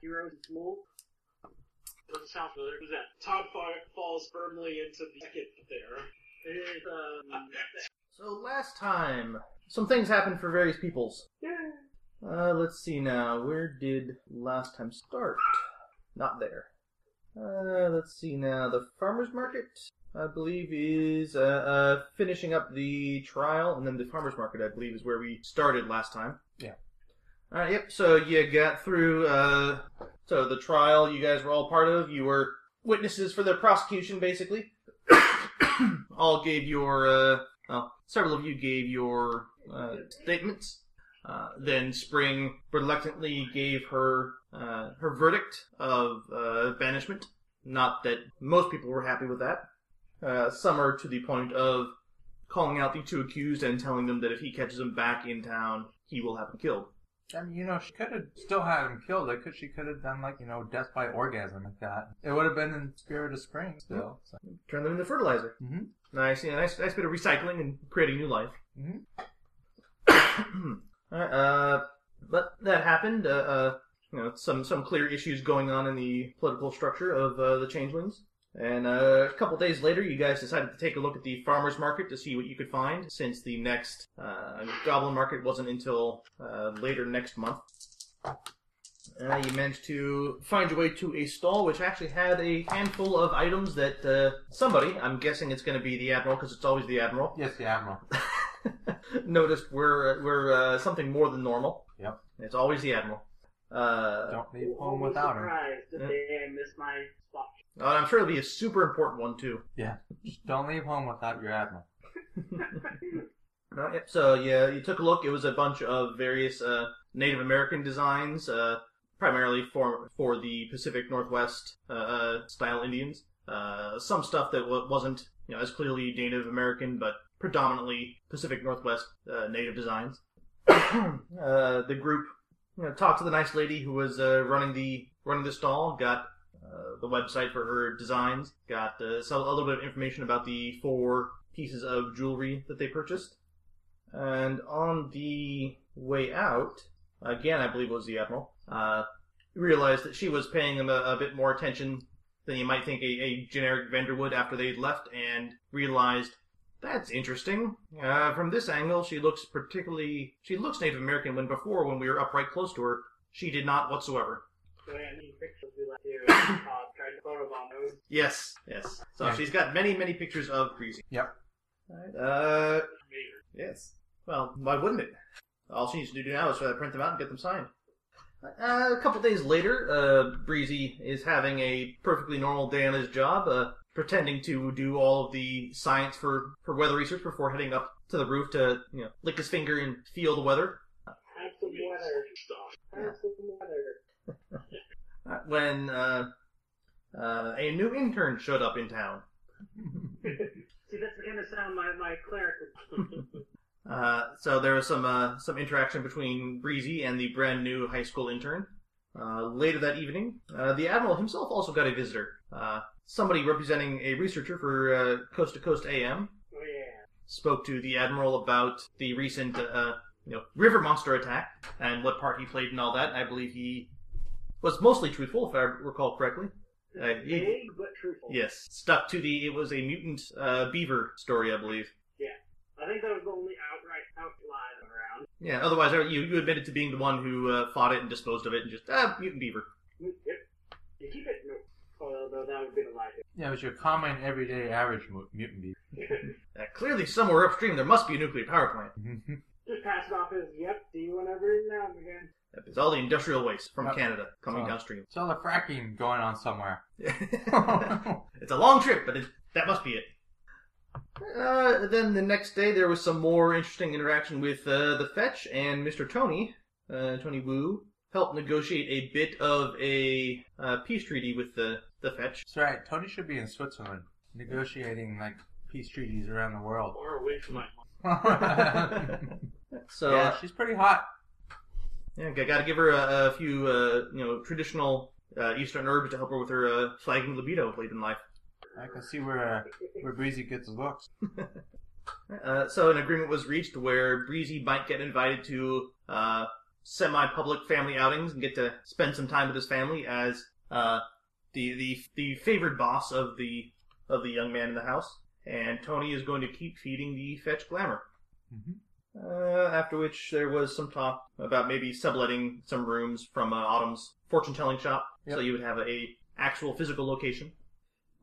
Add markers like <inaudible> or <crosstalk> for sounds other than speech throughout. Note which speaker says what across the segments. Speaker 1: heroes is move.
Speaker 2: Doesn't sound familiar. Who's that?
Speaker 3: Todd fa- falls firmly into the second there.
Speaker 1: It is,
Speaker 4: <laughs>
Speaker 1: um,
Speaker 4: So last time, some things happened for various peoples.
Speaker 1: yeah.
Speaker 4: Uh, let's see now. Where did last time start? Not there. Uh, let's see now. The farmers market, I believe, is uh, uh, finishing up the trial, and then the farmers market, I believe, is where we started last time.
Speaker 5: Yeah.
Speaker 4: All right. Yep. So you got through. Uh, so the trial you guys were all part of. You were witnesses for the prosecution, basically. <coughs> all gave your. Uh, well, several of you gave your uh, statements. Uh, then Spring reluctantly gave her uh, her verdict of uh, banishment. Not that most people were happy with that. Uh, Summer to the point of calling out the two accused and telling them that if he catches them back in town, he will have them killed.
Speaker 5: I mean, you know, she could have still had him killed. It could she could have done like you know death by orgasm like that. It would have been in spirit of spring still. So.
Speaker 4: Turn them into fertilizer.
Speaker 5: Mhm.
Speaker 4: Nice, yeah, nice, nice bit of recycling and creating new life.
Speaker 5: Mhm.
Speaker 4: <coughs> All right, uh, but that happened. Uh, uh, you know, some some clear issues going on in the political structure of uh, the changelings. And uh, a couple days later, you guys decided to take a look at the farmers market to see what you could find, since the next uh, goblin market wasn't until uh, later next month. Uh, you managed to find your way to a stall which actually had a handful of items that uh, somebody, I'm guessing it's going to be the admiral because it's always the admiral,
Speaker 5: Yes, the admiral.
Speaker 4: <laughs> noticed were were uh, something more than normal.
Speaker 5: Yep.
Speaker 4: It's always the admiral. Uh,
Speaker 5: Don't leave home
Speaker 1: Always
Speaker 5: without her.
Speaker 1: surprised
Speaker 4: Yeah.
Speaker 1: that they missed my spot.
Speaker 4: and I'm sure it'll be a super important one too.
Speaker 5: Just don't leave home without your admiral.
Speaker 4: Uh, yep. So yeah, you took a look. It was a bunch of various uh, Native American designs, uh, primarily for for the Pacific Northwest uh, uh, style Indians. Uh, some stuff that w- wasn't you know as clearly Native American, but predominantly Pacific Northwest uh, Native designs. <clears throat> uh, the group you know, talked to the nice lady who was uh, running the running the stall. Got uh, the website for her designs. Got uh, some, a little bit of information about the four pieces of jewelry that they purchased. And on the way out, again, I believe it was the Admiral, uh, realized that she was paying him a, a bit more attention than you might think a, a generic vendor would after they'd left, and realized that's interesting. Uh, from this angle, she looks particularly. She looks Native American when before, when we were upright close to her, she did not whatsoever.
Speaker 1: So yeah, any pictures we left
Speaker 4: <coughs>
Speaker 1: here, Todd tried to photobomb those.
Speaker 4: Yes, yes. So
Speaker 5: Yeah.
Speaker 4: she's got many, many pictures of Greasy.
Speaker 5: Yep.
Speaker 4: Alright, uh,
Speaker 3: Major.
Speaker 4: Yes. Well, why wouldn't it? All she needs to do now is uh, print them out and get them signed. Uh, a couple days later, uh, Breezy is having a perfectly normal day on his job, uh, pretending to do all of the science for, for weather research before heading up to the roof to you know lick his finger and feel the weather.
Speaker 1: Have some weather.
Speaker 3: Stuff.
Speaker 1: Have some weather.
Speaker 4: Uh, When uh, uh, a new intern showed up in town.
Speaker 1: See, that's the kind of sound my, my cleric would
Speaker 4: <laughs> Uh, so there was some uh, some interaction between Breezy and the brand new high school intern. Uh, later that evening, uh, the admiral himself also got a visitor. Uh, somebody representing a researcher for uh, Coast to Coast AM
Speaker 1: Oh, yeah.
Speaker 4: spoke to the admiral about the recent uh, you know river monster attack and what part he played in all that. And I believe he was mostly truthful, if I recall correctly. Uh, yeah.
Speaker 1: Vague but truthful.
Speaker 4: Yes, stuck to the it was a mutant uh, beaver story, I believe.
Speaker 1: I think that was the only outright out lie around.
Speaker 4: Yeah, otherwise uh, you, you admitted to being the one who uh, fought it and disposed of it and just, ah, mutant beaver.
Speaker 1: Mm, Yep. You keep it. No. Although that would be a lie.
Speaker 5: Yeah, it was your common everyday average mu- mutant <laughs> beef.
Speaker 4: Uh, clearly somewhere upstream there must be a nuclear power plant.
Speaker 1: Just pass it off as, yep, see you whenever and now and again.
Speaker 4: That is all the industrial waste from
Speaker 5: Yep.
Speaker 4: Canada coming
Speaker 5: Oh. <laughs>
Speaker 4: downstream. <laughs>
Speaker 5: Still the fracking going on somewhere. <laughs>
Speaker 4: it's a long trip, but it, that must be it. Uh, then the next day there was some more interesting interaction with uh, the Fetch and Mr. Tony. Uh, Tony Wu helped negotiate a bit of a uh, peace treaty with the, the Fetch.
Speaker 5: That's right. Tony should be in Switzerland negotiating like peace treaties around the world. <laughs>
Speaker 3: Far away from my mom.
Speaker 4: So
Speaker 5: yeah, she's pretty hot.
Speaker 4: Yeah, I got to give her a, a few, uh, you know, traditional uh, Eastern herbs to help her with her uh, flagging libido late in life.
Speaker 5: I can see where uh, where Breezy gets his looks.
Speaker 4: Uh, so an agreement was reached where Breezy might get invited to uh, semi-public family outings and get to spend some time with his family as uh, the the the favored boss of the of the young man in the house. And Tony is going to keep feeding the fetch glamour.
Speaker 5: Mhm.
Speaker 4: Uh, after which there was some talk about maybe subletting some rooms from uh, Autumn's fortune telling shop, so
Speaker 5: Yep.
Speaker 4: you would have a actual physical location.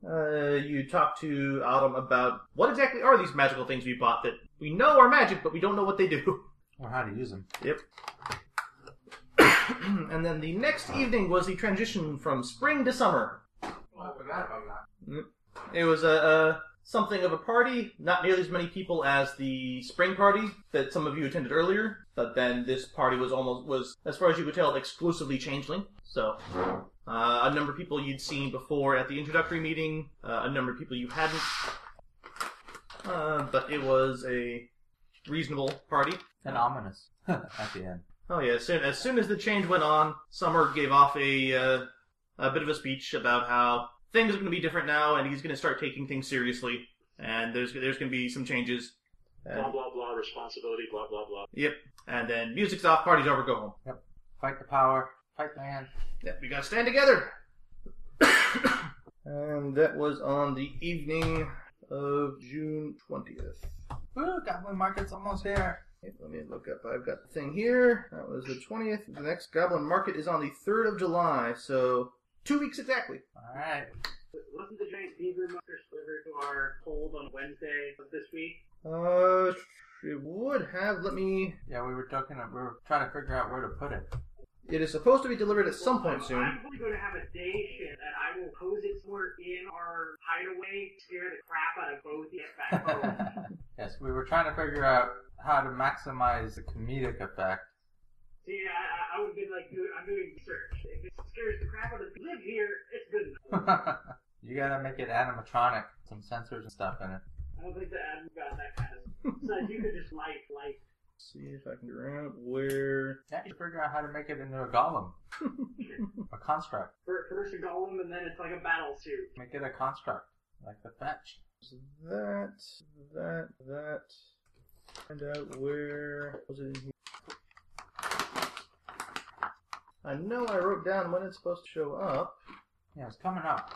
Speaker 4: Uh, you talked to Autumn about what exactly are these magical things we bought that we know are magic, but we don't know what they do. <clears throat>
Speaker 5: Or how to use them.
Speaker 4: and then the next evening was the transition from spring to summer.
Speaker 5: I forgot about that.
Speaker 4: It was a, a something of a party, not nearly as many people as the spring party that some of you attended earlier. But then this party was almost was, as far as you could tell, exclusively changeling. So. Uh, a number of people you'd seen before at the introductory meeting, uh, a number of people you hadn't. Uh, but it was a reasonable party.
Speaker 5: And ominous <laughs> at the end.
Speaker 4: Oh yeah, as soon, as soon as the change went on, Summer gave off a uh, a bit of a speech about how things are going to be different now, and he's going to start taking things seriously, and there's there's going to be some changes.
Speaker 2: Blah
Speaker 4: And,
Speaker 2: blah blah. Responsibility. Blah blah blah.
Speaker 4: and then music's off, party's over, go home.
Speaker 5: Fight the power. Fight the man.
Speaker 4: Yeah, we gotta stand together. <coughs> and that was on the evening of June twentieth.
Speaker 5: Woo, Goblin Market's almost here.
Speaker 4: Let me look up. I've got the thing here. That was the twentieth. The next Goblin Market is on the third of July, so two weeks exactly.
Speaker 5: Alright.
Speaker 1: Wasn't the giant beaver monster delivered to our hold on Wednesday of this week?
Speaker 4: Uh, it would have. Let me.
Speaker 5: Yeah, we were talking, we were trying to figure out where to put it. <laughs>
Speaker 4: It is supposed to be delivered at some point
Speaker 1: I'm-
Speaker 4: soon.
Speaker 1: I'm probably going to have a day shift, and I will pose it somewhere in our hideaway, scare the crap out of both the back home.
Speaker 4: <laughs>
Speaker 5: yes, we were trying to figure out how to maximize the comedic effect. <laughs>
Speaker 1: See, I, I- I would have been like, dude, I'm doing research. If it scares the crap out of live here, it's good enough.
Speaker 5: you gotta make it animatronic, some sensors and stuff in it.
Speaker 1: I don't think the Adam got that kind of So you could just light, light.
Speaker 4: see if I can grab where.
Speaker 5: Yeah, you figure out how to make it into a <laughs> golem, a construct.
Speaker 1: Fir- First a golem, and then it's like a battle suit.
Speaker 5: Make it a construct, like the fetch.
Speaker 4: That, that, that. Find out where. Was it in here? I know I wrote down when it's supposed to show up.
Speaker 5: Yeah, it's coming up.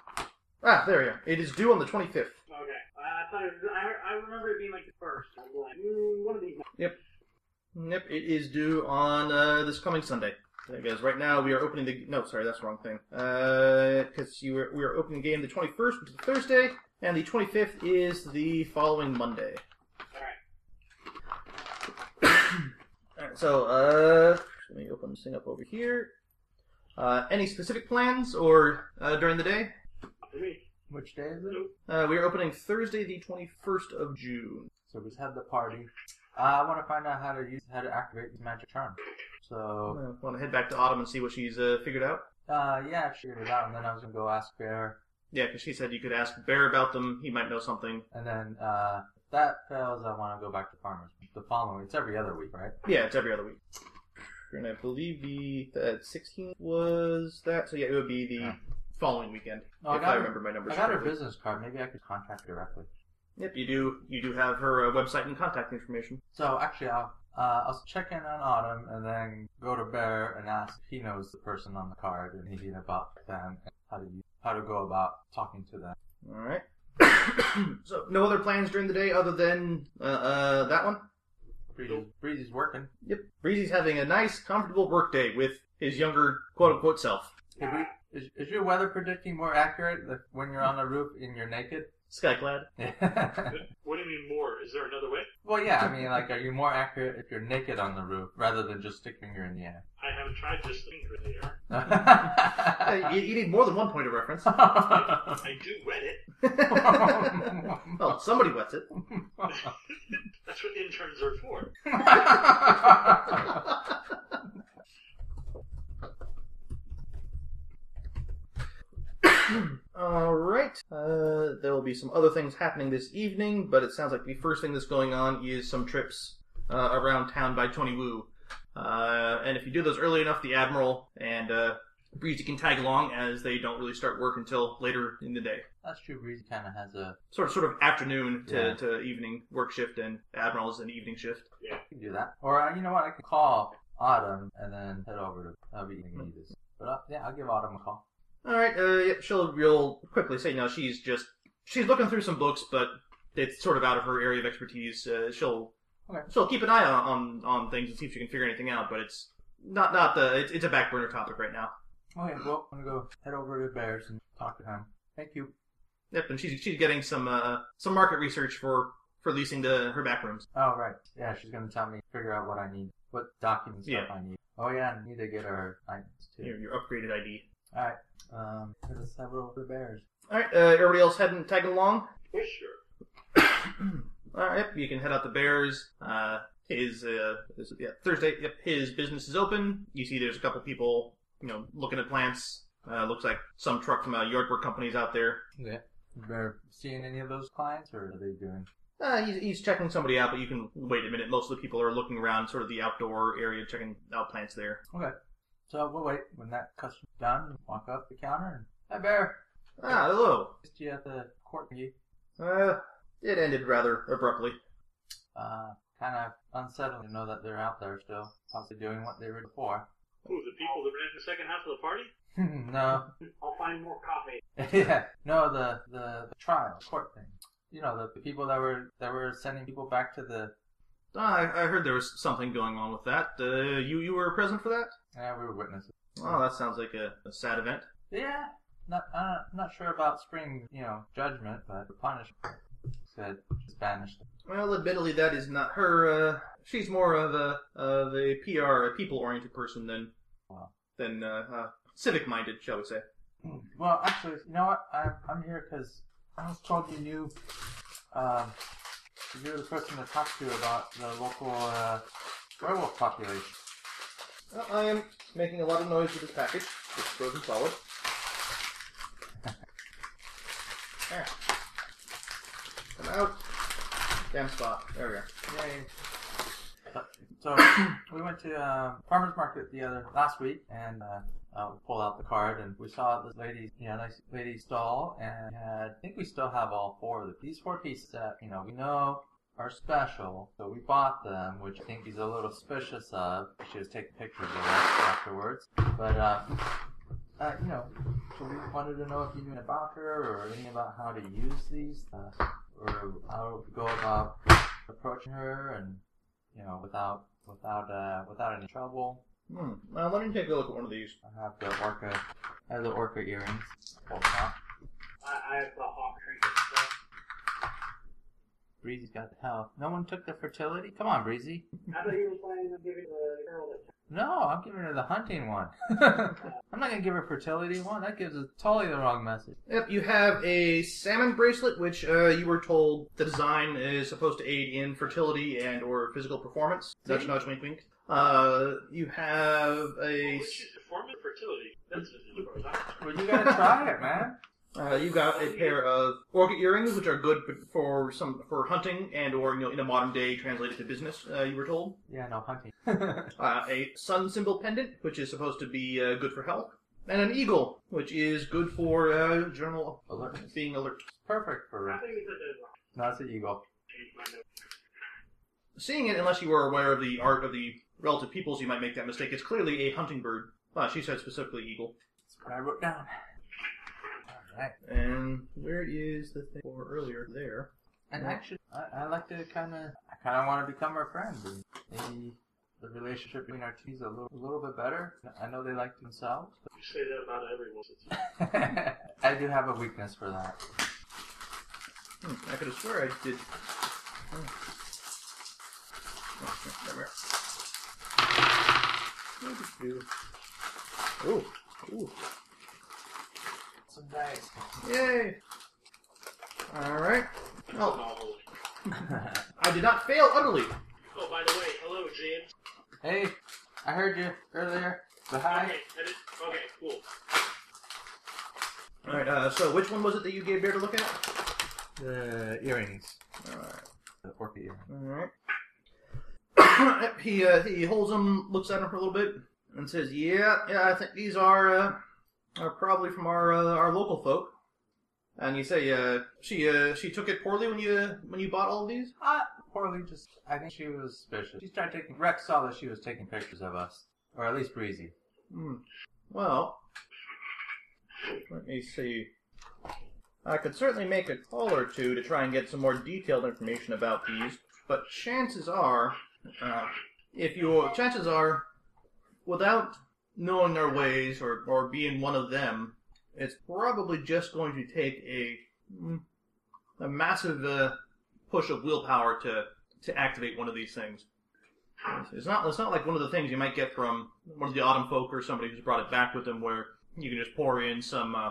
Speaker 4: Ah, there we are. It is due on the 25th.
Speaker 1: Okay.
Speaker 2: Uh,
Speaker 1: I I thought it was, I, I remember it being like the first. I'm like, mm, one of these.
Speaker 4: Yep, it is due on uh, this coming Sunday. There it goes. Right now we are opening the no, sorry, that's the wrong thing. Because you were, we are opening the game the 21st, which is Thursday, and the 25th is the following Monday. All right. <coughs> So uh, let me open this thing up over here. Uh, any specific plans or uh, during the day?
Speaker 1: For me.
Speaker 5: Which day is it?
Speaker 4: Uh, we are opening Thursday, the 21st of June.
Speaker 5: So we just had the party. Uh, I want to find out how to use, how to activate these magic charms. So,
Speaker 4: Uh, Want to head back to Autumn and see what she's uh, figured out?
Speaker 5: uh, yeah, I figured it out, and then I was gonna go ask Bear,
Speaker 4: Yeah, because she said you could ask Bear about them. He might know something.
Speaker 5: and then uh, if that fails, I want to go back to farmers. The following, it's every other week, right?
Speaker 4: Yeah, it's every other week. And I believe the that 16th was that. So yeah, it would be the
Speaker 5: Yeah.
Speaker 4: following weekend
Speaker 5: No, Oh, I
Speaker 4: if
Speaker 5: got
Speaker 4: I,
Speaker 5: her-
Speaker 4: remember my numbers
Speaker 5: I got her
Speaker 4: correctly.
Speaker 5: business card. Maybe I could contact her directly.
Speaker 4: Yep, you do. You do have her uh, website and contact information.
Speaker 5: So actually, I'll uh, I'll check in on Autumn and then go to Bear and ask if he knows the person on the card and anything about them and how to use, how to go about talking to them.
Speaker 4: All right. <coughs> so no other plans during the day other than uh, uh, that one.
Speaker 5: Breezy's, Breezy's working.
Speaker 4: Yep. Breezy's having a nice, comfortable work day with his younger quote unquote self.
Speaker 5: Did
Speaker 1: Mhm.
Speaker 5: we, is, is your weather predicting more accurate than when you're on a roof and you're naked? <laughs>
Speaker 4: Skyclad.
Speaker 2: What do you mean more? Is there another way?
Speaker 5: well, yeah. I mean, like, are you more accurate if you're naked on the roof rather than just stick finger in the air? <laughs>
Speaker 2: I haven't tried this thing earlier.
Speaker 4: Yeah, Uh, you, you need more than one point of
Speaker 5: <laughs>
Speaker 4: reference. <laughs>
Speaker 2: I do Reddit.
Speaker 4: well, somebody wets it.
Speaker 2: That's what interns are for.
Speaker 4: <laughs> All right. Uh, there will be some other things happening this evening, but it sounds like the first thing that's going on is some trips uh, around town by Tony Wu. Uh, and if you do those early enough, the Admiral and uh, Breezy can tag along as they don't really start work until later in the day.
Speaker 5: That's true. Breezy kind of has a.
Speaker 4: Sort of, sort of afternoon to,
Speaker 5: Yeah.
Speaker 4: to evening work shift, and Admiral's an evening shift.
Speaker 5: I can do that. Or uh, you know what? I can call Autumn and then head over to I'll be eating this. But uh, yeah, I'll give Autumn a call.
Speaker 4: All right. Uh, yep, she'll real quickly say no. She's just she's looking through some books, but it's sort of out of her area of expertise. Uh, she'll
Speaker 5: Okay.
Speaker 4: she'll keep an eye on, on on things and see if she can figure anything out. But it's not not the it's, it's a back burner topic right now.
Speaker 5: Okay, Oh, well I'm gonna go head over to Bears and talk to him. Thank you.
Speaker 4: Yep. And she's she's getting some uh, some market research for for leasing to her back rooms.
Speaker 5: Oh right, yeah, she's gonna tell me figure out what I need, what documents
Speaker 4: Yeah.
Speaker 5: stuff I need. Oh yeah, I need to get her items too.
Speaker 4: Your, your upgraded ID.
Speaker 5: All right, um, let's head over to Bears.
Speaker 4: All right. Uh, everybody else heading tagging along.
Speaker 2: Well, sure.
Speaker 4: <coughs> All right, yep, you can head out to Bears. Uh, his uh, his- yeah, Thursday, yep, his business is open. You see, there's a couple people, you know, looking at plants. Uh, looks like some truck from a yard work company's out there.
Speaker 5: Bear seeing any of those clients, or are they doing?
Speaker 4: Uh, he's, he's checking somebody out, but you can wait a minute. Most of the people are looking around, sort of the outdoor area, checking out plants there.
Speaker 5: So we'll wait when that customer's done. Walk up the counter and hi Bear,
Speaker 4: Ah, hello.
Speaker 5: missed you at the court thingy.
Speaker 4: Uh, it ended rather abruptly.
Speaker 5: Uh, kind of unsettling to know that they're out there still, possibly doing what they were before. <laughs>
Speaker 2: Who, the people that ran the second half of the party?
Speaker 5: no, <laughs>
Speaker 1: I'll find more coffee.
Speaker 5: yeah, no, the, the the trial court thing. You know, the, the people that were that were sending people back to the.
Speaker 4: Ah, I, I heard there was something going on with that. Uh, you you were present for that?
Speaker 5: Yeah, we were witnesses.
Speaker 4: Oh, that sounds like a, a sad event.
Speaker 5: Yeah, not uh, not sure about spring, you know, judgment, but punishment. Said Spanish.
Speaker 4: Well, admittedly, that is not her. Uh, she's more of a of a PR, a people oriented person than
Speaker 5: Wow.
Speaker 4: than uh, uh, civic minded, shall we say?
Speaker 5: <clears throat> Well, actually, you know what? I, I'm here because I was told you knew. Um, you're the person to talk to about the local uh, werewolf population.
Speaker 4: Well, I am making a lot of noise with this package. It's frozen <laughs> solid. there. Come out. Damn spot. There we go.
Speaker 5: Yay. So <coughs> we went to um, farmers market the other last week, and uh, uh, we pulled out the card, and we saw this lady, you know, nice lady stall, and had, I think we still have all four of the these four pieces that you know we know are special. So we bought them, which I think he's a little suspicious of. She was taking pictures of us afterwards, but uh, uh, you know, so we wanted to know if you knew about her or anything about how to use these, uh, or how to go about approaching her and you know without without uh without any trouble.
Speaker 4: Hmm. Well, let me take a look at one of these.
Speaker 5: I have the orca I have the orca earrings. Hold them out.
Speaker 1: I, I have the hawk trinket stuff.
Speaker 5: Breezy's got the health. No one took the fertility? Come on, Breezy.
Speaker 1: I thought you were planning on giving the girl the
Speaker 5: No, I'm giving her the hunting one. <laughs> I'm not gonna give her fertility one. That gives us totally the wrong message.
Speaker 4: Yep, you have a salmon bracelet, which uh, you were told the design is supposed to aid in fertility and or physical performance. Nudge, nudge, wink, wink. Uh, you have a
Speaker 2: Which is a form of fertility. That's as far as I'm concerned.
Speaker 5: Well you gotta try it, man.
Speaker 4: uh, you got a pair of orchid earrings, which are good for some for hunting and or you know in a modern day translated to business. Uh, you were told
Speaker 5: Yeah, no hunting. <laughs> That's
Speaker 4: uh, a sun symbol pendant, which is supposed to be uh, good for health, and an eagle, which is good for uh, general
Speaker 5: Alertness.
Speaker 4: being alert.
Speaker 5: perfect for
Speaker 1: I
Speaker 5: her.
Speaker 1: thought you said there's a hawk
Speaker 5: No, it's an eagle.
Speaker 1: trinket, my note.
Speaker 4: Seeing it, unless you were aware of the art of the relative peoples, you might make that mistake. It's clearly a hunting bird. Well, she said specifically eagle.
Speaker 5: That's what I wrote down. Alright.
Speaker 4: And where is the thing for earlier? There.
Speaker 5: And
Speaker 4: Yeah.
Speaker 5: actually, I, I like to kind of, I kind of want to become her friend. And maybe the relationship between our two is a little, a little bit better. I know they like themselves.
Speaker 2: You say that about everyone. It's-
Speaker 5: But <laughs> I do have a weakness for that.
Speaker 4: Hmm, I could have swear I did. Oh. Oh, there we are. Ooh, ooh,
Speaker 5: Some dice.
Speaker 4: yay! All right. Oh,
Speaker 2: Novel.
Speaker 4: I did not fail utterly.
Speaker 2: Oh, by the way, hello, James.
Speaker 5: <laughs> hey, I heard you earlier. The hi.
Speaker 2: Okay, that is, okay, cool.
Speaker 4: All right. Uh, so, which one was it that you gave Bear to look at?
Speaker 5: The earrings.
Speaker 4: All right.
Speaker 5: The orca earrings.
Speaker 4: All right. <coughs> he uh, he holds them, looks at them for a little bit, and says, "Yeah, yeah, I think these are uh, are probably from our uh, our local folk." And you say, "Uh, she uh, she took it poorly when you when you bought all of these."
Speaker 5: Uh, poorly just, I think she was suspicious. She started taking, Rex saw that she was taking pictures of us. Or at least Breezy.
Speaker 4: Hmm. Well, let me see. I could certainly make a call or two to try and get some more detailed information about these, but chances are, uh, if you chances are, without knowing their ways or, or being one of them, it's probably just going to take a mm, a massive uh, push of willpower to to activate one of these things. It's not. It's not like one of the things you might get from one of the autumn folk or somebody who's brought it back with them, where you can just pour in some uh,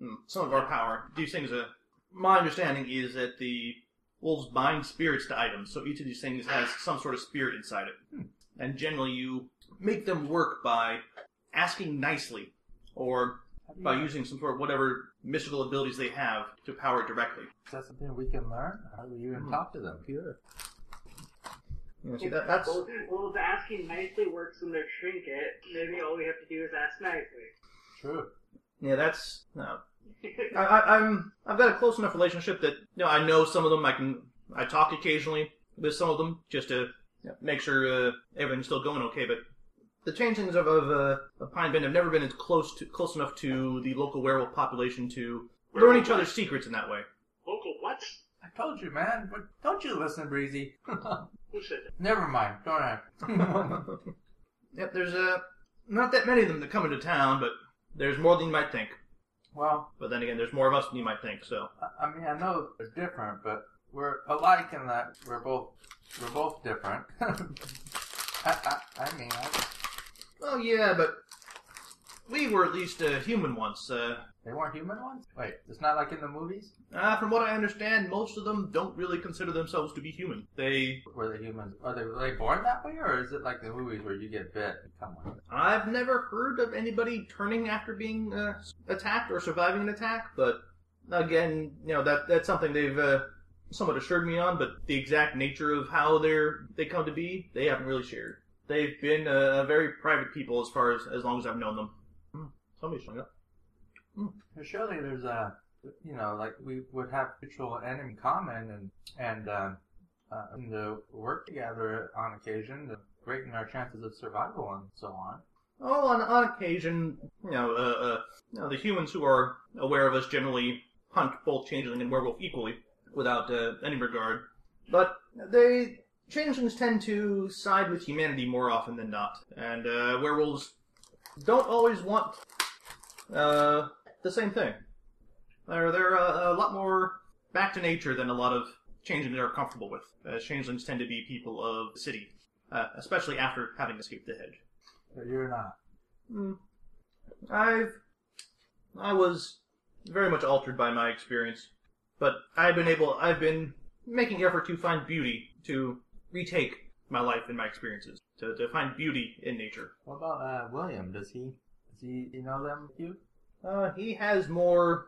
Speaker 4: mm, some of our power. These things. Uh, my understanding is that the wolves bind spirits to items, so each of these things has some sort of spirit inside it, and generally you make them work by asking nicely or
Speaker 5: How do
Speaker 4: by
Speaker 5: you-
Speaker 4: using some sort of whatever mystical abilities they have to power it directly.
Speaker 5: Is that something we can learn? How do you even
Speaker 4: Hmm.
Speaker 5: talk to them?
Speaker 4: You know, see, that, that's
Speaker 1: Well, well, if asking nicely works in their trinket, maybe all we have to do is ask nicely. <laughs>
Speaker 5: True.
Speaker 4: yeah, that's no, I, I, I'm I've got a close enough relationship that you know I know some of them. I can I talk occasionally with some of them just to you know, make sure uh, everything's still going okay. But the changings of of, uh, of Pine Bend have never been as close to close enough to the local werewolf population to learn each other's secrets in that way.
Speaker 2: Local what?
Speaker 5: I told you, man. But don't you listen, Breezy. <laughs>
Speaker 2: Who said that?
Speaker 5: Never mind. Don't act.
Speaker 4: Yep, there's uh, not that many of them that come into town, but there's more than you might think.
Speaker 5: well,
Speaker 4: But then again, there's more of us than you might think. So
Speaker 5: I- I mean, I know they're different, but we're alike in that we're both we're both different. <laughs> I, I, I mean, I,
Speaker 4: well, yeah, but we were at least uh, human once. Uh,
Speaker 5: they weren't human ones. Wait, it's not like in the movies.
Speaker 4: Uh, from what I understand, most of them don't really consider themselves to be human. They,
Speaker 5: Were they humans? Are they, were they born that way, or is it like the movies where you get bit and come with it?
Speaker 4: I've never heard of anybody turning after being uh, s- attacked or surviving an attack. But again, you know that that's something they've uh, somewhat assured me on. But the exact nature of how they're they come to be, they haven't really shared. They've been uh, very private people as far as as long as I've known them. Hmm, Somebody's showing up.
Speaker 5: But Surely there's a you know like we would have mutual enemy in common and and um, uh, and to work together on occasion to greaten our chances of survival and so on.
Speaker 4: Oh, on, on occasion, you know, uh, uh, you know, the humans who are aware of us generally hunt both changeling and werewolf equally, without uh, any regard. But they changelings tend to side with humanity more often than not, and uh, werewolves don't always want uh, the same thing. They're they're uh, a lot more back to nature than a lot of changelings are comfortable with. Uh, changelings tend to be people of the city, uh, especially after having escaped the hedge.
Speaker 5: But you're not.
Speaker 4: Mm. I've I was very much altered by my experience, but I've been able I've been making effort to find beauty to retake my life and my experiences to, to find beauty in nature.
Speaker 5: What about uh, William? Does he does he you know them with you?
Speaker 4: Uh, he has more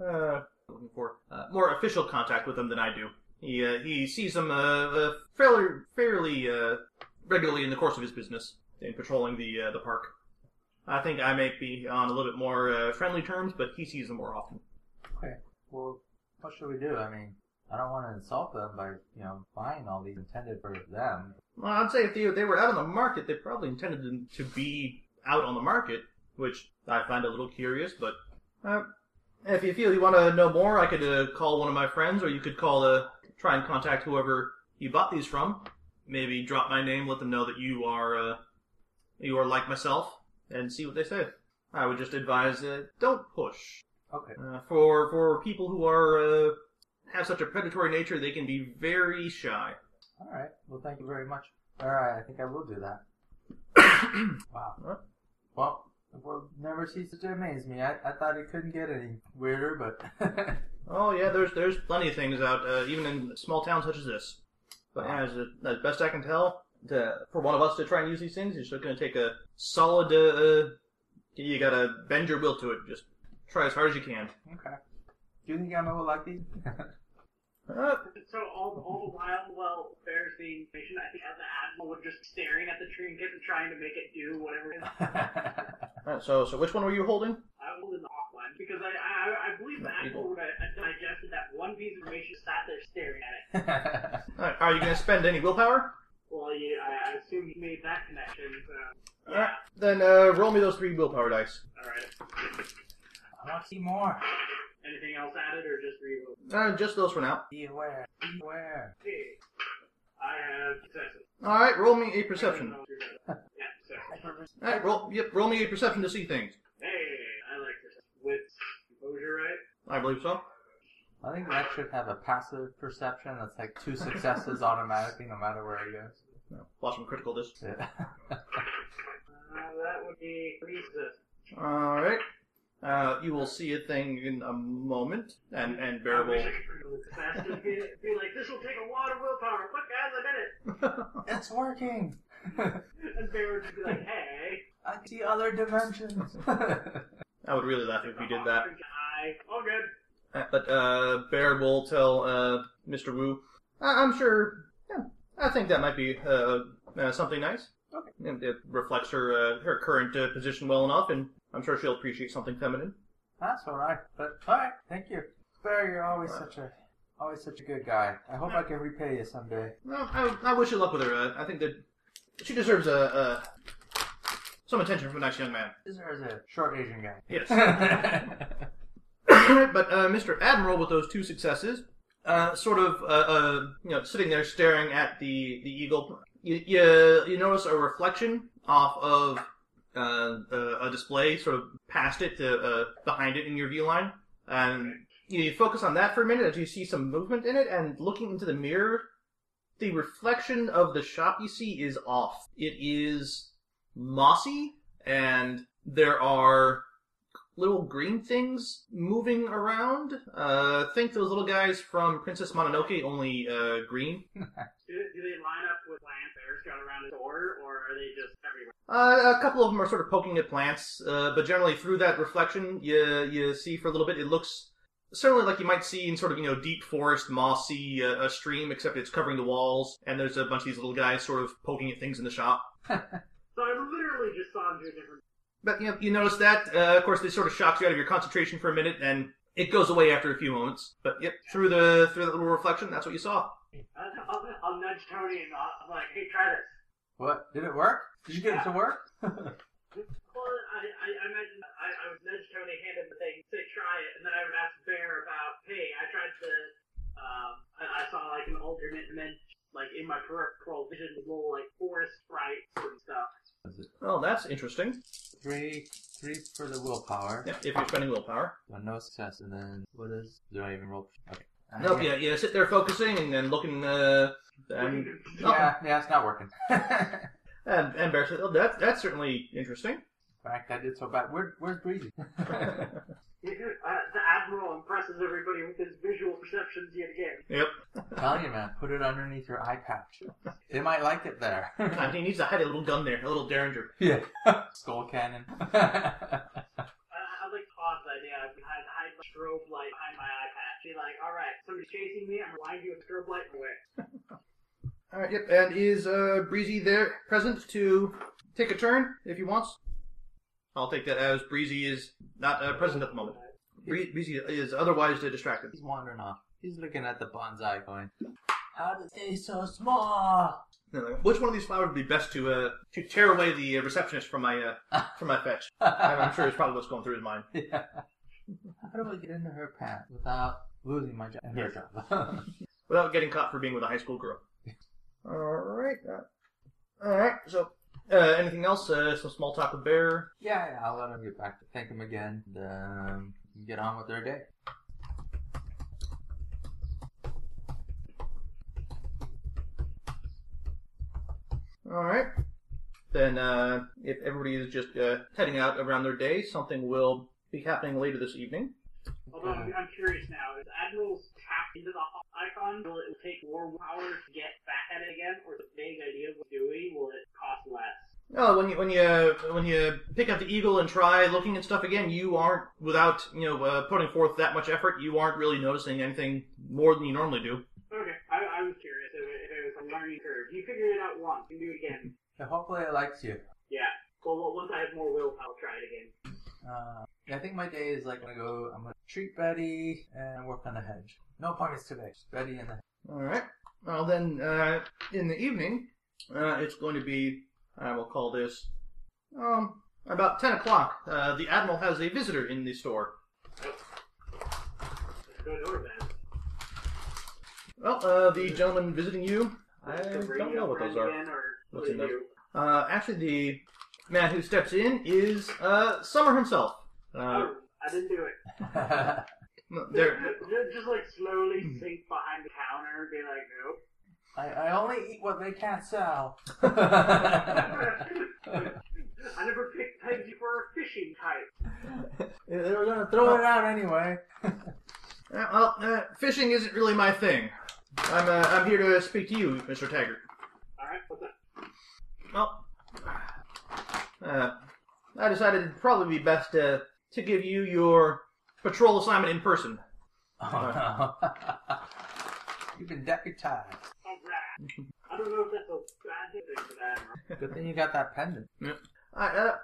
Speaker 4: uh, looking for uh, more official contact with them than I do. He uh, he sees them uh, uh, fairly fairly uh, regularly in the course of his business in patrolling the uh, the park. I think I may be on a little bit more uh, friendly terms, but he sees them more often.
Speaker 5: Well, what should we do? I mean, I don't want to insult them by you know buying all these intended for them.
Speaker 4: Well, I'd say if they, they were out on the market, they probably intended them to be out on the market, which I find a little curious. But uh, if you feel you want to know more, I could uh, call one of my friends, or you could call uh, try and contact whoever you bought these from. Maybe drop my name, let them know that you are uh, you are like myself, and see what they say. I would just advise uh, don't push
Speaker 5: Okay.
Speaker 4: uh, for for people who are uh, have such a predatory nature. They can be very shy.
Speaker 5: All right. Well, thank you very much. All right. I think I will do that. <coughs> wow.
Speaker 4: Alright.
Speaker 5: Well, the world never ceases to amaze me. I, I thought it couldn't get any weirder, but <laughs>
Speaker 4: Oh yeah, there's there's plenty of things out uh, even in small towns such as this. But yeah, as, as best I can tell, to, for one of us to try and use these things, it's just going to take a solid. Uh, uh, you got to bend your will to it. Just try as hard as you can.
Speaker 5: okay. Do you think I'm a lucky? <laughs>
Speaker 4: Uh,
Speaker 1: So all, all the while, while there's the information, I think as the admiral would just staring at the trinket and trying to make it do whatever. it is.
Speaker 4: alright, so so which one were you holding?
Speaker 1: I was in the off one because I I, I believe the admiral would have digested that one piece of information, sat there staring at it.
Speaker 4: All right, Are you going to spend any willpower?
Speaker 1: Well, you, I, I assume you made that connection. So,
Speaker 4: Alright. Then uh, roll me those three willpower dice.
Speaker 1: all right.
Speaker 5: I want to see more.
Speaker 1: Anything else added, or just three? votes?
Speaker 4: Uh, just those for now.
Speaker 5: Be aware. Be aware.
Speaker 1: Okay. I have successes.
Speaker 4: All right, roll me a perception.
Speaker 1: yeah, success.
Speaker 5: Hyper-
Speaker 4: All right, roll. Yep, roll me a perception to see things.
Speaker 1: Hey, I like perception with composure, right?
Speaker 4: I believe so.
Speaker 5: I think Rex should have a passive perception that's like two <laughs> successes automatically no matter where he goes.
Speaker 4: No, lost some critical dis.
Speaker 5: Yeah.
Speaker 1: Uh, that would be three successes.
Speaker 4: All right. Uh, you will see a thing in a moment, and and
Speaker 1: I
Speaker 4: Bear
Speaker 1: wish
Speaker 4: will. <laughs>
Speaker 1: I could prove it faster. Be, be like, this will take a lot of willpower. Quick, guys, I did it.
Speaker 5: it's <laughs> working!
Speaker 1: And Bear would just be like, hey.
Speaker 5: I see other dimensions! <laughs>
Speaker 4: I would really laugh if you did that.
Speaker 1: I, all good.
Speaker 4: Uh, But uh, Bear will tell uh, Mr. Wu. I- I'm sure. Yeah, I think that might be uh, uh, something nice.
Speaker 5: Okay.
Speaker 4: And it reflects her uh, her current uh, position well enough, and I'm sure she'll appreciate something feminine.
Speaker 5: that's alright, but alright, thank you. Barry, you're always such a always such a good guy. I hope I can repay you someday.
Speaker 4: Well, I, I wish you luck with her. Uh, I think that she deserves a, uh some attention from a nice young man.
Speaker 5: Deserves a short Asian guy.
Speaker 4: Yes.
Speaker 5: okay.
Speaker 4: but uh, Mr. Admiral, with those two successes, uh, sort of uh, uh, you know sitting there staring at the the eagle, you you, you notice a reflection off of uh, a, a display, sort of past it to uh, behind it in your view line, and you focus on that for a minute as you see some movement in it, and looking into the mirror, the reflection of the shop you see is off. It is mossy, and there are little green things moving around. Uh, think those little guys from Princess Mononoke, only uh, green.
Speaker 1: Do, do they line up with land bears got around the door, or are they just everywhere?
Speaker 4: Uh, a couple of them are sort of poking at plants, uh, but generally through that reflection, you you see for a little bit. It looks certainly like you might see in sort of you know deep forest, mossy uh, a stream, except it's covering the walls, and there's a bunch of these little guys sort of poking at things in the shop.
Speaker 1: So I literally just saw them do a different.
Speaker 4: But you know, you notice that. Uh, of course, this sort of shocks you out of your concentration for a minute, and it goes away after a few moments. But yep, through the through that little reflection, that's what you saw.
Speaker 1: I'll, uh, <laughs> I'll, I'll nudge Tony and I'll, I'm like, hey, try this.
Speaker 5: <laughs> What? Did it work? Did you get it to work?
Speaker 1: Well, I, I, I imagine I, I would nudge Tony, hand him the thing, say try it, and then I would ask Bear about, hey, I tried to, um, I, I saw like an alternate dimension, like in my peripheral vision, little like forest sprites and stuff.
Speaker 4: Well, that's interesting.
Speaker 5: Three three for the willpower.
Speaker 4: Yeah, if you're spending willpower.
Speaker 5: So no success, and then what is? Do I even roll? Okay. Uh,
Speaker 4: Nope.
Speaker 5: yeah.
Speaker 4: Yeah, yeah. Sit there focusing and then looking. Uh, and
Speaker 1: <laughs>
Speaker 5: Yeah, yeah, it's not working. <laughs> In
Speaker 4: and, and Bear said, "Oh, that that's certainly <laughs> interesting."
Speaker 5: fact, I did so bad. Where, where's
Speaker 4: <laughs>
Speaker 5: Breezy?
Speaker 1: Uh, the admiral impresses everybody with his visual perceptions yet again.
Speaker 4: Yep.
Speaker 5: Tell you, man, put it underneath your eye patch. They might like it there. <laughs>
Speaker 4: And Uh, he needs to hide a little gun there, a little derringer.
Speaker 5: yeah. <laughs> Skull cannon. <laughs>
Speaker 1: I, I like pause the idea. I hide, hide my strobe light behind my eye patch. Be like, all right, somebody's chasing me. I'm gonna blind you with strobe light away.
Speaker 4: All right. Yep. And is uh, Breezy there present to take a turn if he wants? I'll take that as Breezy is not uh, present at the moment. Bree- Breezy is otherwise distracted.
Speaker 5: He's wandering off. He's looking at the bonsai going, How did they so small? <laughs>
Speaker 4: You know, like, Which one of these flowers would be best to uh, to tear away the uh, receptionist from my <laughs> uh, from my fetch? I'm, I'm sure it's probably what's going through his mind.
Speaker 5: Yeah. How do I get into her pants without losing my job? and Her job.
Speaker 4: without getting caught for being with a high school <laughs> girl. All right. all right. So, uh, anything else? Uh, some small talk with Bear.
Speaker 5: <laughs> yeah, yeah, I'll let him get back to thank him again. and, um, get on with their day.
Speaker 4: All right. Then, uh, if everybody is just uh, heading out around their day, something will be happening later this evening.
Speaker 1: Although I'm, I'm curious now, is Admiral's tapped into the hot icon? Will it take more hours to get back at it again, or the vague idea of what we're doing will it cost less?
Speaker 4: Oh, when you when you uh, when you pick up the eagle and try looking at stuff again, you aren't without you know uh, putting forth that much effort. You aren't really noticing anything more than you normally do.
Speaker 1: Okay, I, I was curious if it, if it was a learning curve. You figured it out once, you can do it again.
Speaker 5: And hopefully it likes you.
Speaker 1: Yeah. Well, well, once I have more will, I'll try it again.
Speaker 5: Uh, yeah, I think my day is like gonna go. I'm gonna treat Betty and work on the hedge. No appointments today. Just Betty and the
Speaker 4: All right. Well, then uh, in the evening, uh, it's going to be, I will call this, um, about 10 o'clock. Uh, the Admiral has a visitor in the store.
Speaker 1: Good or bad.
Speaker 4: Well, uh, the gentleman visiting you, I
Speaker 1: Is the
Speaker 4: don't
Speaker 1: radio
Speaker 4: know what those
Speaker 1: friend
Speaker 4: are.
Speaker 1: in, or
Speaker 4: What's
Speaker 1: who
Speaker 4: in
Speaker 1: are
Speaker 4: those?
Speaker 1: you?
Speaker 4: Uh, actually, the man who steps in is uh, Summer himself. Uh,
Speaker 1: Oh, I didn't do it.
Speaker 4: no, there, Hmm.
Speaker 1: Just, just like slowly sink behind the counter and be like, nope.
Speaker 5: <laughs>
Speaker 1: <laughs>
Speaker 5: I, I only eat what they can't sell. <laughs>
Speaker 1: I never picked pigs for a fishing type.
Speaker 4: they were going to
Speaker 5: Throw
Speaker 4: throw
Speaker 5: it
Speaker 4: it.
Speaker 5: out anyway.
Speaker 1: Oh.
Speaker 4: Uh, well, uh, fishing isn't really my thing. I'm, uh, I'm here to speak to you, Mr. Taggart.
Speaker 1: Alright, what's up?
Speaker 4: Well, uh, I decided it'd probably be best to, to give you your patrol assignment in person.
Speaker 5: Oh, no. <laughs> You've been deputized.
Speaker 1: Alright. I don't know if that's a bad thing for that.
Speaker 5: Good thing you got that pendant.
Speaker 4: I, uh,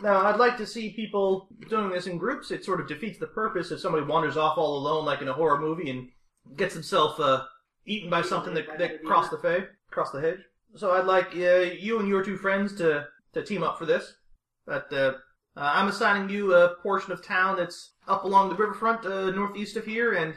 Speaker 4: now, I'd like to see people doing this in groups. It sort of defeats the purpose if somebody wanders off all alone, like in a horror movie, and gets himself uh, eaten by something that, that crossed the fe- crossed the hedge. So I'd like uh, you and your two friends to, to team up for this. But uh, uh, I'm assigning you a portion of town that's up along the riverfront, uh, northeast of here, and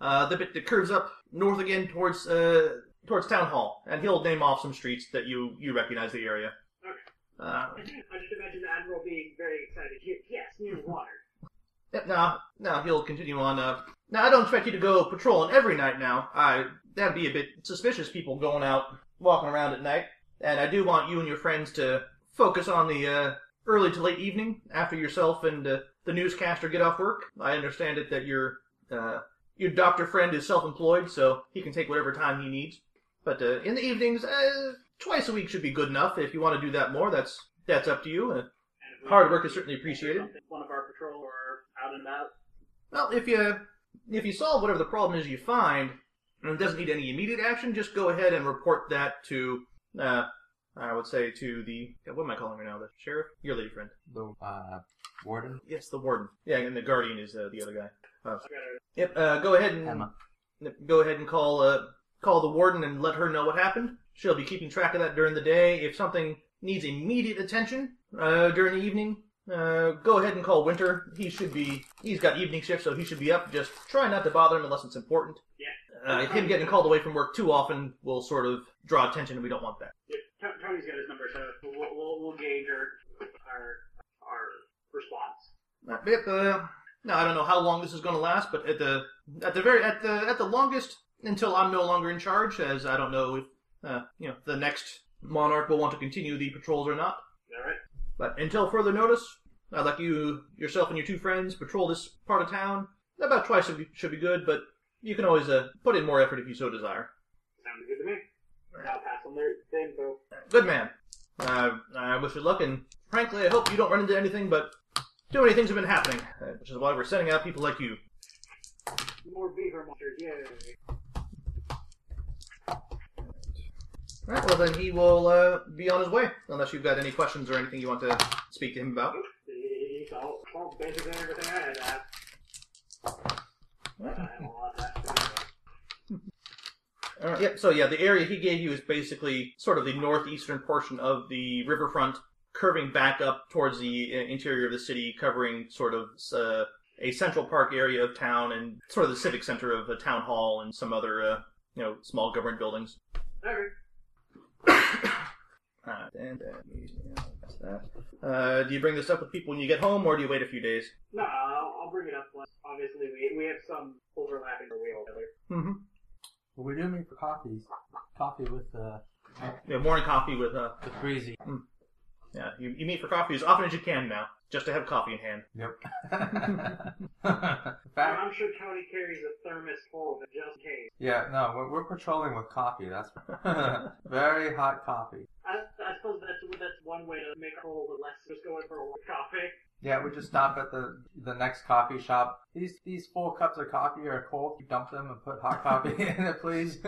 Speaker 4: uh, the bit that curves up north again towards uh, towards town hall. And he'll name off some streets that you you recognize the area.
Speaker 1: Okay.
Speaker 4: Uh,
Speaker 1: I just imagine the Admiral being very excited. He- Yes, near
Speaker 4: <laughs>
Speaker 1: water.
Speaker 4: Yeah, No, no, he'll continue on. Uh, now, I don't expect you to go patrolling every night now. I That'd be a bit suspicious, people going out, walking around at night. And I do want you and your friends to focus on the uh, early to late evening after yourself and uh, the newscaster get off work. I understand it that your, uh, your doctor friend is self employed, so he can take whatever time he needs. But uh, in the evenings, uh, twice a week should be good enough. If you want to do that more, that's, that's up to you. Uh,
Speaker 1: And if we-
Speaker 4: Hard work is certainly appreciated.
Speaker 1: One of our patrol or out and about.
Speaker 4: Well, if you if you solve whatever the problem is you find, and it doesn't need any immediate action, just go ahead and report that to uh, I would say to the what am I calling her now? The sheriff, your lady friend.
Speaker 5: The uh, warden.
Speaker 4: Yes, the warden. Yeah, and the guardian is uh, the other guy.
Speaker 1: I got a
Speaker 4: Yep. Uh, go ahead and
Speaker 5: Emma.
Speaker 4: go ahead and call uh, call the warden and let her know what happened. She'll be keeping track of that during the day. If something needs immediate attention uh, during the evening, uh, go ahead and call Winter. He should be he's got evening shift, so he should be up. Just try not to bother him unless it's important.
Speaker 1: Yeah.
Speaker 4: Uh, him getting called away from work too often will sort of draw attention, and we don't want that.
Speaker 1: Yeah, To- Tony's got his number, so we'll, we'll, we'll gauge our, our our response.
Speaker 4: Uh, yep, uh, now I don't know how long this is going to last, but at the at the very at the at the longest until I'm no longer in charge, as I don't know if uh, you know the next monarch will want to continue the patrols or not.
Speaker 1: All right.
Speaker 4: But until further notice, I'd like you yourself and your two friends patrol this part of town. About twice should be, should be good, but you can always uh, put in more effort if you so desire.
Speaker 1: Sounds good to me. I'll pass on their the info.
Speaker 4: Good man. Uh, I wish you luck, and frankly, I hope you don't run into anything. But too many things have been happening, uh, which is why we're sending out people like you.
Speaker 1: More beaver monsters, yay!
Speaker 4: All right, well then he will uh, be on his way, unless you've got any questions or anything you want to speak to him about.
Speaker 1: He's all, all basically everything I had asked. I have a lot of that.
Speaker 4: All right. Yep. So yeah, the area he gave you is basically sort of the northeastern portion of the riverfront, curving back up towards the uh, interior of the city, covering sort of uh, a central park area of town and sort of the civic center of a town hall and some other uh, you know small government buildings.
Speaker 1: Okay.
Speaker 4: Uh, and uh, yeah, that's that. Uh, do you bring this up with people when you get home, or do you wait a few days?
Speaker 1: No, I'll, I'll bring it up. Once. Obviously, we we have some overlapping or wheel together.
Speaker 4: Mm-hmm.
Speaker 5: Well, we do make for coffees. Coffee with uh,
Speaker 4: Yeah, morning coffee with uh,
Speaker 5: the breezy. <laughs>
Speaker 4: Yeah, you, you meet for coffee as often as you can now, just to have coffee in hand.
Speaker 5: Yep. In fact,
Speaker 1: I'm sure Tony carries a thermos full of it just in case.
Speaker 5: yeah, no, we're, we're patrolling with coffee. That's <laughs> very hot coffee.
Speaker 1: I, I suppose that's that's one way to make a whole less just going for a walk coffee.
Speaker 5: Yeah, we just stop at the the next coffee shop. These these full cups of coffee are cold. You dump them and put hot coffee <laughs> in it, please.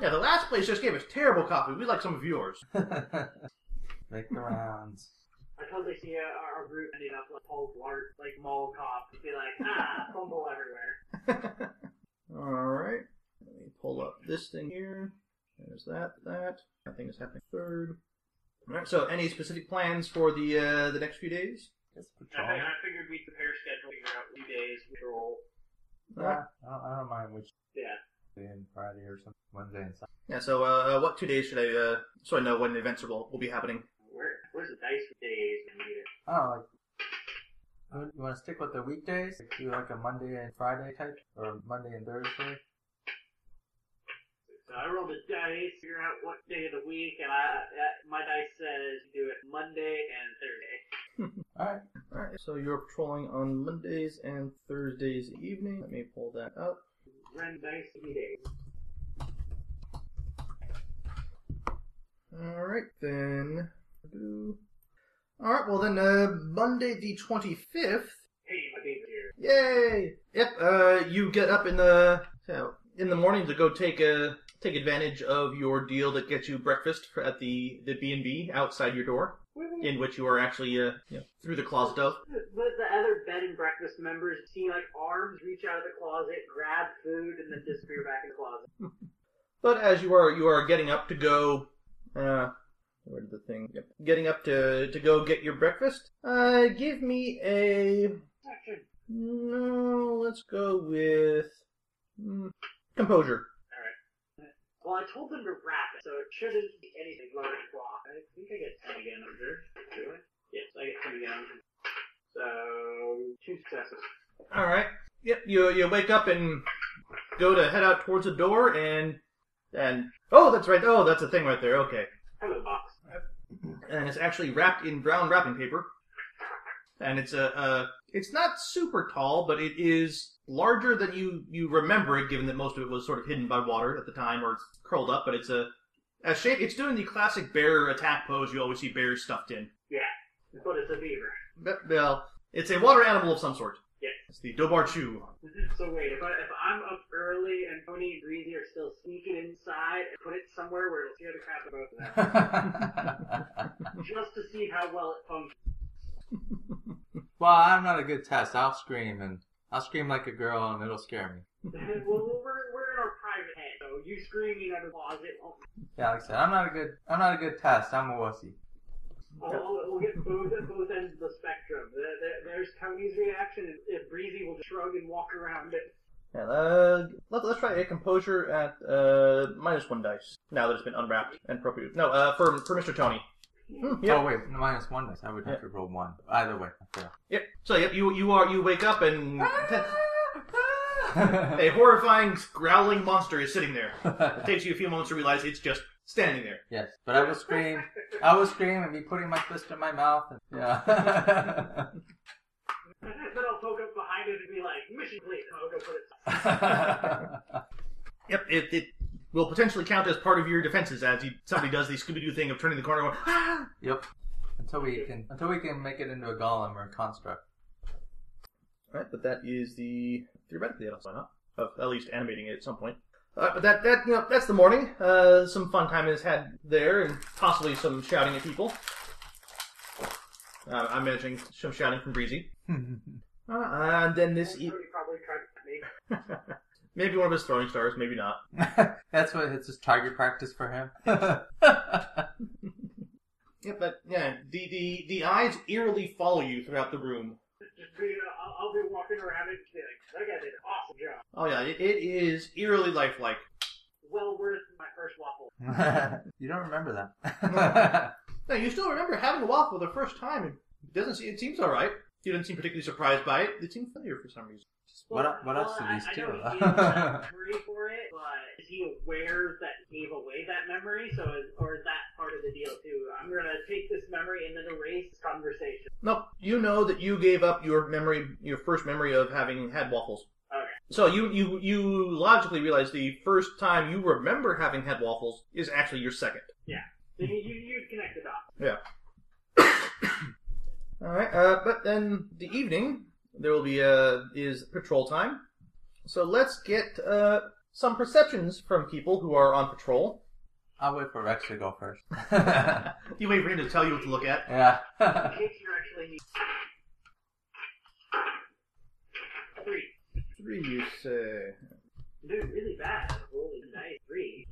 Speaker 4: Yeah, the last place just gave us terrible coffee. We'd like some of yours. <laughs>
Speaker 5: Make the rounds.
Speaker 1: I totally see uh, our our group ending up like whole lart, like mall cop, and be like, <laughs> ah, fumble everywhere.
Speaker 4: All right. Let me pull up this thing here. There's that, that. Nothing is happening third. Alright, so any specific plans for the uh, the next few days?
Speaker 5: Just
Speaker 1: I,
Speaker 5: patrol.
Speaker 1: think, I figured we'd prepare schedule, figure out two days, we roll.
Speaker 4: Alright.
Speaker 5: Yeah, I don't, I don't mind which.
Speaker 1: Yeah.
Speaker 5: Thursday and Friday or something. Wednesday and Sunday.
Speaker 4: Yeah, so uh, uh, what two days should I, uh, so I know when events will, will be happening?
Speaker 1: Where, where's the dice for days? We need it.
Speaker 5: I don't know, like. uh, You want to stick with the weekdays? Like, do like a Monday and Friday type, or Monday and Thursday?
Speaker 1: So I roll the dice, figure out what day of the week, and I uh, my dice says do it Monday and Thursday.
Speaker 5: All right.
Speaker 4: Alright, so you're patrolling on Mondays and Thursdays evening. Let me pull that up.
Speaker 1: Run dice any days.
Speaker 4: Alright, then. Alright, well then, uh, Monday the 25th,
Speaker 1: Hey, my baby here.
Speaker 4: Yay! Yep. Uh, you get up in the so, in the morning to go take a take advantage of your deal that gets you breakfast for- at the the B and B outside your door, in which you are actually uh you know, through the closet of.
Speaker 1: But the other bed and breakfast members see like arms reach out of the closet, grab food, and then disappear back in the closet.
Speaker 4: But as you are you are getting up to go, uh, where did the thing? Yep. Getting up to to go get your breakfast. Uh, give me a no. Let's go with mm, composure.
Speaker 1: Well, I told them to wrap it, so it shouldn't be anything lower than block. I think I get 10 again under. Do I? Yes, I get 10 again under. So, two successes.
Speaker 4: All right. Yep. You you wake up and go to head out towards the door and and oh that's right oh that's a thing right there okay
Speaker 1: Hello, box.
Speaker 4: and it's actually wrapped in brown wrapping paper and it's a, a it's not super tall but it is larger than you you remember it given that most of it was sort of hidden by water at the time or it's curled up but it's a a shape it's doing the classic bear attack pose you always see bears stuffed in
Speaker 1: But it's a beaver. <laughs>
Speaker 4: but, well it's a water animal of some sort
Speaker 1: Yes.
Speaker 4: it's the dobar chew
Speaker 1: So wait, if, I, if I'm up early and Tony and Greasy are still sneaking inside and put it somewhere where it'll scare the crap out of both of them, just to see how well it functions.
Speaker 5: <laughs> well, I'm not a good test. I'll scream and I'll scream like a girl, and it'll scare me.
Speaker 1: well, we're, we're in our private head, so you screaming out of the closet oh, won't.
Speaker 5: Yeah, like I said, I'm not a good. I'm not a good test. I'm a wussy.
Speaker 1: We'll, oh, we'll get both <laughs> at both ends of the spectrum. There, there, there's Tony's reaction, and if Breezy will just shrug and walk around it. <laughs>
Speaker 4: Yeah, uh, let, let's try a composure at uh, minus one dice. Now that it's been unwrapped and appropriate. No, uh, for for Mr. Tony. Hmm, yep.
Speaker 5: Oh wait, minus one. I would have to roll one. Either way. I fail.
Speaker 4: Yep. So yep, you you are you wake up and <laughs> a horrifying growling monster is sitting there. It takes you a few moments to realize it's just standing there.
Speaker 5: <laughs> yes, but I will scream. I will scream and be putting my fist in my mouth. And, yeah. <laughs>
Speaker 1: then I'll poke up behind it and be like, mission complete. And I'll go put it.
Speaker 5: <laughs>
Speaker 4: Yep. It it will potentially count as part of your defenses as you, somebody does the Scooby Doo thing of turning the corner. Going, "Ah!"
Speaker 5: yep. Until we can, until we can make it into a golem or a construct. <laughs>
Speaker 4: All right, but that is the theoretically that's why not of at least animating it at some point. All right, but that that you know, that's the morning. Uh, some fun time is had there, and possibly some shouting at people. Uh, I'm imagining some shouting from Breezy. Uh, and then this e-
Speaker 1: Tony probably tried to make <laughs>
Speaker 4: maybe one of his throwing stars, maybe not.
Speaker 5: That's what it's just target practice for him. <laughs>
Speaker 4: Yeah, but yeah, the the the eyes eerily follow you throughout the room.
Speaker 1: just be, you know, I'll, I'll be walking around it and be like, that guy did an awesome job.
Speaker 4: Oh yeah, it, it is eerily lifelike.
Speaker 1: Well worth my first waffle.
Speaker 5: you don't remember that. <laughs>
Speaker 4: Now you still remember having a waffle the first time. It doesn't. seem- It seems all right. You didn't seem particularly surprised by it. It seemed familiar for some reason.
Speaker 5: What el- what else did
Speaker 1: I-
Speaker 5: these
Speaker 1: I
Speaker 5: do? <laughs>
Speaker 1: know he gave that memory for it, but is he aware that he gave away that memory? So, is, or is that part of the deal too? I'm gonna take this memory and then erase this conversation.
Speaker 4: Nope. You know that you gave up your memory, your first memory of having had waffles.
Speaker 1: Okay.
Speaker 4: So you you you logically realize the first time you remember having had waffles is actually your second.
Speaker 1: So you you, you connect the dots.
Speaker 4: All right. Uh, but then the evening there will be uh is patrol time. So let's get uh some perceptions from people who are on patrol.
Speaker 5: I'll wait for Rex to go first. <laughs>
Speaker 4: you wait for him to tell you what to look at.
Speaker 5: yeah. <laughs>
Speaker 1: In case you're actually three.
Speaker 4: Three, you say.
Speaker 1: Doing really bad. Holy nice three.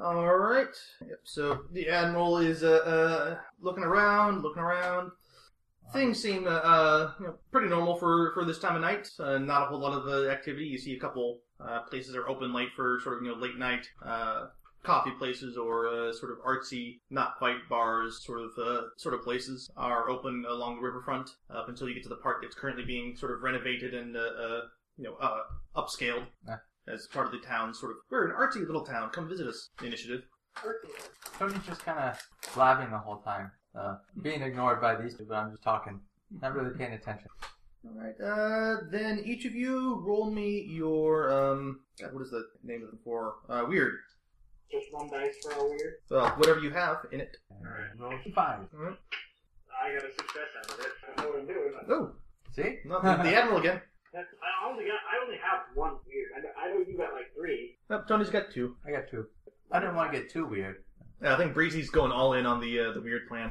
Speaker 4: Oh, so the admiral is uh, uh, looking around, looking around. Things seem uh, uh, you know, pretty normal for, for this time of night. Uh, not a whole lot of uh, activity. You see a couple uh, places are open late for sort of you know late night uh, coffee places or uh, sort of artsy, not quite bars sort of uh, sort of places are open along the riverfront up until you get to the park that's currently being sort of renovated and uh, uh, you know uh, upscaled
Speaker 5: Yeah.
Speaker 4: as part of the town's sort of we're an artsy little town. Come visit us initiative.
Speaker 5: Tony's just kind of blabbing the whole time, uh, being ignored by these two, but I'm just talking, not really paying attention.
Speaker 4: All right. Uh, then each of you roll me your um. God, what is the name of them for? Uh, weird.
Speaker 1: Just one dice for all weird.
Speaker 4: Well, whatever you have in it.
Speaker 5: And roll five.
Speaker 1: I got a success out of it. I don't know what I'm doing.
Speaker 4: Oh,
Speaker 5: See?
Speaker 4: no, the
Speaker 5: <laughs>
Speaker 4: admiral again.
Speaker 1: I only got. I only have one weird. I know, I know you got like three.
Speaker 4: Oh, Tony's got two.
Speaker 5: I got two. I didn't want to get too weird.
Speaker 4: Yeah, I think Breezy's going all in on the uh, the weird plan,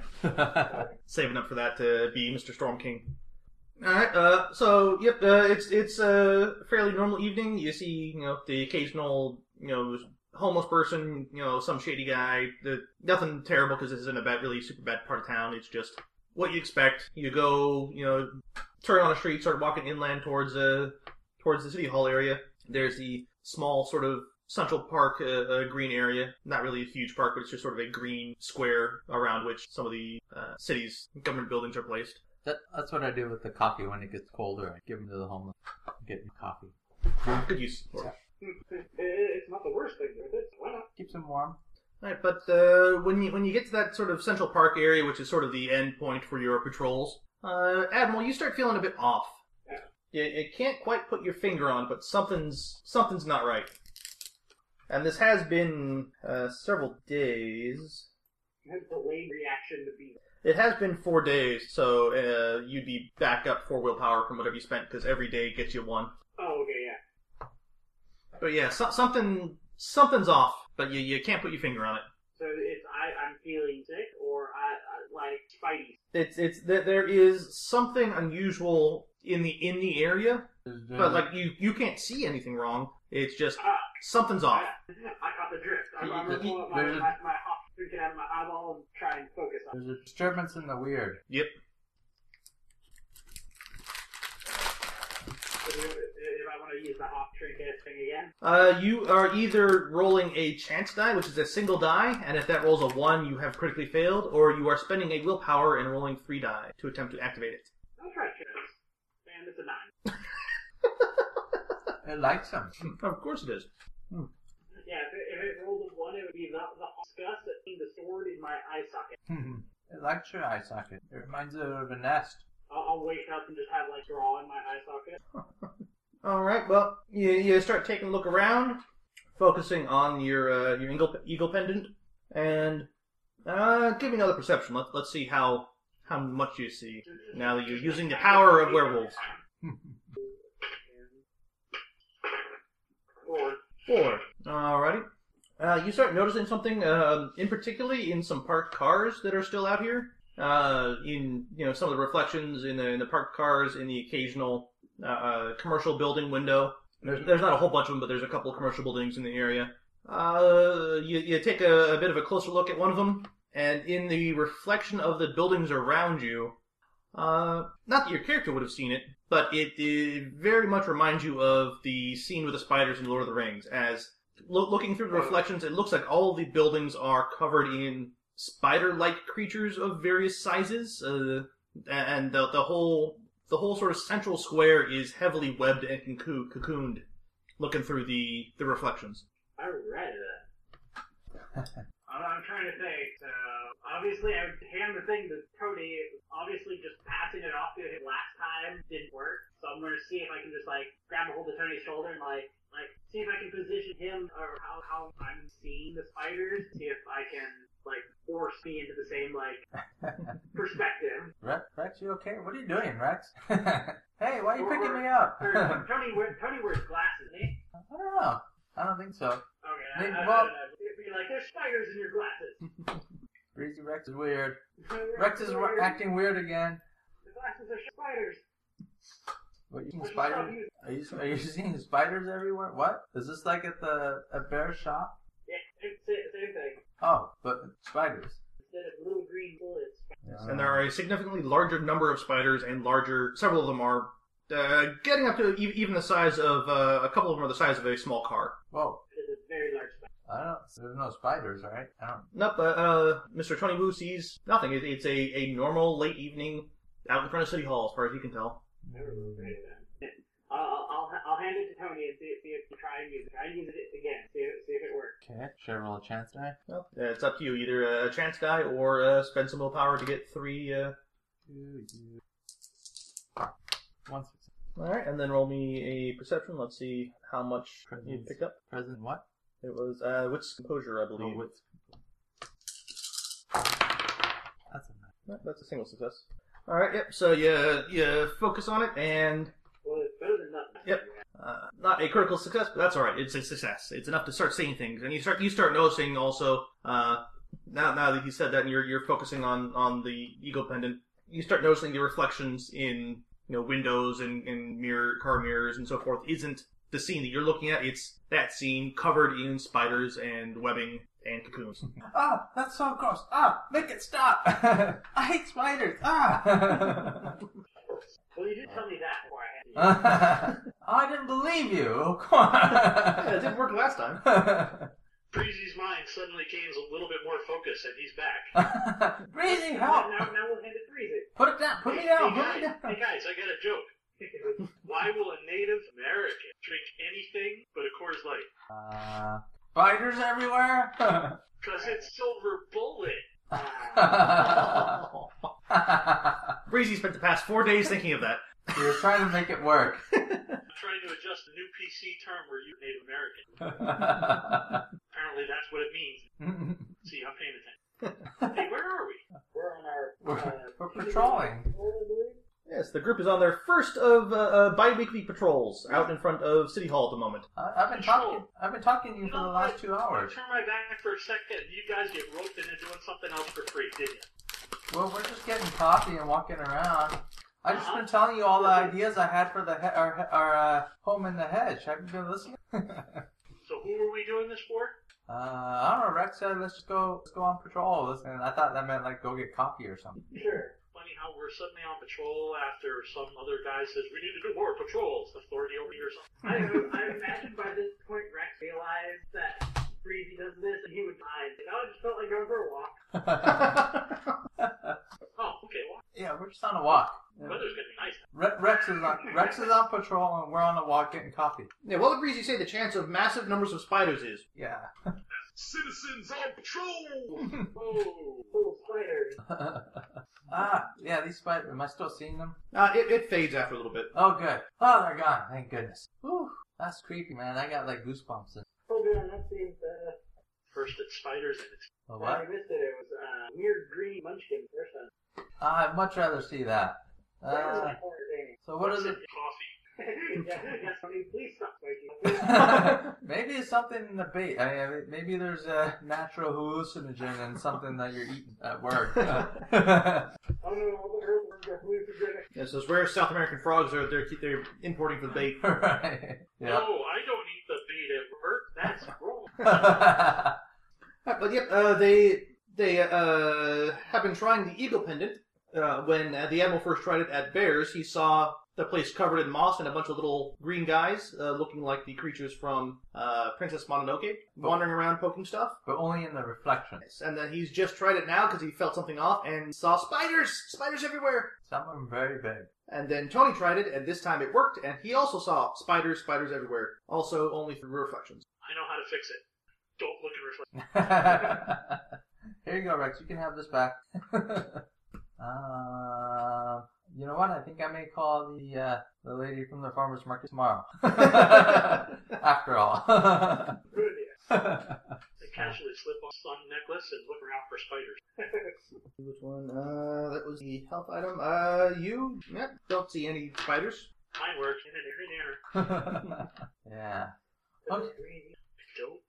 Speaker 4: saving up for that to be Mr. Storm King. All right. Uh, so yep, uh, it's it's a fairly normal evening. You see, you know, the occasional you know homeless person, you know, some shady guy. The, nothing terrible because this isn't a bad, really super bad part of town. It's just what you expect. You go, you know, turn on a street, start walking inland towards uh towards the city hall area. There's the small sort of Central Park, uh, uh, green area. Not really a huge park, but it's just sort of a green square around which some of the uh, city's government buildings are placed.
Speaker 5: That, that's what I do with the coffee when it gets colder. I give them to the homeless. Get them coffee.
Speaker 4: Good use. for it.
Speaker 1: <laughs> It- It's not the worst thing, is it? Why not?
Speaker 5: Keeps them warm.
Speaker 4: All right, but uh, when you when you get to that sort of Central Park area, which is sort of the end point for your patrols, uh, Admiral, you start feeling a bit off.
Speaker 1: Yeah.
Speaker 4: You, you can't quite put your finger on, it, but something's something's not right. And this has been uh, several days.
Speaker 1: It has delayed reaction to be.
Speaker 4: It has been four days, so uh, you'd be back up four willpower from whatever you spent because every day gets you one.
Speaker 1: Oh, okay, yeah.
Speaker 4: But yeah, so- something something's off, but you, you can't put your finger on it.
Speaker 1: So it's I. I'm feeling sick, or I, I like Spidey.
Speaker 4: It's it's that there is something unusual in the in the area, but
Speaker 5: Mm-hmm.
Speaker 4: like you you can't see anything wrong. It's just
Speaker 1: Ah,
Speaker 4: something's off.
Speaker 1: I, I caught the drift. I'm, I'm
Speaker 5: There's-
Speaker 1: gonna pull up my
Speaker 5: there's a-
Speaker 1: my, my hot drinking out of my eyeball and try and focus on.
Speaker 5: There's a disturbance in the weird.
Speaker 1: it. If, if I want to use the hot trinket thing again.
Speaker 4: Uh, you are either rolling a chance die, which is a single die, and if that rolls a one, you have critically failed, or you are spending a willpower and rolling three die to attempt to activate it.
Speaker 1: I'll try chance. Man, it's a nine.
Speaker 5: It likes them.
Speaker 4: Of course it is.
Speaker 1: Yeah, if it, if it rolled a one, it would be the, the disgust that being the sword in my eye socket.
Speaker 5: <laughs> it likes your eye socket. It reminds it of a nest.
Speaker 1: I'll, I'll wake up and just have like draw in my eye socket.
Speaker 4: All right. Well, you, you start taking a look around, focusing on your uh, your eagle, eagle pendant, and uh, give me another perception. Let, let's see how how much you see now that you're using the power of werewolves.
Speaker 1: Or
Speaker 4: Four. Alrighty. Uh, you start noticing something, um, in particularly in some parked cars that are still out here. Uh, in you know some of the reflections in the in the parked cars, in the occasional uh, uh, commercial building window. There's there's not a whole bunch of them, but there's a couple of commercial buildings in the area. Uh, you you take a, a bit of a closer look at one of them, and in the reflection of the buildings around you, uh, not that your character would have seen it, but it, it very much reminds you of the scene with the spiders in Lord of the Rings. As lo- looking through the reflections, it looks like all of the buildings are covered in spider-like creatures of various sizes, uh, and the, the whole the whole sort of central square is heavily webbed and cocoon- cocooned. Looking through the the reflections,
Speaker 1: I read it. <laughs> I'm, I'm trying to think. So obviously, I hand the thing to Cody. Obviously, just passing it off to him last time didn't work. So I'm going to see if I can just like grab a hold of Tony's shoulder and like like see if I can position him or how how I'm seeing the spiders. See if I can like force me into the same like perspective.
Speaker 5: Rex, Rex, you okay? What are you doing, Rex? <laughs> hey, why are you picking me up? <laughs>
Speaker 1: Or,
Speaker 5: I
Speaker 1: Tony wear, Tony wears glasses. Eh?
Speaker 5: don't know. I don't think so.
Speaker 1: Okay. I,
Speaker 5: Hey,
Speaker 1: I, I,
Speaker 5: Bob.
Speaker 1: don't know. It'd be like there's spiders in your glasses. <laughs>
Speaker 5: Breezy Rex is weird. Rex is wa- acting weird again.
Speaker 1: The glasses are spiders.
Speaker 5: What, you seeing
Speaker 1: What you
Speaker 5: spiders?
Speaker 1: saw, you-
Speaker 5: Are you, are you <laughs> seeing spiders everywhere? What? Is this like at the at Bear shop?
Speaker 1: Yeah, it's the same thing.
Speaker 5: Oh, but spiders.
Speaker 1: Instead of little green bullets.
Speaker 5: Ah.
Speaker 4: And there are a significantly larger number of spiders, and larger. Several of them are uh, getting up to e- even the size of uh, a couple of them are the size of a small car.
Speaker 5: Whoa.
Speaker 1: It's a very large spider.
Speaker 5: I don't. There's no spiders, right? I don't.
Speaker 4: Nope. Uh, uh, Mr. Tony Wu sees nothing. It, it's a, a normal late evening out in front of City Hall, as far as he can tell.
Speaker 1: I'll, I'll, I'll hand it to Tony and see, see if we try and use it. Try and use it again. See if, see if it works.
Speaker 5: Okay. Should I roll a chance die?
Speaker 4: Well, uh, it's up to you. Either a chance die or uh, spend some willpower to get three. Uh...
Speaker 5: Two, you- One success.
Speaker 4: All right, and then roll me a perception. Let's see how much you
Speaker 5: Presence.
Speaker 4: picked up.
Speaker 5: Present what?
Speaker 4: It was uh, wits composure, I believe.
Speaker 5: Oh, what's... That's a nice.
Speaker 4: Nope, that's a single success. All right. Yep. So you you focus on it and
Speaker 1: Well, it's better than nothing.
Speaker 4: Yep. Uh, not a critical success, but that's all right. It's a success. It's enough to start seeing things, and you start you start noticing also. Uh, now now that he said that, and you're you're focusing on on the eagle pendant, you start noticing the reflections in you know windows and and mirror car mirrors and so forth. Isn't the scene that you're looking at? It's that scene covered in spiders and webbing and cocoons.
Speaker 5: Ah, that's so gross. Ah, make it stop. <laughs> I hate spiders. Ah.
Speaker 1: Well, you did tell me that before I had it.
Speaker 5: Uh. I didn't believe you. Of course.
Speaker 4: didn't work last time.
Speaker 5: <laughs>
Speaker 2: Breezy's mind suddenly gains a little bit more focus, and he's back.
Speaker 5: Breezy,
Speaker 1: Now,
Speaker 5: help!
Speaker 1: now, now we'll hand it to Breezy.
Speaker 5: Put it down. Put me down. Put me
Speaker 2: guys,
Speaker 5: down.
Speaker 2: hey guys, I got a joke.
Speaker 5: <laughs>
Speaker 2: Why will a Native American drink anything but a Coors Light?
Speaker 5: Uh, spiders everywhere. <laughs>
Speaker 2: Because it's Silver Bullet.
Speaker 4: <laughs> Breezy spent the past four days thinking of that.
Speaker 5: you were trying to make it work. <laughs>
Speaker 2: I'm trying to adjust the new PC term where you Native American.
Speaker 5: oh,
Speaker 2: Apparently, that's what it means. See, I'm paying attention. hey, where are we?
Speaker 1: We're on our.
Speaker 5: We're-
Speaker 1: uh,
Speaker 5: we're patrolling.
Speaker 1: patrol, I believe.
Speaker 4: Yes, the group is on their first of uh, uh, bi-weekly patrols out in front of City Hall at the moment.
Speaker 5: I- I've been talking. I've been talking to you for the last two
Speaker 2: I
Speaker 5: hours.
Speaker 2: turn my back for a second. You guys get roped into doing something else for free, didn't you?
Speaker 5: Well, we're just getting coffee and walking around. I just been telling you all the ideas I had for the he- our, he- our uh, home in the hedge. Have you been listening? uh,
Speaker 2: So who were we doing this for?
Speaker 5: I don't know. Rex said let's just go let's go on patrol. Listen, and I thought that meant like go get coffee or something. <laughs>
Speaker 1: Sure.
Speaker 2: Funny how we're suddenly on patrol after some other guy says we need to do more patrols. Authority over here or something.
Speaker 1: I, I imagine by this point Rex realized that Breezy does this and he would die. Like, oh, I just felt like going for a walk.
Speaker 2: Oh, okay. Well,
Speaker 5: yeah, we're just on a walk.
Speaker 2: the weather's gonna be nice.
Speaker 5: Re- Rex is on Rex is on patrol and we're on a walk getting coffee.
Speaker 4: Yeah, what would Breezy say the chance of massive numbers of spiders is?
Speaker 5: Yeah.
Speaker 2: Citizens on patrol.
Speaker 1: Whoa, little spider.
Speaker 5: ah, yeah. These spiders. Am I still seeing them?
Speaker 4: Uh, it, it fades after a little bit.
Speaker 5: Oh, good. Oh, they're gone. Thank goodness. Whew. That's creepy, man. I got like goosebumps. And-
Speaker 1: Hold on, let's see if uh,
Speaker 2: First it's spiders and it's
Speaker 5: oh,
Speaker 1: I
Speaker 5: what?
Speaker 1: missed it. It was uh, weird green munchkin person.
Speaker 5: I'd much rather see that.
Speaker 1: That was
Speaker 5: Uh,
Speaker 1: my corner thing.
Speaker 5: so what is it? <laughs>
Speaker 2: coffee.
Speaker 1: <laughs>
Speaker 2: <laughs>
Speaker 1: yeah, yeah, somebody please stop <laughs> making
Speaker 5: maybe it's something in the bait. I mean, maybe there's a natural hallucinogen and something that you're eating at work. <laughs>
Speaker 1: I don't know, Oh, all the earthworms are hallucinogenic.
Speaker 4: Yes, those rare South American frogs are they're they're importing for the bait.
Speaker 5: right. Yeah.
Speaker 2: No,
Speaker 5: <laughs>
Speaker 2: I don't eat the meat at work. That's <laughs> wrong.
Speaker 4: Uh, but yep, uh, they they uh, have been trying the eagle pendant. Uh, when uh, the admiral first tried it at bears, he saw the place covered in moss and a bunch of little green guys uh, looking like the creatures from uh, Princess Mononoke, wandering around poking stuff.
Speaker 5: but only in the reflection.
Speaker 4: Yes, And then he's just tried it now because he felt something off and saw spiders, spiders everywhere.
Speaker 5: Some of them very big.
Speaker 4: And then Tony tried it, and this time it worked, and he also saw spiders, spiders everywhere. Also, only through reflections.
Speaker 2: I know how to fix it. Don't look and reflect.
Speaker 5: <laughs> Here you go, Rex. You can have this back. <laughs> uh, you know what? I think I may call the uh, the lady from the farmers market tomorrow. <laughs> After all. <laughs>
Speaker 1: Good idea.
Speaker 2: I casually slip on sun necklace and look around for
Speaker 1: <laughs>
Speaker 2: spiders.
Speaker 4: Which one? Uh, that was the health item. Uh, you? Yep. Don't see any spiders.
Speaker 2: Mine works. In and in and in.
Speaker 5: yeah. Okay.
Speaker 1: Green.
Speaker 2: Don't.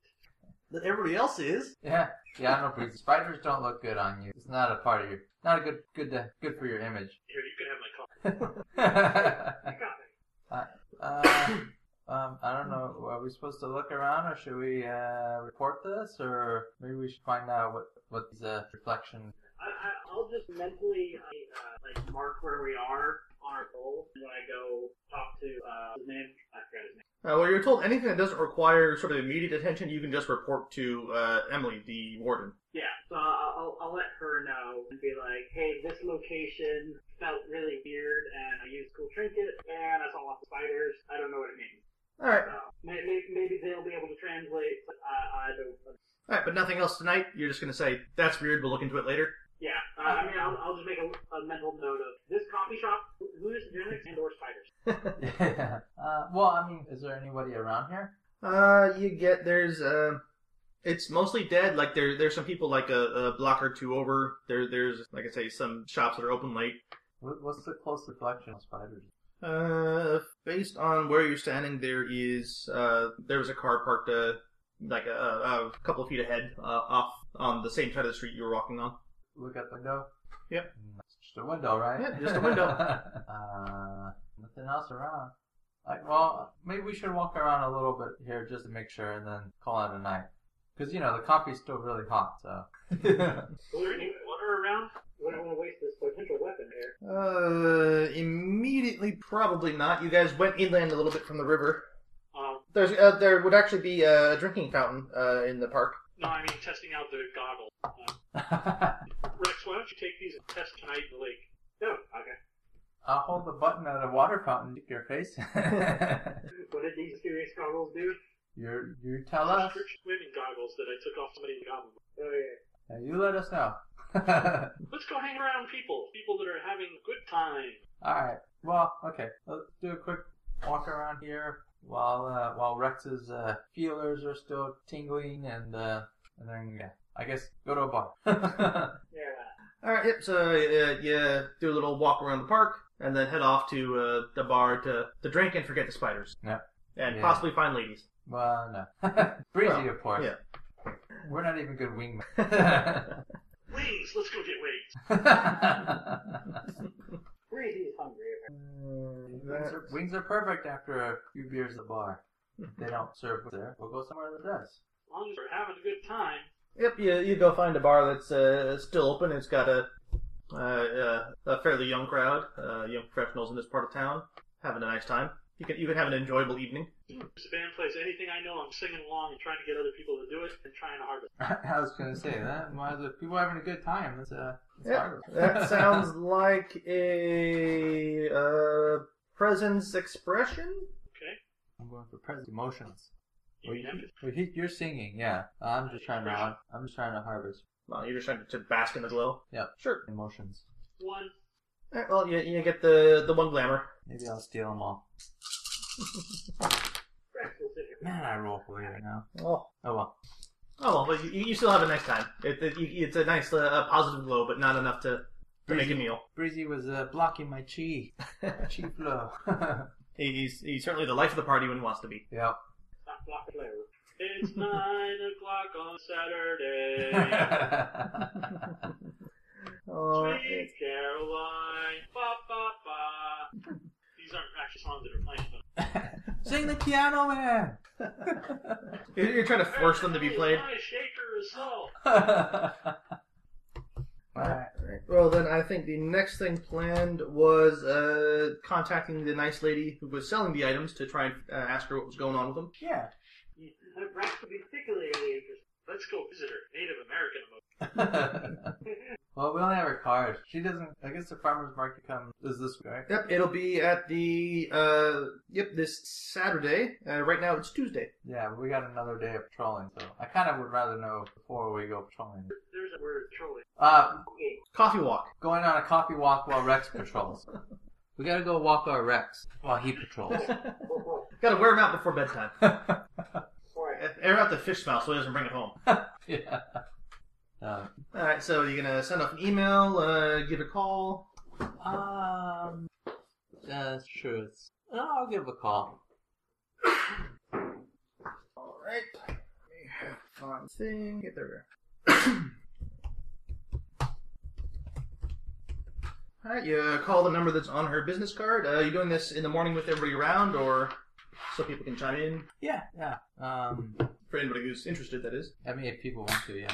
Speaker 4: But everybody else is.
Speaker 5: Yeah, yeah, I know, Breezy. Spiders don't look good on you. It's not a part of your, not a good, good, uh, good for your image. <laughs>
Speaker 2: Here, you can have my coffee.
Speaker 1: Copy.
Speaker 5: uh, I <coughs> Um, I don't know. Are we supposed to look around, or should we uh, report this, or maybe we should find out what what these uh, reflection? <laughs>
Speaker 1: I, I, I'll just mentally uh, like mark where we are on our goal when I go talk to uh, his name. I forgot his name.
Speaker 4: Uh, well, you're told anything that doesn't require sort of immediate attention, you can just report to uh, Emily, the warden.
Speaker 1: Yeah, so I'll, I'll- I'll let her know and be like, hey, this location felt really weird, and I used cool trinket, and I saw lots of spiders. I don't know what it means.
Speaker 4: All right,
Speaker 1: So maybe, maybe they'll be able to translate. but I, I don't.
Speaker 4: all right, but nothing else tonight. You're just gonna say that's weird. We'll look into it later.
Speaker 1: Yeah, uh, I mean, I'll, I'll just make a, a mental note of this coffee shop, hallucinogenics, and or spiders.
Speaker 5: uh, well, I mean, is there anybody around here?
Speaker 4: Uh, you get there's uh, it's mostly dead. Like there there's some people like a, a block or two over. There there's like I say some shops that are open late.
Speaker 5: What, what's the close reflection of spiders?
Speaker 4: Uh, based on where you're standing, there is uh, there was a car parked uh, like a, a a couple of feet ahead, uh, off on the same side of the street you were walking on.
Speaker 5: Look at the window.
Speaker 4: Yep.
Speaker 5: Mm, It's just a window, right?
Speaker 4: Yeah, just a window.
Speaker 5: <laughs> uh, nothing else around. Like, well, maybe we should walk around a little bit here just to make sure, and then call it a night. Because you know the coffee's still really hot, so. <laughs>
Speaker 1: Is there any water around? We don't want to waste this potential weapon here.
Speaker 4: Uh, immediately, probably not. You guys went inland a little bit from the river.
Speaker 2: Um,
Speaker 4: There's uh, there would actually be a drinking fountain uh, in the park.
Speaker 2: no, I mean testing out the goggles. Uh,
Speaker 5: I'll
Speaker 2: Rex, why don't you take these and test tonight in the lake?
Speaker 1: No, Oh, okay.
Speaker 5: hold the button at a water fountain to your face. <laughs>
Speaker 1: What did these serious goggles do?
Speaker 5: you you tell us.
Speaker 2: Prescription women goggles that I took off somebody in the goblin.
Speaker 1: Uh, Oh, yeah.
Speaker 5: and You let us know. <laughs> All
Speaker 2: Let's go hang around people, people that are having a good time.
Speaker 5: right. Well, okay. Let's do a quick walk around here while uh, while Rex's uh, feelers are still tingling, and uh, and then yeah, I guess go to a bar. <laughs>
Speaker 1: Yeah.
Speaker 4: All right, yep. So uh, you do a little walk around the park and then head off to uh, the bar to to drink and forget the spiders.
Speaker 5: Yeah.
Speaker 4: And
Speaker 5: Yeah.
Speaker 4: possibly find ladies.
Speaker 5: well, no, <laughs> breezy,
Speaker 4: Well,
Speaker 5: of course.
Speaker 4: yeah.
Speaker 5: We're not even good <laughs> wingmen.
Speaker 2: Wings, let's go get wings.
Speaker 1: Breezy's hungry.
Speaker 4: Uh,
Speaker 5: Wings are, wings are perfect after a few beers at the bar.
Speaker 4: <laughs>
Speaker 5: If they don't serve there, we'll go somewhere that does. <laughs>
Speaker 2: As long as we're having a good time,
Speaker 4: Yep, you, you go find a bar that's uh, still open. It's got a uh, uh, a fairly young crowd, uh, young professionals in this part of town, having a nice time. You can you can have an enjoyable evening.
Speaker 2: this band plays anything I know, I'm singing along and trying to get other people to do it and trying to harvest.
Speaker 5: I was gonna say that. Might as well, people having a good time. That's uh, that's
Speaker 4: Yeah,
Speaker 5: part of it. <laughs>
Speaker 4: that <laughs> sounds like a uh, presence expression.
Speaker 2: Okay?
Speaker 5: I'm going for present emotions.
Speaker 2: You mean empathy?
Speaker 5: Well, he- you're singing, yeah. I'm just trying to. I'm just trying to harvest
Speaker 4: Well, you're just trying to bask in the glow.
Speaker 5: Yeah.
Speaker 4: sure.
Speaker 5: emotions.
Speaker 2: One.
Speaker 4: All right, Eh, well, you, you get the the one glamour.
Speaker 5: Maybe I'll steal them all.
Speaker 1: Rex will sit here.
Speaker 5: Man, I roll for you right now.
Speaker 4: Oh,
Speaker 5: Oh well.
Speaker 4: oh well, but you, you still have a nice time. It, it, you, it's a nice uh, positive glow, but not enough to, to make a <laughs> meal.
Speaker 5: Breezy was uh, blocking my chi, chi
Speaker 4: <laughs>
Speaker 5: flow. <laughs>
Speaker 4: He- He's, he's certainly the life of the party when he wants to be.
Speaker 5: yep.
Speaker 1: Stop block flow.
Speaker 2: It's nine o'clock on Saturday.
Speaker 4: Oh.
Speaker 2: Sweet Caroline. Ba, ba, ba. These aren't actually songs that are playing, but.
Speaker 5: <laughs> Sing the piano man.
Speaker 4: <laughs> You're, you're trying to force them to be
Speaker 2: Hey,
Speaker 4: played.
Speaker 2: My shaker is salt.
Speaker 5: <laughs> Alright.
Speaker 4: Well, then I think the next thing planned was uh, contacting the nice lady who was selling the items to try and uh, ask her what was going on with them.
Speaker 5: Yeah.
Speaker 1: Rex would be particularly interested.
Speaker 2: Let's go visit her. Native American emotion.
Speaker 5: <laughs> well, we only have her card. She doesn't. I guess the farmer's market comes is this week, right?
Speaker 4: Yep, it'll be at the uh, yep this Saturday. Uh, right now it's Tuesday.
Speaker 5: Yeah, but we got another day of patrolling, so I kind of would rather know before we go patrolling.
Speaker 2: There's a word, trolling.
Speaker 5: Uh,
Speaker 4: Coffee walk.
Speaker 5: going on a coffee walk while Rex patrols. <laughs> we gotta go walk our Rex while he patrols.
Speaker 4: Got to wear them out before bedtime.
Speaker 1: Boy,
Speaker 4: Air out the fish mouth so he doesn't bring it home.
Speaker 5: <laughs> yeah. Uh,
Speaker 4: All right, so you're gonna send off an email, uh, give a call.
Speaker 5: um, that's true. It's, I'll give a call.
Speaker 4: All right, let me have fun thing. Get there. <coughs> All right, you uh, call the number that's on her business card. Uh, you doing this in the morning with everybody around, or so people can chime in.
Speaker 5: Yeah, yeah. Um,
Speaker 4: For anybody who's interested, that is.
Speaker 5: I mean, if people want to, yeah.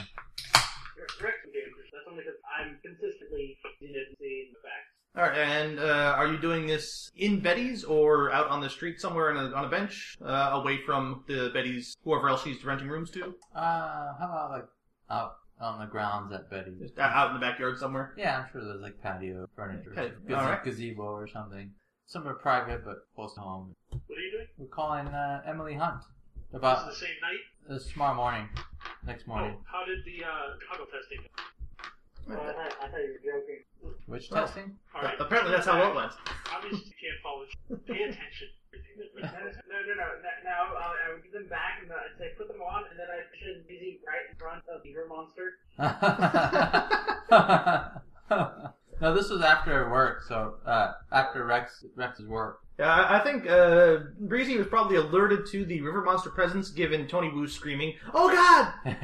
Speaker 1: Rick's dangerous. That's only because I'm consistently didn't see the facts.
Speaker 4: All right, and uh, are you doing this in Betty's or out on the street somewhere on a, on a bench, uh, away from the Betty's, whoever else she's renting rooms to,
Speaker 5: Uh, how about like out on the grounds at Betty's?
Speaker 4: just o- out in the backyard somewhere?
Speaker 5: Yeah, I'm sure there's like patio furniture,
Speaker 4: Patio,
Speaker 5: gaze-
Speaker 4: alright.
Speaker 5: gazebo or something. Somewhere private but close to home.
Speaker 2: What are you doing?
Speaker 5: We're calling uh, Emily Hunt
Speaker 2: This
Speaker 5: about
Speaker 2: is the same night.
Speaker 5: this tomorrow morning, next morning.
Speaker 2: Oh, how did the uh, Chicago testing? go?
Speaker 1: I thought, I thought you were joking.
Speaker 5: Which
Speaker 4: Oh. <laughs>
Speaker 5: testing? <laughs>
Speaker 2: All right.
Speaker 4: Apparently, that's how well it went.
Speaker 2: Obviously, you can't follow. Pay attention.
Speaker 1: No, no, no, no. no- Now uh, I would give them back and uh, I'd say put them on, and then I'd should busy right in front of Beaver Monster.
Speaker 5: no, this was after work, so uh, after Rex Rex's work. <laughs>
Speaker 4: Yeah, I- I think uh, Breezy was probably alerted to the river monster presence, given Tony Wu's screaming, "Oh God!"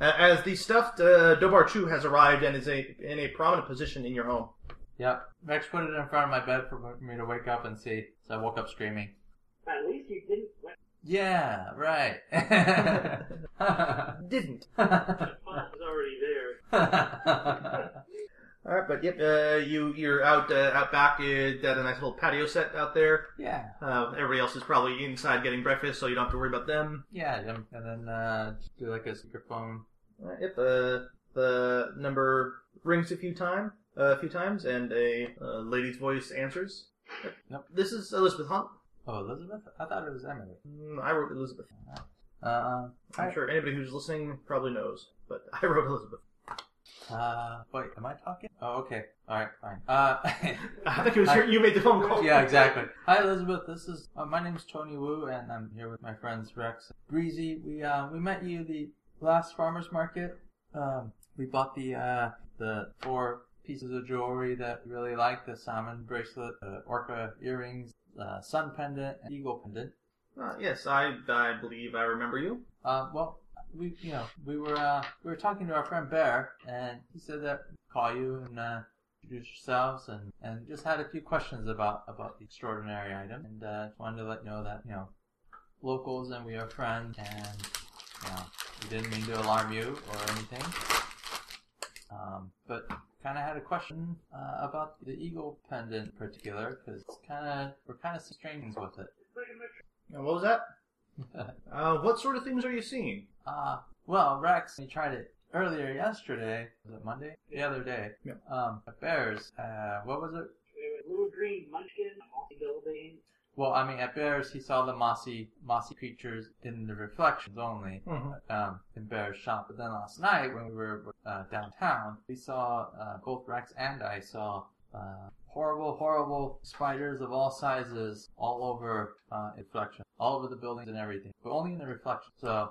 Speaker 4: Uh, as the stuffed uh, Dobar Chu has arrived and is a in a prominent position in your home.
Speaker 5: yep. Rex put it in front of my bed for me to wake up and see. So I woke up screaming.
Speaker 1: At least you didn't. Win.
Speaker 5: Yeah, right. <laughs>
Speaker 4: Didn't.
Speaker 2: The file was already there.
Speaker 4: All right, but yep, uh, you you're out uh, out back uh, at a nice little patio set out there.
Speaker 5: yeah,
Speaker 4: Uh, everybody else is probably inside getting breakfast, so you don't have to worry about them.
Speaker 5: yeah. And and then uh, just do like a speakerphone.
Speaker 4: All right, yep, uh, the number rings a few time, uh, a few times, and a uh, lady's voice answers.
Speaker 5: Yep.
Speaker 4: This is Elizabeth Hunt.
Speaker 5: Oh, Elizabeth? I thought it was Emily.
Speaker 4: Mm, I wrote Elizabeth.
Speaker 5: Uh,
Speaker 4: I'm
Speaker 5: Hi.
Speaker 4: sure anybody who's listening probably knows, but <laughs> I wrote Elizabeth.
Speaker 5: uh, wait, am I talking? Oh, okay. All right, fine. Uh, <laughs>
Speaker 4: I think it was your, you made the phone call.
Speaker 5: yeah, exactly. Hi, Elizabeth. This is uh, my name's Tony Wu, and I'm here with my friends Rex and Breezy. We uh, we met you the last farmers market. Um, we bought the uh, the four pieces of jewelry that you really like: the salmon bracelet, the orca earrings, uh, sun pendant, and eagle pendant.
Speaker 4: Uh, yes, I I believe I remember you.
Speaker 5: Uh, well, we you know we were uh, we were talking to our friend Bear, and he said that call you and uh, introduce yourselves, and, and just had a few questions about about the extraordinary item, and uh, just wanted to let you know that you know locals and we are friends, and you know we didn't mean to alarm you or anything, um, but. Kind of had a question uh, about the eagle pendant in particular because kind of we're kind of strangers with it.
Speaker 1: It's like a metro-
Speaker 4: Uh, What
Speaker 5: <laughs>
Speaker 4: was that? Uh, what sort of things are you seeing?
Speaker 5: Uh, well, Rex, we tried it earlier yesterday. Was it Monday? The other day.
Speaker 4: Yeah.
Speaker 5: Um, at Bears, uh, what was it?
Speaker 1: it was Little green munchkin, mossy building.
Speaker 5: Well, I mean, at Bears, he saw the mossy, mossy creatures in the reflections only
Speaker 4: Mm-hmm.
Speaker 5: um, in Bear's shop. But then last night, when we were uh, downtown, we saw uh, both Rex and I saw uh, horrible, horrible spiders of all sizes all over uh, reflection, all over the buildings and everything, but only in the reflection. So,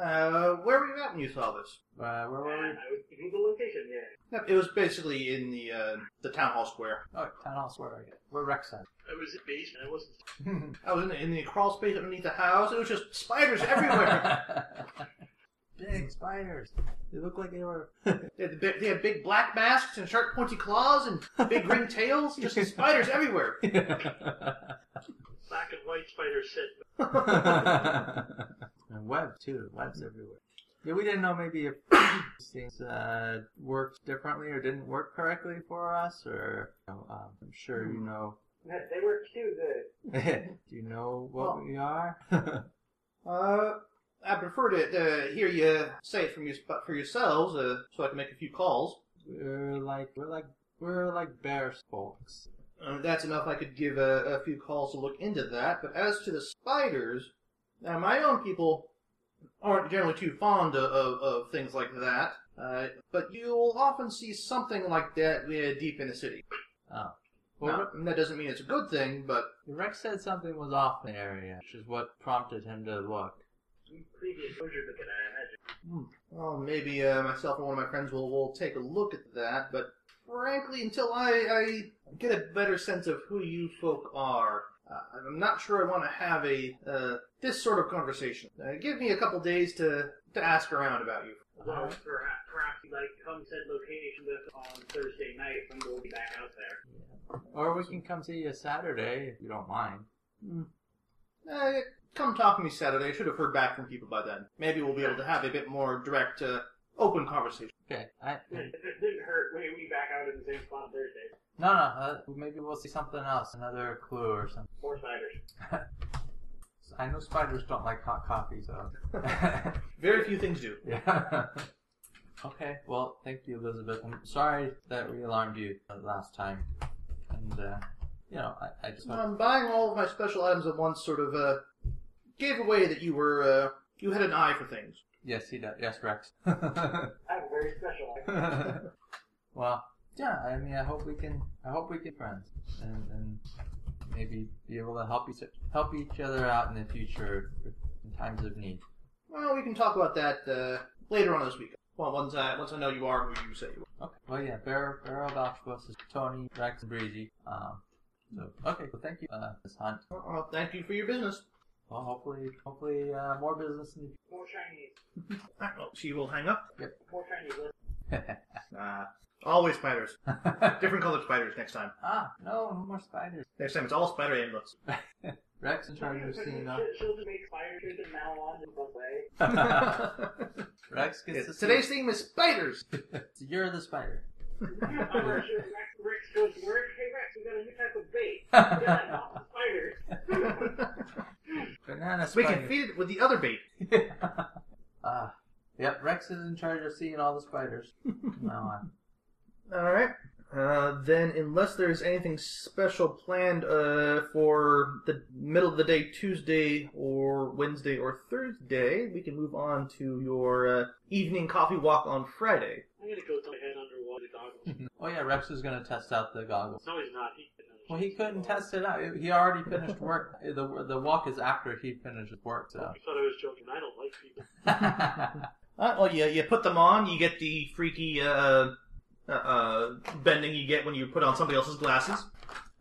Speaker 4: Uh, where were you at when you saw this?
Speaker 5: uh, where
Speaker 2: Oh.
Speaker 5: were we?
Speaker 1: And I would give you the location. Yeah.
Speaker 4: Yep, It was basically in the uh, the town hall square.
Speaker 5: Oh, Town Hall Square. again. Where Rex at?
Speaker 2: I was in basement. I wasn't.
Speaker 4: I was in the, in the crawl space underneath the house. It was just spiders
Speaker 5: <laughs>
Speaker 4: everywhere.
Speaker 5: Big spiders. They look like they <laughs> were.
Speaker 4: they, had the big, they had big black masks and sharp pointy claws and big ring tails. Just spiders everywhere.
Speaker 2: Black and white spider sit.
Speaker 5: and web too. Webs everywhere. Yeah, we didn't know maybe if <coughs> these things uh, worked differently or didn't work correctly for us, or you know, um, I'm sure you know. <laughs>
Speaker 1: They were too good.
Speaker 5: Do you know what
Speaker 4: Well-
Speaker 5: we are? <laughs>
Speaker 4: Uh, I prefer to uh, hear you say it from your, for yourselves, uh, so I can make a few calls.
Speaker 5: we're like we're like we're like bear folks.
Speaker 4: Uh, that's enough. I could give a, a few calls to look into that. But as to the spiders, now my own people aren't generally too fond of, of, of things like that. Uh, but you'll often see something like that uh, deep in the city.
Speaker 5: Oh. Well,
Speaker 4: Now, that doesn't mean it's a good thing, but
Speaker 5: Rex said something was off in the area, which is what prompted him to look.
Speaker 1: Previous exposure to that, I imagine.
Speaker 4: well, maybe uh, myself and one of my friends will will take a look at that. But frankly, until I, I get a better sense of who you folk are, uh, I'm not sure I want to have a uh, this sort of conversation. Uh, give me a couple days to to ask around about you.
Speaker 1: Well,
Speaker 2: Uh-huh.
Speaker 5: Alright.
Speaker 1: perhaps, perhaps you like come said location with on Thursday night when we'll be back out there.
Speaker 5: Or we can come see you Saturday if you don't mind.
Speaker 4: Eh, come talk to me Saturday. I should have heard back from people by then. Maybe we'll be able to have a bit more direct, uh, open conversation.
Speaker 5: Okay. I, no,
Speaker 1: If it didn't hurt, we we back out in the same spot on Thursday.
Speaker 5: no. Uh, maybe we'll see something else, another clue or something.
Speaker 1: More spiders.
Speaker 5: I know spiders don't like hot coffee, so. <laughs>
Speaker 4: Very few things do.
Speaker 5: yeah. Okay. Well, thank you, Elizabeth. I'm sorry that we alarmed you uh, last time, and uh, you know, I, I just
Speaker 4: So
Speaker 5: want.
Speaker 4: I'm buying all of my special items at once. Sort of uh, gave away that you were uh, you had an eye for things.
Speaker 5: Yes, he does. Yes, Rex. <laughs>
Speaker 1: I have a very special.
Speaker 5: well, yeah. I mean, I hope we can. I hope we can friends, and, and maybe be able to help each help each other out in the future in times of need.
Speaker 4: Well, we can talk about that uh, later on this week. Well, once I once I know you are who you say you
Speaker 5: Okay. Well, yeah. Bear Barrel Octopus is Tony, Rex, and Breezy. Um. So okay. Well, thank you, uh, Miss Hunt.
Speaker 4: are. Well, thank you for your business.
Speaker 5: Well, hopefully, hopefully uh, more business in the
Speaker 1: More Chinese.
Speaker 4: All right, well, she will hang up.
Speaker 1: More Chinese.
Speaker 4: Nah, always spiders. Different colored spiders next time.
Speaker 5: <laughs> ah, no, no more spiders.
Speaker 4: Next time it's all spider <laughs> amulets.
Speaker 5: Rex in charge of Cena.
Speaker 1: She'll- She'll just make spider shit and now on in one way.
Speaker 5: <laughs> Rex gets to
Speaker 4: Yes,
Speaker 5: see-
Speaker 4: Today's theme is spiders.
Speaker 5: You're
Speaker 4: <laughs>
Speaker 5: the spider. <laughs>
Speaker 1: I'm not sure if Rex, Rex goes to work. Hey Rex, we got a new type of
Speaker 5: <laughs>
Speaker 1: bait. We got that awesome spider.
Speaker 5: Banana
Speaker 4: we
Speaker 5: spider.
Speaker 4: can feed it with the other bait.
Speaker 5: <laughs> Ah, yep. Rex is in charge of seeing all the spiders. no, I,
Speaker 4: All right. Uh, then, unless there's anything special planned uh, for the middle of the day, Tuesday or Wednesday or Thursday, we can move on to your uh, evening coffee walk on Friday.
Speaker 2: I'm gonna go to my head underwater the goggles.
Speaker 5: oh yeah, Rex is gonna test out the goggles.
Speaker 2: No, he's not. He couldn't.
Speaker 5: Well, he couldn't test it out. He already finished work. The the walk is after he finished work,
Speaker 1: <laughs>
Speaker 5: so.
Speaker 2: I thought I was joking. I don't like people.
Speaker 4: Uh, well, yeah, you put them on, you get the freaky uh, uh, uh, bending you get when you put on somebody else's glasses,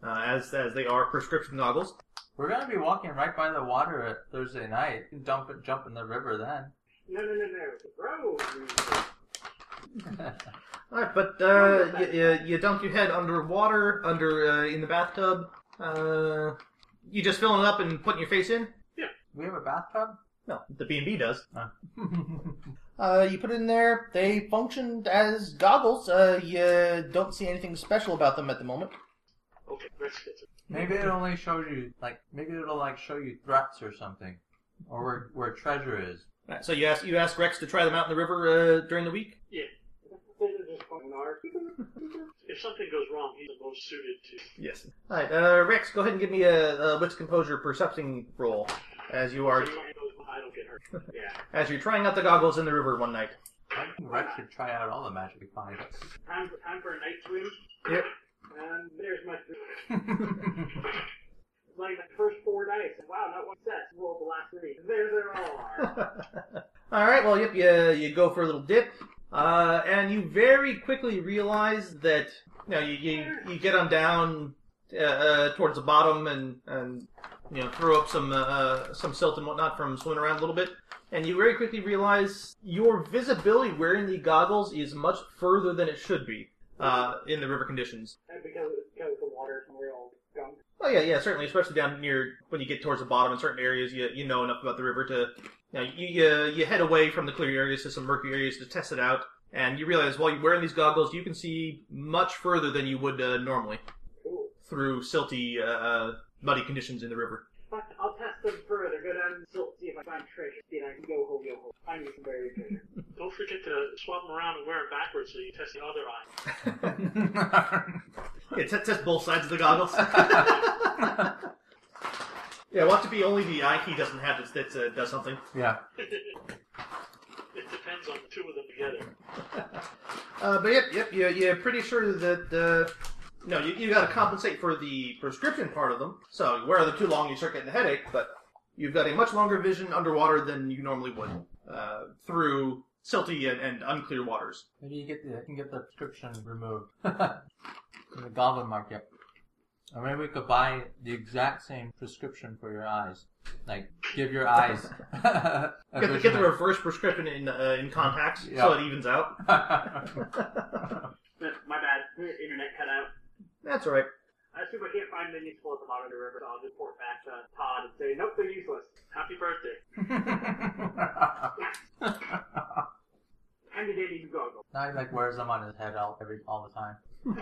Speaker 4: uh, as as they are prescription goggles.
Speaker 5: We're gonna be walking right by the water at Thursday night. You can dump it, jump in the river then.
Speaker 1: No, no, no, no. Bro.
Speaker 4: All right, but uh, you, you, you dunk your head underwater, under uh, in the bathtub. Uh, you just filling it up and putting your face in.
Speaker 5: We have a bathtub.
Speaker 4: No, the B and B does.
Speaker 5: okay.
Speaker 4: Uh, you put it in there. They functioned as goggles. Uh, you don't see anything special about them at the moment.
Speaker 2: Okay, Rex gets it.
Speaker 5: Maybe it only shows you like maybe it'll like show you threats or something, or where where treasure is.
Speaker 4: All right, so you ask you ask Rex to try them out in the river uh, during the week.
Speaker 2: <laughs>
Speaker 1: This is just fucking art.
Speaker 2: If something goes wrong, he's the most suited to.
Speaker 4: Yes. All right, uh, Rex, go ahead and give me a, a wits composure perception roll as you are
Speaker 2: So you don't know, I don't get <laughs> hurt.
Speaker 1: Yeah.
Speaker 4: as you're trying out the goggles in the river one night.
Speaker 5: I think Rex should try out all the magic we find.
Speaker 1: Time for, time for a night swim.
Speaker 4: Yep.
Speaker 1: And there's my like my first four dice. Wow, not one set. Roll the last three. There they all
Speaker 2: <laughs>
Speaker 1: are.
Speaker 4: All right. Well, yep. You you go for a little dip, uh, and you very quickly realize that you know you you, you get on down uh, uh, towards the bottom and and you know throw up some uh, uh, some silt and whatnot from swimming around a little bit, and you very quickly realize your visibility wearing the goggles is much further than it should be uh, in the river conditions.
Speaker 1: and because because the water is real gunk.
Speaker 4: Oh yeah, yeah, certainly, especially down near when you get towards the bottom in certain areas, you you know enough about the river to, you know, you you, you head away from the clear areas to some murky areas to test it out, and you realize while you're wearing these goggles, you can see much further than you would uh, normally
Speaker 1: Cool.
Speaker 4: through silty, uh, uh, muddy conditions in the river.
Speaker 1: Fuck, I'll test them further. Go down and silt, see if I find treasure. See if I can go ho yo ho. Find me some buried treasure.
Speaker 2: Don't forget to swap them around and wear them backwards so you test the other eye.
Speaker 4: Yeah, test, test both sides of the goggles. <laughs> yeah, want to be only the eye key doesn't have this that uh, does something. <laughs>
Speaker 5: yeah.
Speaker 2: It depends on the two of them together.
Speaker 4: Uh, but yep, yep, you're, you're pretty sure that. Uh, no, you, you got to compensate for the prescription part of them. So you wear them too long, you start getting a headache. But you've got a much longer vision underwater than you normally would uh, through silty and, and unclear waters.
Speaker 5: Maybe you get the you can get the prescription removed <laughs> from the goblin market. Or maybe we could buy the exact same prescription for your eyes. Like give your
Speaker 4: <laughs>
Speaker 5: eyes. <laughs> a
Speaker 4: Get the, get the
Speaker 5: vision.
Speaker 4: reverse prescription in uh, in contacts so
Speaker 5: Yeah.
Speaker 4: it evens out.
Speaker 1: My bad. Internet cut out.
Speaker 4: That's all right.
Speaker 1: I assume I can't find my minions float them out of the river, so I'll just port back to Todd and say, nope, they're useless.
Speaker 2: Happy birthday.
Speaker 1: And the daily you go.
Speaker 5: <laughs> now he like wears them on his head all every all the time.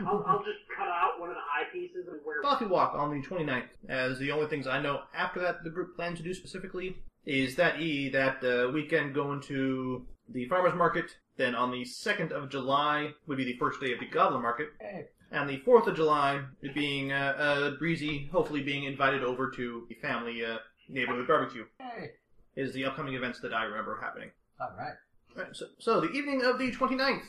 Speaker 1: I'll, I'll just cut out one of the eye pieces and wear.
Speaker 4: Coffee Walk on the 29th. As the only things I know after that the group plans to do specifically is that E, that uh, weekend going to the farmer's market. Then on the 2nd of July would be the first day of the goblin market.
Speaker 5: Hey,
Speaker 4: And the 4th of July it being uh, uh, breezy, hopefully being invited over to the family uh, neighborhood barbecue
Speaker 5: hey,
Speaker 4: is the upcoming events that I remember happening.
Speaker 5: all right.
Speaker 4: Right, so, so the evening of the 29th.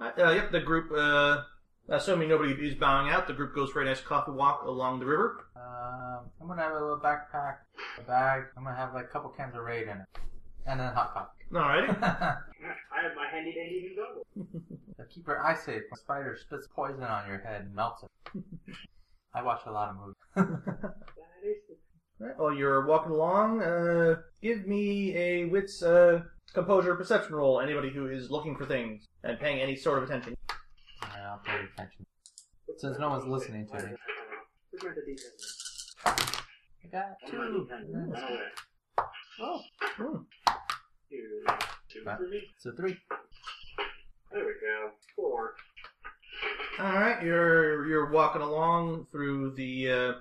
Speaker 4: Uh, uh, yep, the group, uh, assuming nobody is bowing out, the group goes for a nice coffee walk along the river.
Speaker 5: Um, I'm gonna have a little backpack, a bag. I'm gonna have like a couple cans of raid in it, and then hot coffee.
Speaker 4: Alrighty.
Speaker 5: <laughs> to
Speaker 1: I have my handy dandy go.
Speaker 5: keep your eye safe. A spider spits poison on your head and melts <laughs> it. I watch a lot of movies.
Speaker 1: That is the
Speaker 4: Alright, while you're walking along, uh, give me a wits, uh, composure perception roll, anybody who is looking for things and paying any sort of attention.
Speaker 5: Alright, I'll pay attention. Since no one's listening to me.
Speaker 1: We're going to these things.
Speaker 5: I got
Speaker 1: Two.
Speaker 5: two.
Speaker 1: Okay.
Speaker 5: Oh,
Speaker 4: Hmm.
Speaker 1: Two.
Speaker 2: Two
Speaker 5: Bye.
Speaker 2: for me.
Speaker 5: so three.
Speaker 1: There we go. Four.
Speaker 4: Alright, you're, you're walking along through the, uh,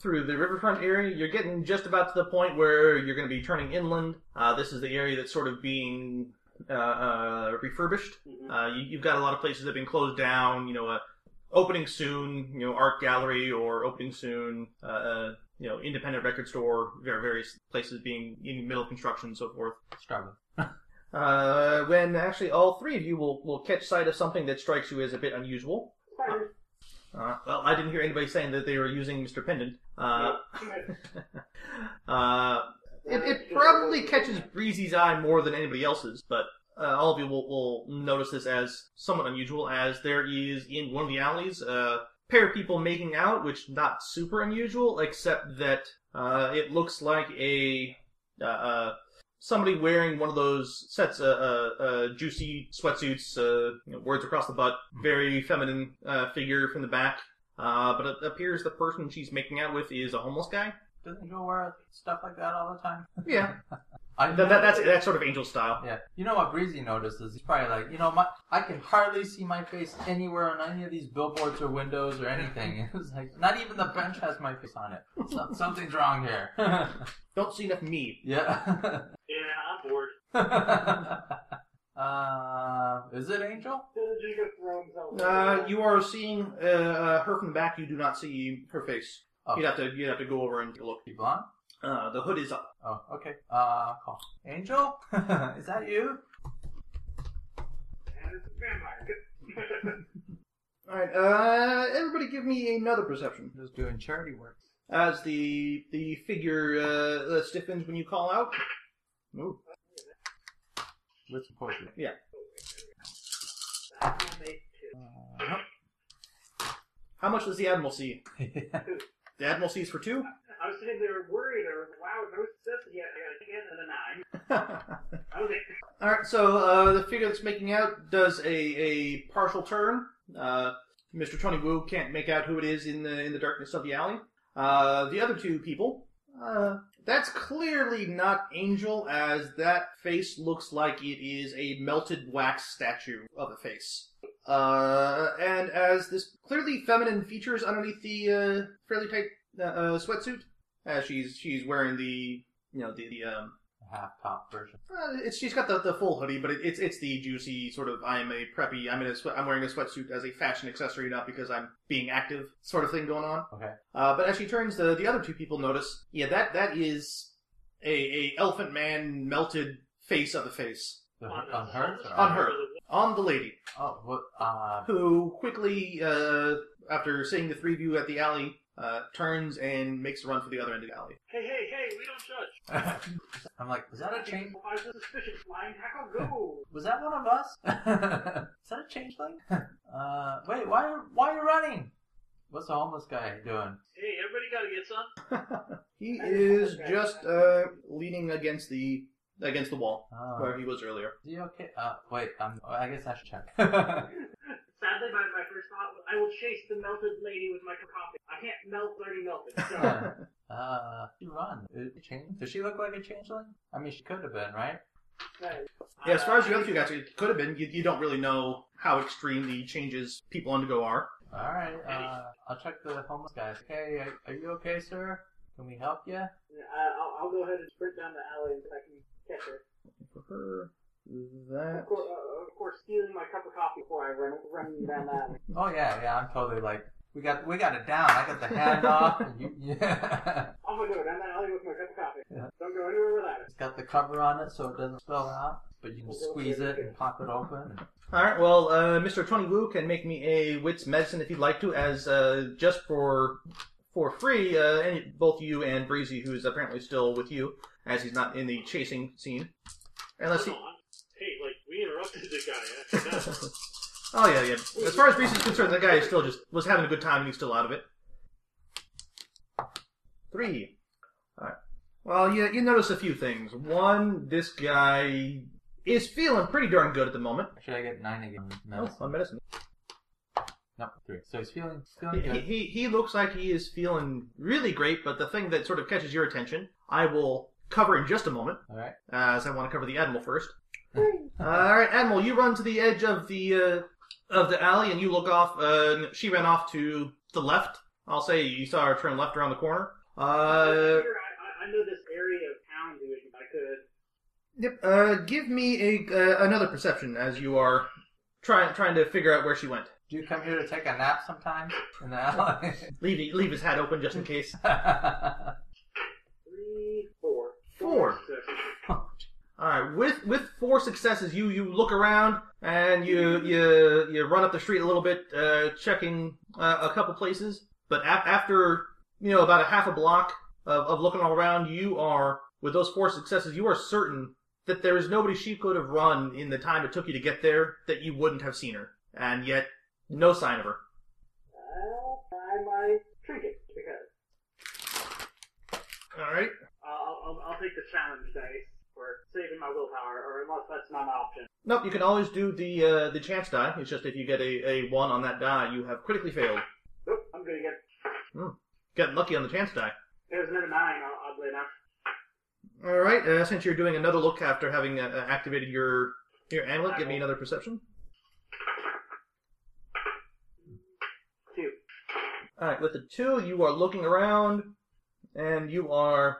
Speaker 4: through the riverfront area, you're getting just about to the point where you're going to be turning inland. Uh, this is the area that's sort of being uh, uh, refurbished.
Speaker 1: Mhm.
Speaker 4: Uh, you, you've got a lot of places that have been closed down. You know, uh, opening soon. You know, art gallery or opening soon. Uh, uh, you know, independent record store. There are various places being in middle of construction and so forth.
Speaker 5: Struggle.
Speaker 4: Uh, when actually all three of you will, will catch sight of something that strikes you as a bit unusual.
Speaker 1: Spiders.
Speaker 4: Uh, well, I didn't hear anybody saying that they were using Mr. Pendant. Uh, uh, it, it probably catches Breezy's eye more than anybody else's, but uh, all of you will, will notice this as somewhat unusual, as there is in one of the alleys a pair of people making out, which not super unusual, except that uh, it looks like a uh, uh, somebody wearing one of those sets, uh, uh, uh, juicy sweatsuits, uh, you know, words across the butt, very feminine uh, figure from the back. Uh, but it appears the person she's making out with is a homeless guy.
Speaker 5: Doesn't go wear stuff like that all the time.
Speaker 4: Yeah,
Speaker 5: I
Speaker 4: That, that, that's that's sort of angel style.
Speaker 5: Yeah. You know what Breezy notices? He's probably like, you know, my I can hardly see my face anywhere on any of these billboards or windows or anything. <laughs> It's like not even the bench has my face on it. So, something's wrong here. <laughs>
Speaker 4: Don't see enough me.
Speaker 5: yeah. <laughs>
Speaker 2: Yeah, I'm bored.
Speaker 5: uh, is it Angel?
Speaker 1: Villager thrones over.
Speaker 4: Uh, you are seeing uh, uh, her from the back. You do not see her face.
Speaker 5: Oh.
Speaker 4: You'd have to you'd have to go over and take a look.
Speaker 5: She blonde?
Speaker 4: Uh, the hood is up.
Speaker 5: Oh, okay. Uh, call. Angel? <laughs> is that you?
Speaker 1: And it's a vampire.
Speaker 4: All right, uh, everybody, give me another perception.
Speaker 5: Just doing charity work.
Speaker 4: As the the figure uh, uh, stiffens when you call out. Ooh.
Speaker 5: With some poison.
Speaker 1: That will make two.
Speaker 5: Uh,
Speaker 4: How much does the admiral see?
Speaker 5: nope.
Speaker 4: The admiral sees for two. <laughs>
Speaker 1: I was sitting there worried. I was like, wow, no success yet. I got a 10 and a 9.
Speaker 4: All
Speaker 1: Okay.
Speaker 4: right, so uh, the figure that's making out does a, a partial turn. Uh, Mr. Tony Wu can't make out who it is in the in the darkness of the alley. Uh, the other two people. Uh, that's clearly not Angel, as that face looks like it is a melted wax statue of a face. Uh, and as this clearly feminine features underneath the uh, fairly tight uh, uh, sweatsuit, as she's she's wearing the you know the, the um,
Speaker 5: <laughs> Half top version.
Speaker 4: uh, it's she's got the, the full hoodie, but it, it's it's the juicy sort of I'm a preppy. I'm in a sweat. I'm wearing a sweatsuit as a fashion accessory, not because I'm being active sort of thing going on.
Speaker 5: Okay.
Speaker 4: Uh, but as she turns, the the other two people notice. Yeah, that that is a a elephant man melted face of the face
Speaker 5: The- on her? or
Speaker 4: On her. on the lady,
Speaker 5: Oh, what? Uh, <laughs>
Speaker 4: who quickly uh, after seeing the three of you at the alley. Uh, turns and makes a run for the other end of the alley.
Speaker 2: Hey, hey, hey, we don't judge.
Speaker 5: I'm like, was that a change?
Speaker 1: I was suspicious. Flying tackle, go.
Speaker 5: Was that one of us? <laughs> Is that a changeling? <laughs> uh, wait, why are why are you running? What's the homeless guy doing?
Speaker 2: Hey, everybody gotta get some.
Speaker 4: He is just uh, leaning against the against the wall
Speaker 5: Oh,
Speaker 4: where he was earlier.
Speaker 5: is he okay? Uh, wait, I'm, I guess I should check. <laughs>
Speaker 1: Sadly, my, my first thought was, I I will chase the melted lady with my coffee. I can't melt dirty melted. So
Speaker 5: Uh, she run. Did it change? Does she look like a changeling? I mean, she could have been, right?
Speaker 4: Yeah, as far as the other two guys, it could have been. You, you don't really know how extreme the changes people undergo are.
Speaker 5: All right. Uh, I'll check the homeless guys. Hey, are, are you okay, sir? Can we help you?
Speaker 1: I- I'll, I'll go ahead and sprint down the alley until I can catch her.
Speaker 4: For her,
Speaker 1: Of
Speaker 4: that.
Speaker 1: course, uh, of course stealing my cup of coffee before I run running down <laughs> the alley.
Speaker 5: Oh yeah, yeah. I'm totally like we got we got it down. I got the handoff. and you, <laughs> yeah.
Speaker 1: I'm gonna go Oh, down that alley with my cup of coffee.
Speaker 5: Yeah.
Speaker 1: Don't go anywhere without it.
Speaker 5: It's got the cover on it so it doesn't spill out, but you can squeeze it and pop it open.
Speaker 4: All right. Well, uh, Mr. Twenty Wu can make me a wits medicine if you'd like to, as uh, just for for free. Uh, and both you and Breezy, who is apparently still with you, as he's not in the chasing scene. And let's see.
Speaker 2: Hold on. Hey, like, we interrupted the guy
Speaker 1: <laughs>
Speaker 2: after that.
Speaker 4: <laughs> Oh yeah, yeah. As far as Breezy's concerned, that guy is still just was having a good time and he's still out of it. Three. All right. Well, you you notice a few things. One, this guy is feeling pretty darn good at the moment.
Speaker 5: Should I get nine again?
Speaker 4: Oh,
Speaker 5: No,
Speaker 4: on medicine.
Speaker 5: no, three. So he's feeling feeling
Speaker 4: He, <laughs>
Speaker 5: good.
Speaker 4: he he looks like he is feeling really great, but the thing that sort of catches your attention, I will cover in just a moment,
Speaker 5: All right.
Speaker 4: uh, as I want to cover the animal first. All right, Admiral, you run to the edge of the uh, of the alley, and you look off. Uh, and she ran off to the left. I'll say you saw her turn left around the corner. Uh,
Speaker 1: Here, I, I- I know this area of town, dude. If I could.
Speaker 4: yep. Uh, give me a uh, another perception as you are trying trying to figure out where she went.
Speaker 5: Do you come here to take a nap sometime in the alley? <laughs>
Speaker 4: Leave leave his hat open just in case.
Speaker 1: Three, four.
Speaker 4: Four.
Speaker 1: Six.
Speaker 4: All right, with with four successes, you you look around and you you you run up the street a little bit, uh, checking uh, a couple places. But a- after you know about a half a block of, of looking all around, you are with those four successes, you are certain that there is nobody she could have run in the time it took you to get there that you wouldn't have seen her, and yet no sign of her.
Speaker 1: I'll try my trinket because
Speaker 4: All right,
Speaker 1: I'll, I'll, I'll take the challenge dice for saving my willpower, or unless that's not an option.
Speaker 4: nope. You can always do the uh, the chance die. It's just if you get a, a one on that die, you have critically failed.
Speaker 1: Nope, I'm gonna get.
Speaker 4: Got lucky on the chance die.
Speaker 1: There's another nine, oddly enough.
Speaker 4: All right. Uh, since you're doing another look after having uh, uh, activated your your amulet, give me another perception.
Speaker 1: Two.
Speaker 4: All right. With the two, you are looking around, and you are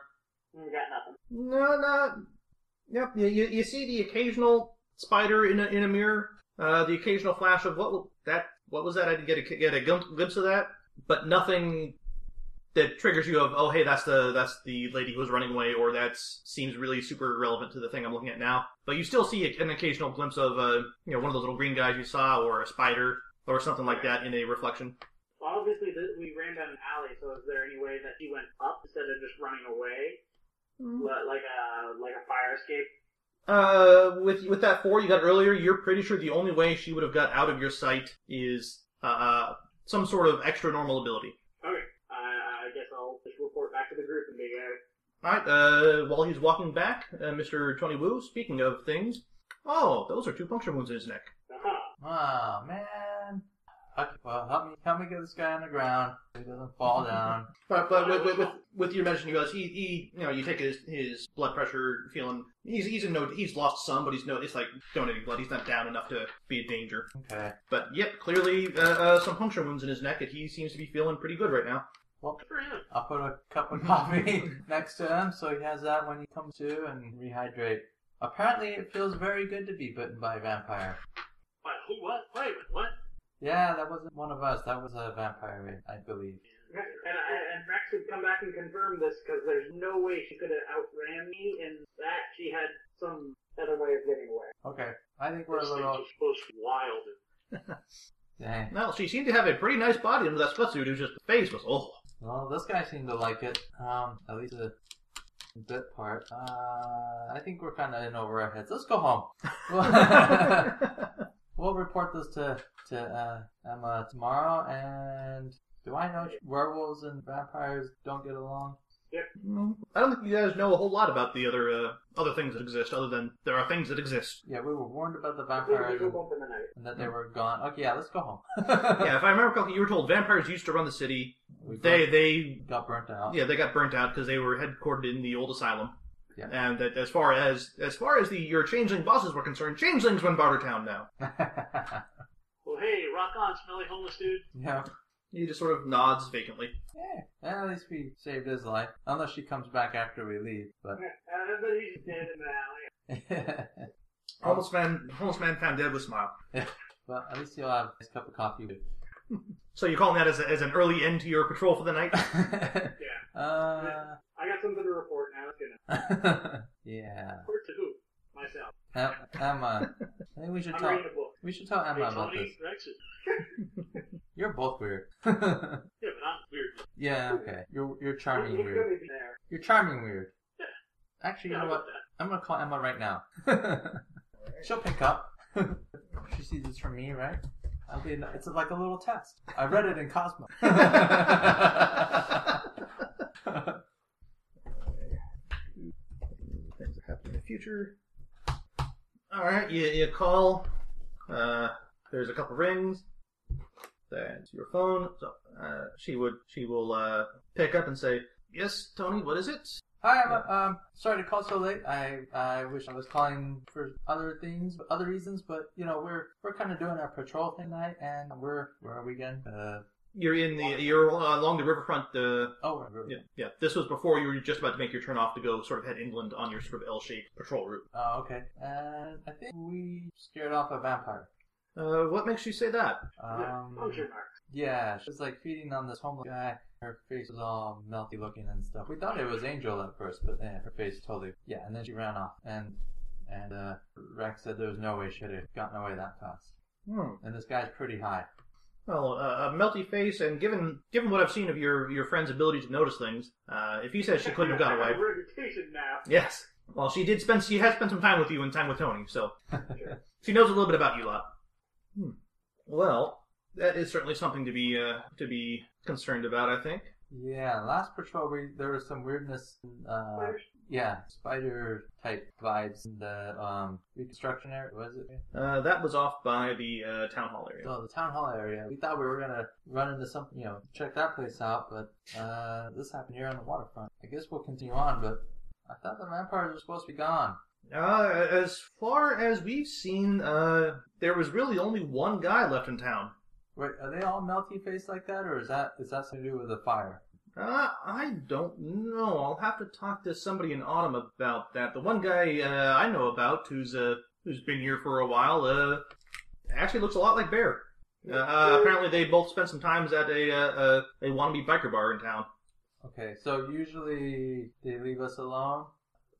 Speaker 1: We got nothing.
Speaker 4: no, not yep. You, you, you see the occasional spider in a in a mirror, uh, the occasional flash of what w- that what was that? I didn't get a get a glim- glimpse of that, but nothing that triggers you of oh hey that's the that's the lady who was running away or that seems really super relevant to the thing I'm looking at now. But you still see an occasional glimpse of uh, you know one of those little green guys you saw or a spider or something like that in a reflection.
Speaker 1: Well, obviously, th- we ran down an alley, so is there any way that he went up instead of just running away? Li- Like a like a fire escape?
Speaker 4: Uh, with with that four you got earlier, you're pretty sure the only way she would have got out of your sight is uh, uh some sort of extra normal ability.
Speaker 1: Okay. Uh, I guess I'll just report back to the group and be uh,
Speaker 4: All right. Uh, while he's walking back, uh, Mister Tony Wu. Speaking of things, oh, those are two puncture wounds in his neck.
Speaker 1: aha.
Speaker 5: oh man. Okay, well, help me, help me get this guy on the ground so he doesn't fall down.
Speaker 4: But but with with, with, with your medicine, you guys, he he you know you take his his blood pressure feeling. He's he's in no he's lost some, but he's no it's like donating blood. He's not down enough to be a danger.
Speaker 5: Okay.
Speaker 4: But yep, clearly uh, uh, some puncture wounds in his neck, and he seems to be feeling pretty good right now.
Speaker 2: Good for him.
Speaker 5: I'll put a cup of coffee <laughs> next to him so he has that when he comes to and rehydrate. Apparently, it feels very good to be bitten by a vampire.
Speaker 2: What, who, what? Wait, a minute, what?
Speaker 5: Yeah, that wasn't one of us. That was a vampire, I believe.
Speaker 1: And, I, and Rex would come back and confirm this because there's no way she could have outran me, and that she had some other way of getting away.
Speaker 5: Okay, I think we're a
Speaker 2: Those things
Speaker 5: little.
Speaker 2: are supposed to be wild.
Speaker 5: Dang.
Speaker 4: Well, she seemed to have a pretty nice body under that sweatsuit. It was just the face was oh.
Speaker 5: Well, this guy seemed to like it. Um, at least the bit part. Uh, I think we're kind of in over our heads. Let's go home.
Speaker 4: <laughs>
Speaker 5: We'll, <laughs> we'll report this to to uh, Emma tomorrow. And do I know werewolves and vampires don't get along?
Speaker 4: Mm, I don't think you guys know a whole lot about the other uh, other things that exist, other than there are things that
Speaker 5: <laughs>
Speaker 4: exist.
Speaker 5: Yeah, we were warned about the
Speaker 1: We we
Speaker 5: vampires
Speaker 1: go
Speaker 5: and,
Speaker 1: bump in the night.
Speaker 5: and that they were gone. Okay, yeah, let's go home. <laughs>
Speaker 4: yeah, if I remember correctly, you were told vampires used to run the city.
Speaker 5: We
Speaker 4: They
Speaker 5: got,
Speaker 4: they
Speaker 5: got burnt out.
Speaker 4: yeah they got burnt out because they were headquartered in the old asylum.
Speaker 5: Yeah.
Speaker 4: And that as far as as far as the your changeling bosses were concerned, changelings run Bartertown now.
Speaker 2: Well, hey, rock on, smelly homeless dude.
Speaker 5: <laughs> yeah.
Speaker 4: He just sort of nods vacantly.
Speaker 5: Yeah, at least we saved his life. Unless she comes back after we leave, but <laughs>
Speaker 1: Uh, but he's dead in the alley.
Speaker 4: Homeless man, homeless man found dead with smile.
Speaker 5: but at least he'll have his cup of coffee. <laughs> with-
Speaker 4: So you're calling that as, a, as an early end to your patrol for the night?
Speaker 5: Uh, <laughs>
Speaker 1: I got something to report now. It's gonna
Speaker 5: yeah.
Speaker 1: report to who? Myself.
Speaker 5: Em- Emma, I think we should
Speaker 1: I'm
Speaker 5: tell
Speaker 1: reading a book.
Speaker 5: we should tell
Speaker 2: Hey,
Speaker 5: Emma about
Speaker 2: Tony,
Speaker 5: this.
Speaker 2: Rexit.
Speaker 5: You're both weird. <laughs>
Speaker 2: Yeah, but I'm weird.
Speaker 5: yeah, okay. You're you're charming
Speaker 1: He's
Speaker 5: weird.
Speaker 1: gonna be there.
Speaker 5: You're charming weird.
Speaker 2: Yeah.
Speaker 5: Actually, you
Speaker 2: Yeah,
Speaker 5: know
Speaker 2: how
Speaker 5: what?
Speaker 2: about that?
Speaker 5: I'm gonna call Emma right <laughs> now. She'll pick up. <laughs> she sees it's from me, right? I'll be. It's like a little test. I read it in <laughs> Cosmo.
Speaker 4: Things that happen in the future. All right, you, you call. Uh, there's a couple rings. That's your phone. So uh, she would she will uh, pick up and say, "Yes, Tony, what is it?"
Speaker 5: Hi, Emma. Um, sorry to call so late. I I wish I was calling for other things, other reasons, but you know we're we're kind of doing our patrol tonight, and we're where are we again? Uh,
Speaker 4: You're in the you're uh, along the riverfront. Uh,
Speaker 5: oh, we're,
Speaker 4: yeah, yeah. This was before you were just about to make your turn off to go sort of head inland on your sort of L-shaped patrol route.
Speaker 5: oh, okay. And I think we scared off a vampire.
Speaker 4: Uh, what makes you say that?
Speaker 5: Um,
Speaker 1: Puncture marks.
Speaker 5: Yeah, she was like feeding on this homeless guy. Her face was all melty looking and stuff. We thought it was Angel at first, but yeah, her face totally. Yeah, and then she ran off. And and uh, Rex said there was no way she would have gotten away that fast.
Speaker 4: Hmm.
Speaker 5: And this guy's pretty high.
Speaker 4: Well, uh, a melty face, and given given what I've seen of your your friend's ability to notice things, uh, if he says she couldn't have got
Speaker 1: I
Speaker 2: <laughs>
Speaker 1: <laughs>
Speaker 4: away,
Speaker 1: have a reputation now.
Speaker 4: yes. Well, she did spend she has spent some time with you and time with Tony, so she knows a little bit about you lot. Hmm. Well, that is certainly something to be uh, to be concerned about. I think.
Speaker 5: Yeah, last patrol we there was some weirdness. Uh, yeah, spider type vibes in the um, reconstruction area. Was it?
Speaker 4: Uh, that was off by the uh, town hall area.
Speaker 5: Oh, the town hall area. We thought we were gonna run into something, you know, check that place out, but uh, this happened here on the waterfront. I guess we'll continue on, but I thought the vampires were supposed to be gone.
Speaker 4: Uh, as far as we've seen, uh, there was really only one guy left in town.
Speaker 5: Wait, are they all melty faced like that, or is that is that something to do with the fire?
Speaker 4: Uh, I don't know. I'll have to talk to somebody in Autumn about that. The one guy uh, I know about who's uh, who's been here for a while uh, actually looks a lot like Bear. Uh, uh, apparently, they both spent some times at a uh, a, a wannabe biker bar in town.
Speaker 5: Okay, so usually they leave us alone.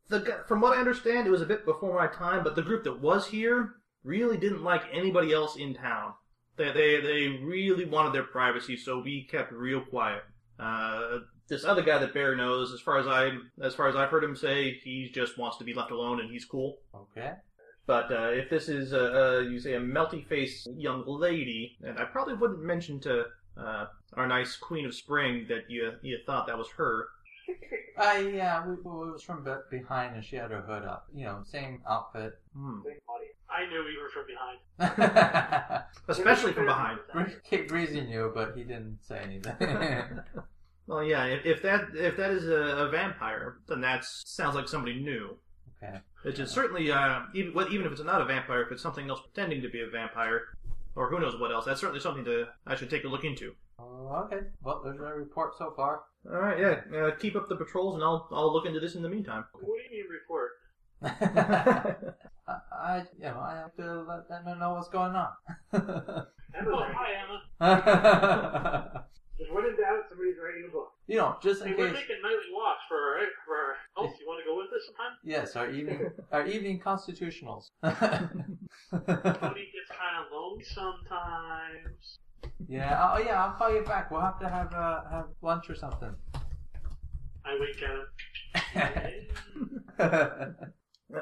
Speaker 4: The gu- from what I understand, it was a bit before my time, but the group that was here really didn't like anybody else in town. They they they really wanted their privacy, so we kept real quiet. Uh, this other guy that Bear knows, as far as I as far as I've heard him say, he just wants to be left alone and he's cool.
Speaker 5: Okay.
Speaker 4: But uh, if this is a, a you say a melty faced young lady, and I probably wouldn't mention to uh, our nice Queen of Spring that you you thought that was her.
Speaker 5: Uh, yeah, we, well, it was from be- behind, and she had her hood up. You know, same outfit. <laughs>
Speaker 4: Hmm.
Speaker 1: Big audience.
Speaker 2: I knew we were from behind.
Speaker 4: Especially from
Speaker 2: <laughs>
Speaker 4: behind.
Speaker 5: Kate Breezy knew, but he didn't say anything. <laughs>
Speaker 4: Well, yeah. If, if that if that is a, a vampire, then that sounds like somebody new.
Speaker 5: okay.
Speaker 4: Which is certainly uh, even well, even if it's not a vampire, if it's something else pretending to be a vampire, or who knows what else. That's certainly something to I should take a look into.
Speaker 5: Oh, okay. Well, there's no report so far.
Speaker 4: All right, yeah. Uh, keep up the patrols, and I'll I'll look into this in the meantime. <laughs>
Speaker 1: <laughs>
Speaker 2: What do you mean report?
Speaker 5: I, I, you know, I have to let them know what's going on.
Speaker 1: Emma's
Speaker 2: Oh,
Speaker 1: right.
Speaker 2: hi, Emma.
Speaker 1: Just when in doubt, somebody's reading a book.
Speaker 5: <laughs> you know, just
Speaker 2: Hey,
Speaker 5: in
Speaker 2: we're
Speaker 5: case.
Speaker 2: making nightly walks for our, for our health. You want to go with us
Speaker 5: <laughs>
Speaker 2: sometime?
Speaker 5: Yes, our evening, our evening constitutionals. <laughs>
Speaker 2: Tony gets kind of lonely sometimes.
Speaker 5: yeah. Oh, yeah. I'll call you back. We'll have to have uh, have lunch or something. <laughs>
Speaker 2: I wink at him. Hey.
Speaker 4: Uh,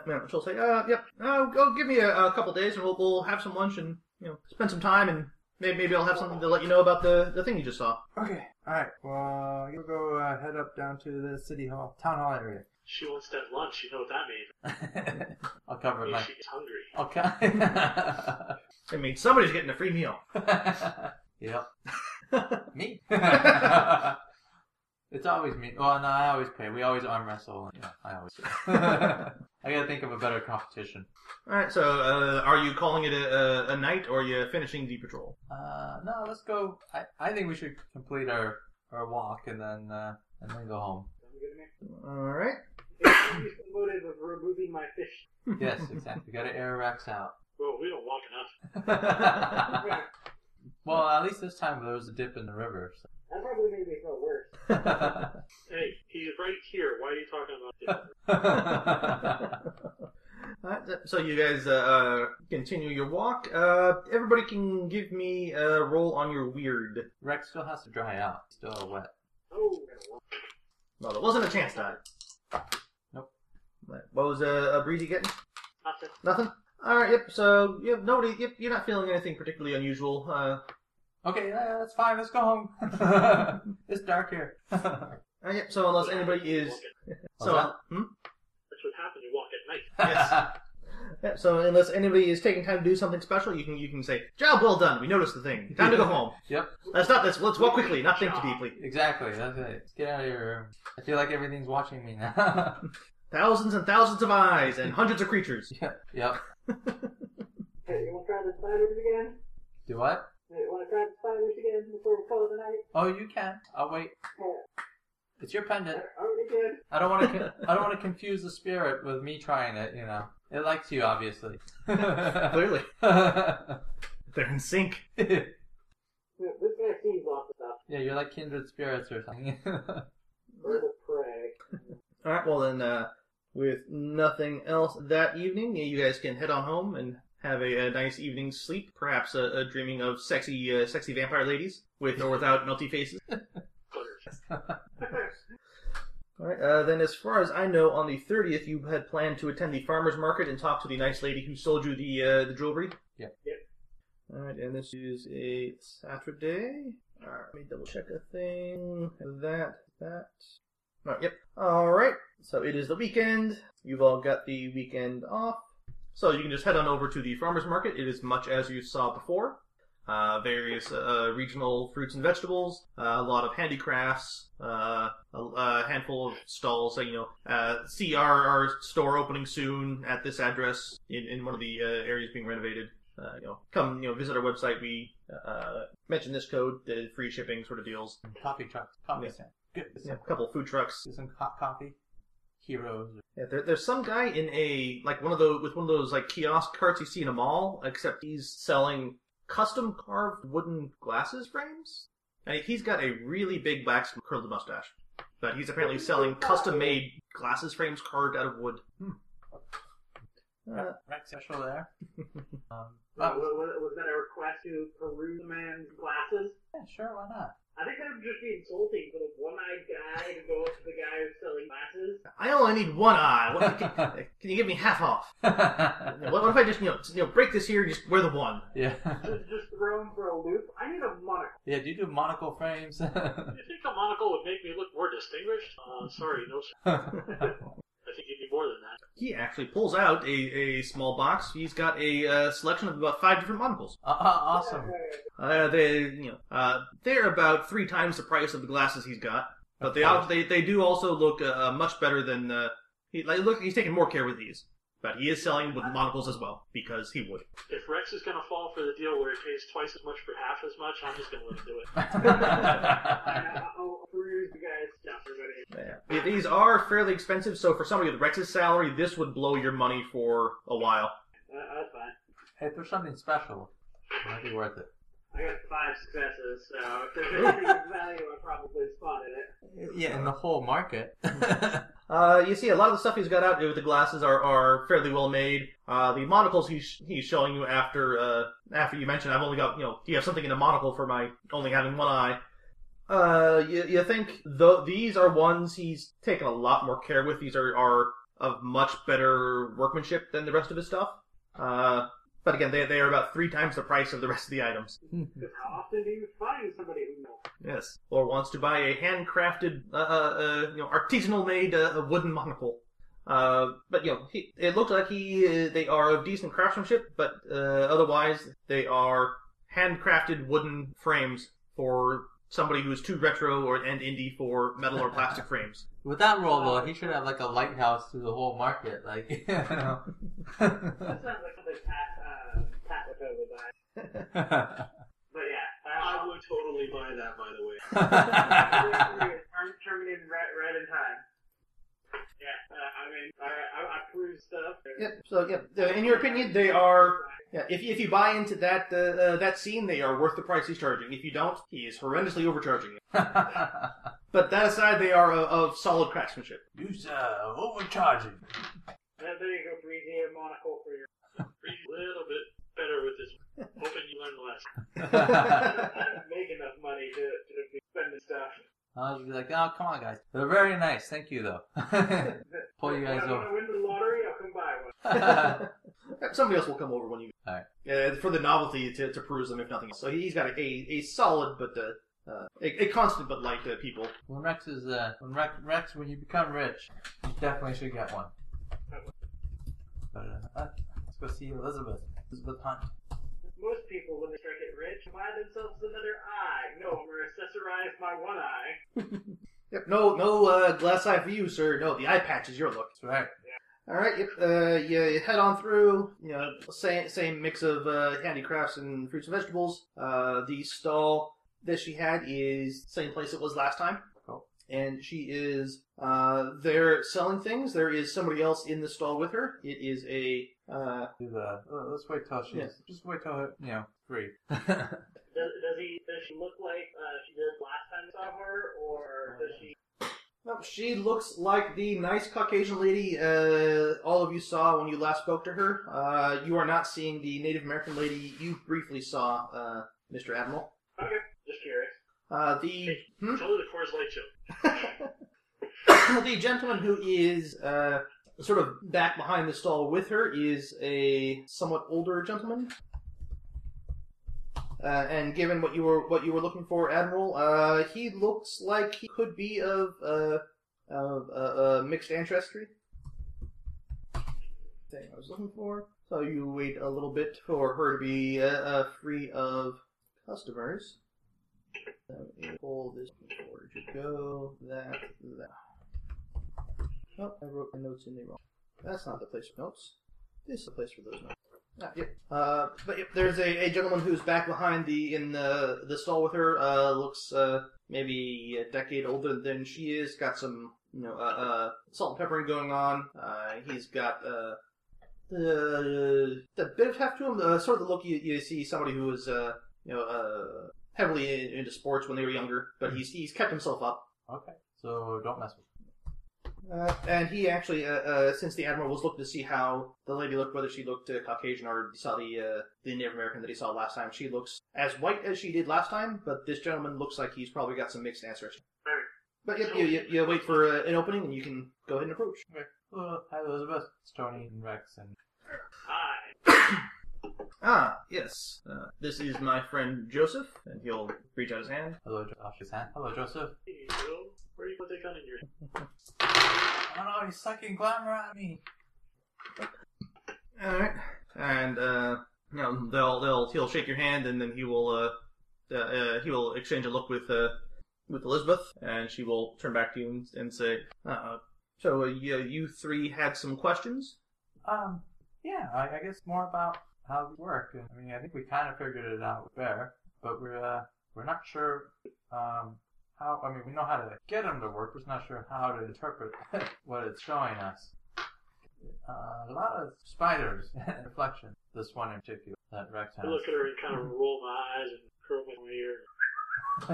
Speaker 4: yeah, She'll say, uh, "Yep, uh, go give me a, a couple days, and we'll we'll have some lunch and you know spend some time and Maybe, maybe I'll have something to let you know about the, the thing you just saw.
Speaker 5: Okay. All right. Well, you'll go uh, head up down to the city hall, town hall area. <laughs>
Speaker 2: She wants that lunch. You know what that means?
Speaker 5: I'll cover
Speaker 2: It
Speaker 5: my.
Speaker 2: means she gets hungry.
Speaker 5: <laughs> Okay.
Speaker 4: I mean, somebody's getting a free meal.
Speaker 5: <laughs> yep. me. <laughs> it's always me. Well, no, I always pay. We always arm wrestle. Yeah, I always. <laughs> Do. I gotta think of a better competition.
Speaker 4: All right, so uh, are you calling it a, a, a night or are you finishing the patrol?
Speaker 5: Uh, no, let's go. I, I think we should complete our, our walk and then uh, and then go home.
Speaker 1: I'm gonna make
Speaker 4: All right.
Speaker 1: the motive of removing my fish.
Speaker 5: Yes, exactly. Gotta air Rex out.
Speaker 2: Well, we don't walk
Speaker 4: <laughs>
Speaker 2: enough.
Speaker 5: <laughs> well, at least this time there was a dip in the river. so. <laughs>
Speaker 1: That probably made me feel worse.
Speaker 2: Hey, he's right here. Why are you talking about this?
Speaker 4: <laughs> All right, th- so you guys uh, uh, continue your walk. Uh, everybody can give me a roll on your weird.
Speaker 5: Rex still has to dry out. Still wet.
Speaker 1: Oh, we're gonna walk.
Speaker 4: Well, there wasn't a chance die.
Speaker 5: Nope.
Speaker 4: Right, What was uh, a breed you getting?
Speaker 2: Nothing.
Speaker 4: Nothing. All right. Yep. So yep. Nobody. Yep. You're not feeling anything particularly unusual. Uh,
Speaker 5: Okay, yeah, that's fine. Let's go home. <laughs> it's
Speaker 4: <laughs>
Speaker 5: dark here. so,
Speaker 4: uh, yep. So unless anybody is
Speaker 2: Walk at-
Speaker 4: so uh, hmm?
Speaker 2: That's what happens. You walk at night.
Speaker 4: <laughs> Yes. Yep, so unless anybody is taking time to do something special, you can you can say job well done. We noticed the thing. Time to go home.
Speaker 5: <laughs> Yep.
Speaker 4: Let's not this. Let's walk quickly. Not think too deeply.
Speaker 5: exactly. That's it. Let's get out of your room. I feel like everything's watching me now. <laughs>
Speaker 4: Thousands and thousands of eyes and hundreds of creatures.
Speaker 5: yep. Yep.
Speaker 1: Hey, you wanna try the spiders again?
Speaker 5: Do what?
Speaker 1: Hey, you wanna try the spiders again before we call it a night?
Speaker 5: Oh, you can. I'll wait.
Speaker 1: Yeah.
Speaker 5: It's your pendant.
Speaker 1: I already did.
Speaker 5: I don't want to. Con- I don't want to confuse the spirit with me trying it. You know, it likes you obviously. <laughs>
Speaker 4: Clearly, they're in sync.
Speaker 5: yeah,
Speaker 1: Yeah, This guy sees lots of
Speaker 4: <laughs>
Speaker 1: stuff.
Speaker 5: you're like kindred spirits or something. <laughs>
Speaker 1: Bird of prey.
Speaker 4: All right. Well then, uh, with nothing else that evening, you guys can head on home and have a, a nice evening's sleep. Perhaps uh, uh, dreaming of sexy, uh, sexy vampire ladies with or without melty faces. <laughs>
Speaker 2: Butterfly.
Speaker 4: Uh,
Speaker 1: <laughs>
Speaker 4: All right. Uh, then, as far as I know, on the thirtieth, you had planned to attend the farmers market and talk to the nice lady who sold you the uh, the jewelry.
Speaker 5: Yeah.
Speaker 1: Yep.
Speaker 4: All right, and this is a Saturday. All right, let me double check a thing. That that. All right, yep. All right. So it is the weekend. You've all got the weekend off. So you can just head on over to the farmers market. It is much as you saw before. Uh, various uh, regional fruits and vegetables, uh, a lot of handicrafts, uh, a, a handful of stalls. So, you know, uh, see our, our store opening soon at this address in, in one of the uh, areas being renovated. Uh, you know, come you know visit our website. We uh, mention this code, the free shipping sort of deals.
Speaker 5: coffee trucks, coffee
Speaker 4: Yeah.
Speaker 5: stand. Good.
Speaker 4: You know, a couple food trucks.
Speaker 5: Get some hot coffee. Heroes.
Speaker 4: Yeah, there, there's some guy in a like one of those with one of those like kiosk carts you see in a mall, except he's selling custom carved wooden glasses frames, and he's got a really big black curled mustache. But he's apparently selling custom made glasses frames carved out of wood. Hmm. Uh,
Speaker 5: Right special there. um,
Speaker 1: Wa-
Speaker 5: oh,
Speaker 1: wa- wa- was that a request to peruse the man's glasses?
Speaker 5: yeah, sure. Why not?
Speaker 1: I think that would just be insulting for the one-eyed guy to go up to the guy who's selling glasses.
Speaker 4: I only need one eye. What, can, can you give me half off? What, what if I just you know, just, you know break this here and just wear the one?
Speaker 5: <laughs> yeah.
Speaker 1: Just, just throw him for a loop. I need a monocle.
Speaker 5: Yeah. Do you do monocle frames? <laughs> Uh,
Speaker 2: You think a monocle would make me look more distinguished? Uh, sorry, no. sir. I think you'd be more than that.
Speaker 4: He actually pulls out a, a small box. He's got a uh, selection of about five different monocles.
Speaker 5: Uh, uh,
Speaker 1: <laughs>
Speaker 5: awesome.
Speaker 4: Uh, they, you know, uh, they're about three times the price of the glasses he's got, but they al- they they do also look uh, uh, much better than uh, he like look. He's taking more care with these, but he is selling with monocles as well because he would.
Speaker 2: If Rex is going to fall for the deal where he pays twice as much for half as much, I'm just going to let him do it.
Speaker 1: I- I'll peruse the guy's stuff. Everybody.
Speaker 4: Yeah, These are fairly expensive, so for somebody with Rex's salary, this would blow your money for a while.
Speaker 1: Uh, that's fine.
Speaker 5: Hey, if there's something special, it might be worth it.
Speaker 1: I got five successes, so if there's anything of value, I probably spotted it.
Speaker 5: Yeah, in the whole market. <laughs>
Speaker 4: Uh, you see, a lot of the stuff he's got out with the glasses are, are fairly well made. Uh, the monocles he's he's showing you after uh, after you mentioned, I've only got you know, do you have something in a monocle for my only having one eye? Uh, you, you think though these are ones he's taken a lot more care with. These are are of much better workmanship than the rest of his stuff. Uh, But again, they, they are about three times the price of the rest of the items.
Speaker 1: Because how often do you find somebody who knows?
Speaker 4: Yes. Or wants to buy a handcrafted, uh, uh, uh, you know, artisanal made uh, wooden monocle. Uh, but you know, he, it looks like he uh, they are of decent craftsmanship, but uh, otherwise they are handcrafted wooden frames for somebody who is too retro or and indie for metal or <laughs> plastic frames.
Speaker 5: With that role, though, he should have like a lighthouse through the whole market. Like, <laughs> you know.
Speaker 1: <laughs> That sounds like
Speaker 5: <laughs>
Speaker 1: something Pat, uh, Pat would totally buy. But yeah,
Speaker 3: I
Speaker 1: I,
Speaker 3: would totally buy that, by
Speaker 2: <laughs>
Speaker 3: the way.
Speaker 1: I turn, turn it in right, right in time. Yeah, uh, I mean, I, I, I prove stuff.
Speaker 4: Yep. So yep. uh, In your opinion, they are. Yeah, if, if you buy into that uh, uh, that scene, they are worth the price he's charging. If you don't, he is horrendously overcharging. you. But that aside, they are of, of solid craftsmanship.
Speaker 5: Use uh, overcharging.
Speaker 1: Uh, there you go, Breezy, a monocle for your.
Speaker 2: Breathe a little bit better with this. one. Hoping you learn the lesson.
Speaker 5: I
Speaker 1: <laughs> I don't make enough money to, to be spending stuff.
Speaker 5: was be like, oh, come on, guys. They're very nice. Thank you, though. <laughs> Pull you guys
Speaker 1: When I
Speaker 5: over.
Speaker 1: win the lottery, I'll come buy one.
Speaker 4: <laughs> Somebody else will come over when you.
Speaker 5: Alright.
Speaker 4: Uh, for the novelty to, to peruse them, if nothing else. So he's got a, a, a solid but uh, uh, a, a constant but light uh, people.
Speaker 5: <laughs> when Rex is uh, when Rex, Rex, when you become rich, you definitely should get one. But, uh, uh, let's go see Elizabeth. Elizabeth Hunt.
Speaker 1: Most people, when they start getting rich, buy themselves another eye. No, I'm going to accessorize my one eye.
Speaker 4: Yep. No, no uh, glass eye for you, sir. No, the eye patch is your look.
Speaker 5: That's right.
Speaker 4: All right. Yep. Uh, you, you head on through. You know, same same mix of uh, handicrafts and fruits and vegetables. Uh, the stall that she had is same place it was last time.
Speaker 5: Cool.
Speaker 4: And she is uh, there selling things. There is somebody else in the stall with her. It is a uh,
Speaker 5: Do the, uh, let's wait till she's
Speaker 4: Yeah.
Speaker 5: just wait till her, you know free.
Speaker 1: Does, does he? Does she look like uh, she did last time I saw her, or does she?
Speaker 4: No, she looks like the nice Caucasian lady uh, all of you saw when you last spoke to her. Uh, you are not seeing the Native American lady you briefly saw, uh, Mr. Admiral.
Speaker 1: Just curious.
Speaker 4: Uh, the hmm?
Speaker 2: Tell her the Coors Light show.
Speaker 4: the gentleman who is uh, sort of back behind the stall with her is a somewhat older gentleman. Uh, and given what you were what you were looking for, Admiral, uh, he looks like he could be of uh, of uh, uh, mixed ancestry. Thing I was looking for. So you wait a little bit for her to be uh, uh, free of customers. Let me Pull this forward. Go that that. Nope, I wrote my notes in there wrong. That's not the place for notes. This is the place for those notes. Ah, yep. Uh, but yep, there's a, a gentleman who's back behind the in the the stall with her. Uh, looks uh, maybe a decade older than she is. Got some you know uh, uh, salt and peppering going on. Uh, he's got uh, the the bit of heft to him. Uh, sort of the look you, you see somebody who was uh, you know uh, heavily in, into sports when they were younger, but he's he's kept himself up.
Speaker 5: Okay. So don't mess with.
Speaker 4: Uh, and he actually, uh, uh, since the admiral was looking to see how the lady looked, whether she looked uh, Caucasian or saw the uh, the Native American that he saw last time, she looks as white as she did last time. But this gentleman looks like he's probably got some mixed ancestry.
Speaker 1: Alright.
Speaker 4: But yep, you, you, you wait for uh, an opening, and you can go ahead and approach.
Speaker 5: Uh, hi, Elizabeth. It's Tony and Rex and
Speaker 1: Hi.
Speaker 4: Ah, yes. Uh, this is my friend Joseph, and he'll reach out his hand.
Speaker 5: hello, jo- off his hand. Hello, Joseph.
Speaker 2: Hey, Will, where you put that gun in your
Speaker 5: Oh no, he's sucking glamour at me.
Speaker 4: All right, and uh, you know they'll they'll he'll shake your hand, and then he will uh, uh, uh he will exchange a look with uh with Elizabeth, and she will turn back to you and, and say, uh, "So uh, you, you three had some questions?
Speaker 5: Um, yeah, I, I guess more about how we work. I mean, I think we kind of figured it out there, but we're uh, we're not sure um, how. I mean, we know how to get him to work. We're just not sure how to interpret <laughs> what it's showing us. Uh, a lot of spiders <laughs> and reflection. This one in particular that Rex
Speaker 2: I look at her and kind of roll my eyes and curl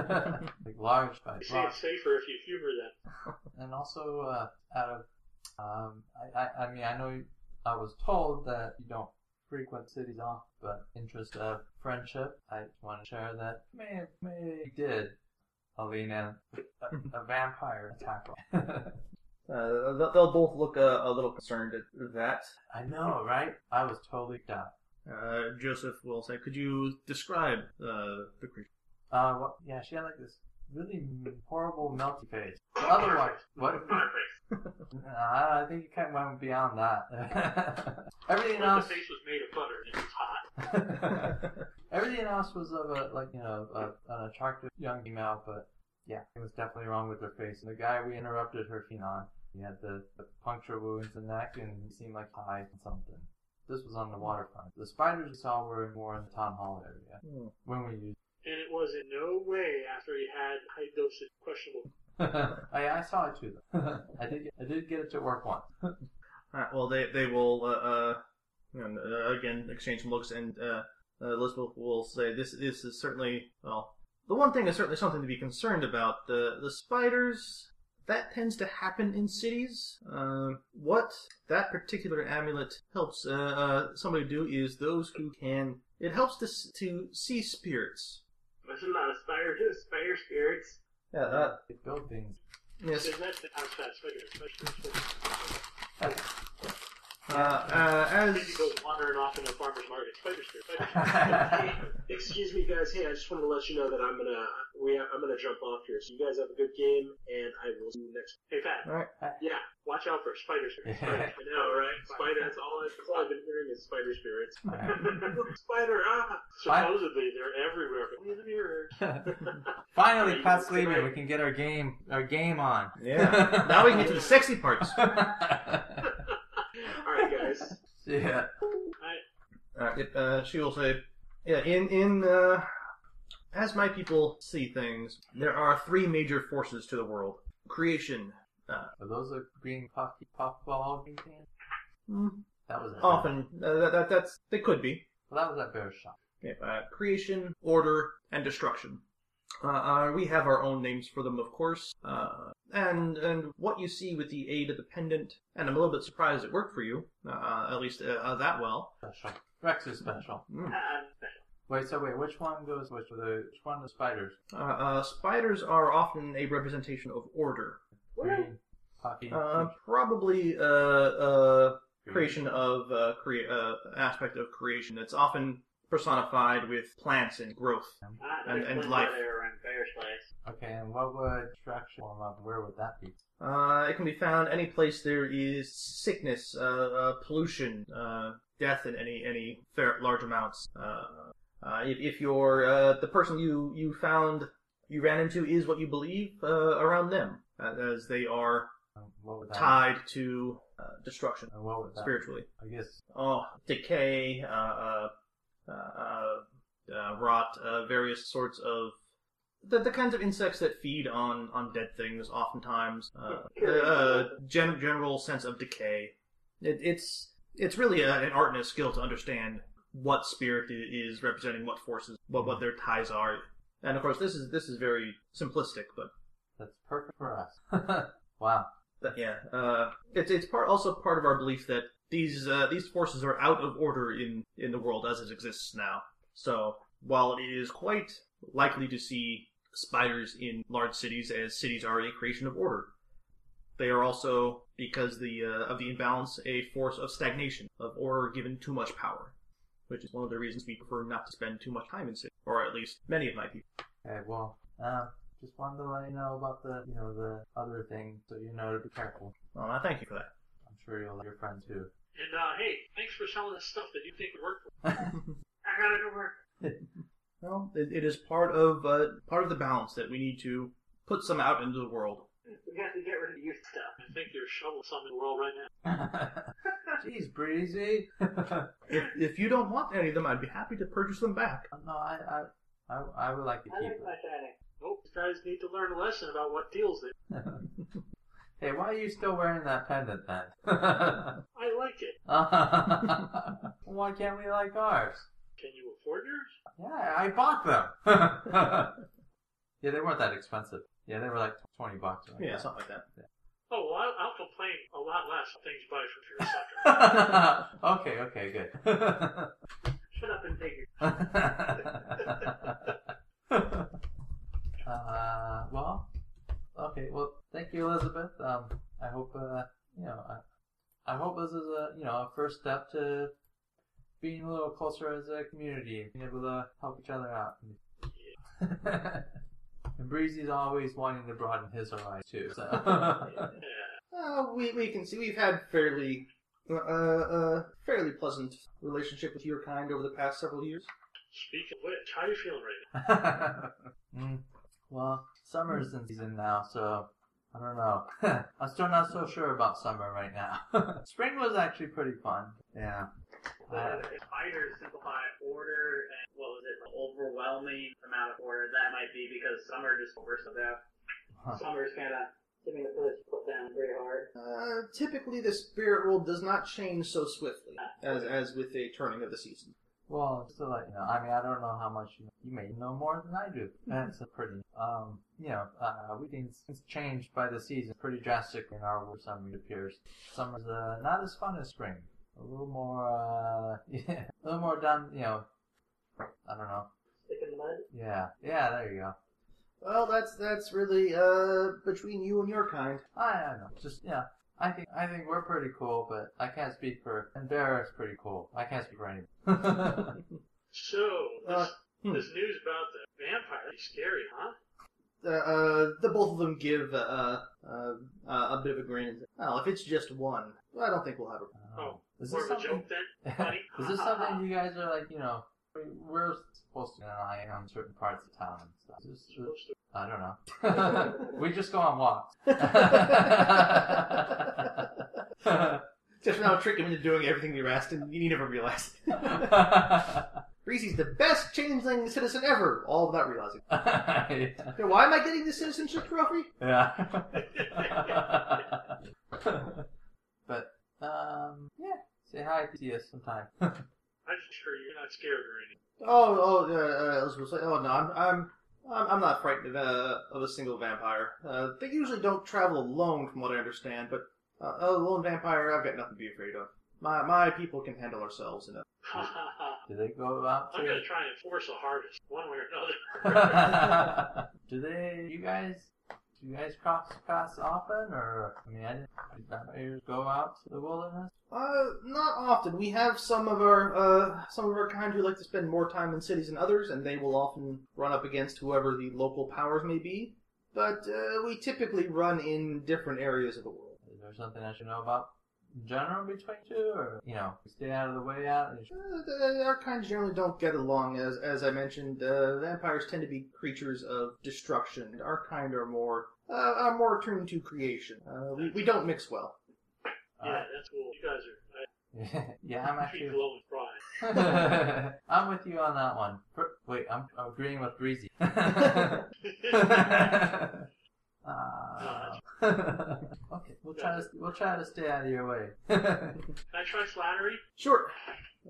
Speaker 2: my ear.
Speaker 5: has, <laughs> like large
Speaker 2: They
Speaker 5: spiders.
Speaker 2: say it's safer if you humor them.
Speaker 5: And also, uh, out of, um, I, I, I mean, I know you- I was told that you don't frequent cities off, but interest of friendship, I want to share that. May, may you did, Alina, a, a vampire attack. <laughs>
Speaker 4: Uh, they'll- they'll both look uh, a little concerned at that.
Speaker 5: I know, right? I was totally done.
Speaker 4: Uh, Joseph will say, "Could you describe uh, the creature?"
Speaker 5: Uh, well, yeah, she had like this really m- horrible melty face. But otherwise, what?
Speaker 2: Fireface.
Speaker 5: <laughs> Nah, I think you kind of went beyond that. <laughs> Everything
Speaker 2: Like
Speaker 5: else,
Speaker 2: the face was made of butter and it was hot.
Speaker 5: <laughs> everything else was of a like you know a, an attractive young female, but yeah, it was definitely wrong with her face. And the guy we interrupted her phenon, he had the, the puncture wounds in the neck, and he seemed like high on something. This was on the waterfront. The spiders we saw were more in the town hall area
Speaker 4: Hmm.
Speaker 5: when we used. <laughs>
Speaker 2: And it was in no way after he had high dosage questionable.
Speaker 5: I, I saw it too. Though. <laughs> I did. Get, I did get it to work once.
Speaker 4: All right. Well, they they will uh, uh, and, uh, again exchange some looks, and uh, uh, Elizabeth will say, "This this is certainly well." The one thing is certainly something to be concerned about. The the spiders that tends to happen in cities. Um, what that particular amulet helps uh, uh, somebody do is those who can. It helps to s- to see spirits.
Speaker 1: Wasn't that a <laughs> spider? Just spider spirits.
Speaker 4: Yeah. Uh,
Speaker 5: It built things. <laughs>
Speaker 4: yes.
Speaker 2: And that's the outside spider, especially
Speaker 4: Uh, uh,
Speaker 2: if he
Speaker 4: as
Speaker 2: goes wandering off in a farmer's market. Spider spirit, spider spirit.
Speaker 3: <laughs> Excuse me, guys. Hey, I just wanted to let you know that I'm gonna we I'm gonna jump off here. So you guys have a good game, and I will see you next.
Speaker 2: Hey, Pat,
Speaker 4: all right.
Speaker 3: Yeah,
Speaker 2: watch out for spider spirit.
Speaker 3: <laughs> I know, right? Spider. That's all, I, that's all I've been hearing is spider spirits.
Speaker 2: <laughs>
Speaker 3: spider, ah.
Speaker 2: Supposedly, they're everywhere, but in the mirror.
Speaker 5: Finally, Pat's leaving. We can get our game, our game on.
Speaker 4: Yeah.
Speaker 5: <laughs>
Speaker 4: now we can get to the sexy parts.
Speaker 3: <laughs> All right,
Speaker 2: <laughs>
Speaker 3: guys.
Speaker 5: yeah.
Speaker 4: Uh, it, uh, she will say, "Yeah, in in uh, as my people see things, there are three major forces to the world: creation,
Speaker 5: Are those the green puffy puffball green can?
Speaker 4: mm,
Speaker 5: That was a
Speaker 4: often uh, that, that that's they could be
Speaker 5: Well, that was that bear shot.
Speaker 4: yeah, uh, creation, order, and destruction. Uh, uh, we have our own names for them, of course. Uh, and and what you see with the aid of the pendant, and I'm a little bit surprised it worked for you, uh, uh, at least uh, uh, that well.
Speaker 5: Special. Rex is special.
Speaker 4: Mm.
Speaker 1: Uh,
Speaker 5: Wait, so wait, which one goes which? The which one of the spiders?
Speaker 4: Uh, uh, spiders are often a representation of order.
Speaker 5: Green puffy.
Speaker 4: Uh, probably uh, uh, creation of uh, crea- uh, aspect of creation that's often personified with plants and growth.
Speaker 1: ah,
Speaker 4: And-
Speaker 1: there's
Speaker 4: and
Speaker 1: one
Speaker 4: life.
Speaker 1: where They were in Bear's place.
Speaker 5: Okay, and what would traction form up? Where would that be?
Speaker 4: Uh, it can be found any place there is sickness, uh, uh, pollution, uh, death in any any fair, large amounts. Uh, uh, if if you're uh, the person you you found you ran into is what you believe uh, around them, uh, as they are
Speaker 5: Um, What would that?
Speaker 4: tied to uh, destruction
Speaker 5: Be? And what would that?
Speaker 4: spiritually.
Speaker 5: I guess.
Speaker 4: oh, decay, uh, uh, uh, uh, uh, rot, uh, various sorts of the, the kinds of insects that feed on, on dead things. Oftentimes, uh, uh, gen- general sense of decay. It, it's it's really a, an art and a skill to understand what spirit i- is representing, what forces, what what their ties are. And of course, this is this is very simplistic, but
Speaker 5: That's perfect for us. <laughs> wow.
Speaker 4: but yeah, uh, it's it's part also part of our belief that these uh, these forces are out of order in in the world as it exists now. So while it is quite likely to see spiders in large cities, as cities are a creation of order, they are also because the uh, of the imbalance a force of stagnation of order given too much power, which is one of the reasons we prefer not to spend too much time in cities, or at least many of my people.
Speaker 5: Okay, well, um, just wanted to let you know about the, you know, the other thing, so you know to be careful.
Speaker 4: Well, I Uh, thank you for that.
Speaker 5: I'm sure you'll like your friend too. <laughs>
Speaker 2: And uh, hey, thanks for selling us stuff that you think would work for
Speaker 1: <laughs> I gotta go work.
Speaker 4: Well, it, it is part of uh, part of the balance that we need to put some out into the world.
Speaker 1: We got to get rid of the youth stuff.
Speaker 2: I think there's shoveling some in the world right now.
Speaker 5: Jeez, breezy. <laughs> no,
Speaker 4: If, if you don't want any of them, I'd be happy to purchase them back.
Speaker 5: I, I, I, I would like to
Speaker 1: I
Speaker 5: keep
Speaker 1: like
Speaker 5: it.
Speaker 1: my shining.
Speaker 2: Nope, these guys need to learn a lesson about what deals they.
Speaker 5: Hey, why are you still wearing that pendant then?
Speaker 2: I like it.
Speaker 5: <laughs> why can't we like ours?
Speaker 2: Can you afford yours?
Speaker 5: Yeah, I bought them. <laughs> yeah, they weren't that expensive. Yeah, they were like twenty bucks. or something
Speaker 4: Yeah,
Speaker 5: like
Speaker 4: something like that.
Speaker 2: Oh, well, I'll, I'll complain a lot less if things buy from your sucker.
Speaker 5: that. <laughs> okay, okay, good.
Speaker 1: <laughs>
Speaker 5: <laughs>
Speaker 1: Shut up and take your.
Speaker 5: uh, well, okay. Well, thank you, Elizabeth. Um, I hope uh, you know, I, I hope this is a you know a first step to being a little closer as a community and being able to help each other out. <laughs> and Breezy's always wanting to broaden his horizon too. So.
Speaker 4: Uh, we we can see we've had fairly uh, uh fairly pleasant relationship with your kind over the past several years.
Speaker 2: Speaking of which, how are you feeling right now?
Speaker 5: <laughs> mm. Well, summer's in season now, so I don't know. <laughs> I'm still not so sure about summer right now. <laughs> Spring was actually pretty fun. Yeah. Uh,
Speaker 1: The fighters simplify order and what was it? The overwhelming amount of order. That might be because summer just over so that
Speaker 5: Huh.
Speaker 1: summer's kind of giving the first foot down pretty hard.
Speaker 4: Uh, typically, the spirit world does not change so swiftly as as with a turning of the season.
Speaker 5: Well, so like you know, I mean, I don't know how much you, you may know more than I do. That's a pretty, um, you know, uh, we think it's changed by the season, pretty drastic in our world. Summer it appears. Summer's uh, not as fun as spring. A little more, uh, <laughs> yeah, a little more done. You know, I don't know.
Speaker 1: Stick in the mud.
Speaker 5: Yeah, yeah, there you go.
Speaker 4: Well, that's that's really uh between you and your kind.
Speaker 5: I, I don't know. Just yeah. I think I think we're pretty cool, but I can't speak for and Bear is pretty cool. <laughs> I can't speak for anyone.
Speaker 2: So, this,
Speaker 4: Uh, hmm.
Speaker 2: this news about the vampire is scary, huh?
Speaker 4: Uh, uh, the both of them give uh, uh, uh a bit of a grin. Well, if it's just one, well, I don't think we'll have a.
Speaker 2: Oh,
Speaker 5: <laughs> is
Speaker 2: More of a
Speaker 5: this something?
Speaker 2: joke then? Funny?
Speaker 5: is
Speaker 2: <laughs>
Speaker 5: this something you guys are like, you know, we're supposed to keep an eye on certain parts of town and stuff? Is this-
Speaker 2: Supposed to-
Speaker 5: I don't know. <laughs> we just go on walks.
Speaker 2: <laughs>
Speaker 4: Just now, trick him into doing everything we were asked, and you never realized. <laughs> Reese's the best changeling citizen ever, all without realizing. Now, why am I getting the citizenship trophy?
Speaker 5: yeah. <laughs> but um, yeah. Say hi if you see us sometime. <laughs>
Speaker 2: I'm sure you're not scared or anything. <laughs>
Speaker 4: Oh, oh, uh, uh, I was gonna say, oh no, I'm, I'm, I'm, I'm not frightened of, uh, of a single vampire. Uh, they usually don't travel alone, from what I understand. But uh, a lone vampire, I've got nothing to be afraid of. My my people can handle ourselves enough.
Speaker 5: Hmm.
Speaker 2: I'm
Speaker 5: Do they go out to
Speaker 2: going to try and force a harvest, one way or another. <laughs>
Speaker 5: <laughs> do they? You guys? Do you guys cross paths often, or I mean, I didn't, did vampires go out to the wilderness?
Speaker 4: Uh, not often. We have some of our uh, some of our kind who like to spend more time in cities than others, and they will often run up against whoever the local powers may be. But uh, we typically run in different areas of the world.
Speaker 5: Is there something I should know about in general between two, or you know, stay out of the way out? and just-
Speaker 4: Uh, th- our kinds generally don't get along. As as I mentioned, uh, vampires tend to be creatures of destruction. Our kind are more uh, are more attuned to creation. Uh, we, we don't mix well.
Speaker 2: Yeah, that's cool. You guys are. I
Speaker 5: <laughs> yeah, I'm
Speaker 2: keep
Speaker 5: actually.
Speaker 2: glowing pride.
Speaker 5: <laughs>
Speaker 2: <laughs>
Speaker 5: I'm with you on that one. Per- Wait, I'm agreeing with Breezy. <laughs> Uh, Ah. okay, we'll try to we'll try to stay out of your way. <laughs>
Speaker 2: Can I try flattery?
Speaker 4: Sure.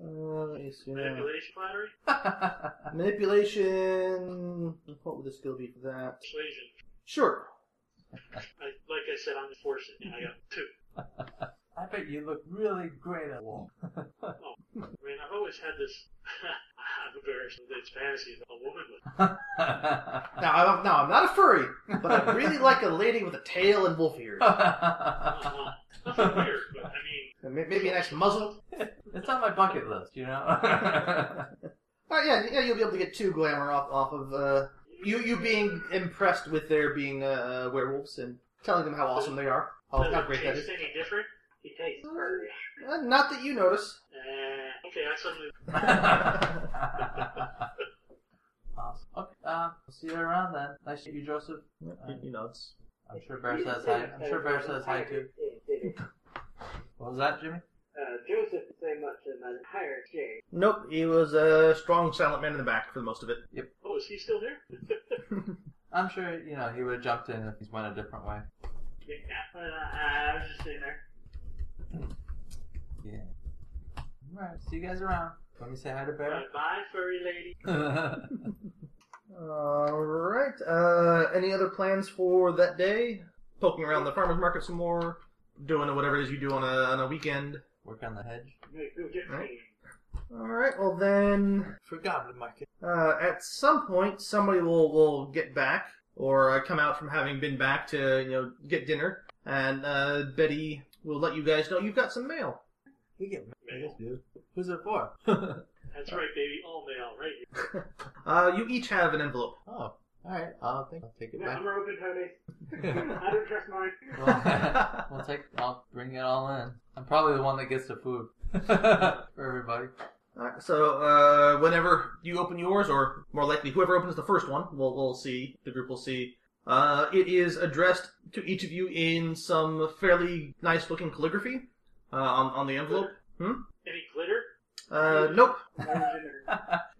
Speaker 4: Uh, let me see.
Speaker 2: Manipulation flattery?
Speaker 4: Manipulation. What would the skill be for that?
Speaker 2: Persuasion.
Speaker 4: Sure.
Speaker 2: I, like I said, I'm enforcing, and I got two.
Speaker 5: I bet you look really great at <laughs> war.
Speaker 2: I mean, I've always had this. <laughs> I'm embarrassed with this fantasy of a woman with
Speaker 4: Now, I don't, now I'm not a furry, but I really like a lady with a tail and wolf ears.
Speaker 2: uh, nothing weird, but I mean,
Speaker 4: And may- Maybe a nice muzzle.
Speaker 5: it's on my bucket list, you <laughs> know.
Speaker 4: Oh yeah, yeah, you'll be able to get two glamour off off of uh, you you being impressed with their being uh, werewolves and telling them how awesome they are. Oh,
Speaker 2: does
Speaker 4: how
Speaker 2: it
Speaker 4: great that
Speaker 2: taste
Speaker 4: is!
Speaker 2: any different?
Speaker 1: He tastes furry.
Speaker 4: Uh, not that you notice.
Speaker 2: Uh, okay, I suddenly.
Speaker 5: awesome. Okay, uh, we'll see you around then. Nice to meet you, Joseph.
Speaker 4: He nods.
Speaker 5: I'm sure Bear says hi. I'm sure Bear says hi too. What was that, Jimmy?
Speaker 1: Uh, Joseph didn't say much in the entire exchange.
Speaker 4: Nope, he was a strong, silent man in the back for the most of it.
Speaker 2: Oh, is he still here?
Speaker 5: I'm sure you know he would have jumped in if he's went a different way.
Speaker 1: Yeah, but uh, I was just sitting there.
Speaker 5: All right, see you guys around. Let me say hi
Speaker 1: <laughs>
Speaker 5: to Bear.
Speaker 2: Bye bye, furry lady.
Speaker 4: All right. Uh, any other plans for that day? Poking around the farmers market some more, doing whatever it is you do on a on a weekend.
Speaker 5: Work on the hedge.
Speaker 1: Go get
Speaker 4: Right.
Speaker 1: me.
Speaker 4: All right. Well then,
Speaker 5: For goblin market.
Speaker 4: uh, at some point, somebody will will get back or uh, come out from having been back to you know get dinner, and uh, Betty will let you guys know you've got some mail.
Speaker 5: We get I guess
Speaker 2: Male.
Speaker 5: we do. Who's it for? oh,
Speaker 2: That's right, baby. All male, right here.
Speaker 4: Uh, you each have an envelope. <laughs>
Speaker 5: all right. I'll, think, I'll take it
Speaker 1: No, I'm open,
Speaker 5: <laughs>
Speaker 1: Tony.
Speaker 5: back.
Speaker 1: I don't trust mine.
Speaker 5: well, <laughs> we'll take. I'll bring it all in. I'm probably the one that gets the food for everybody.
Speaker 4: Alright, so uh, whenever you open yours, or more likely, whoever opens the first one, we'll, we'll see, the group will see. Uh, it is addressed to each of you in some fairly nice looking calligraphy uh, on, on the envelope.
Speaker 2: Any glitter?
Speaker 4: Uh, nope.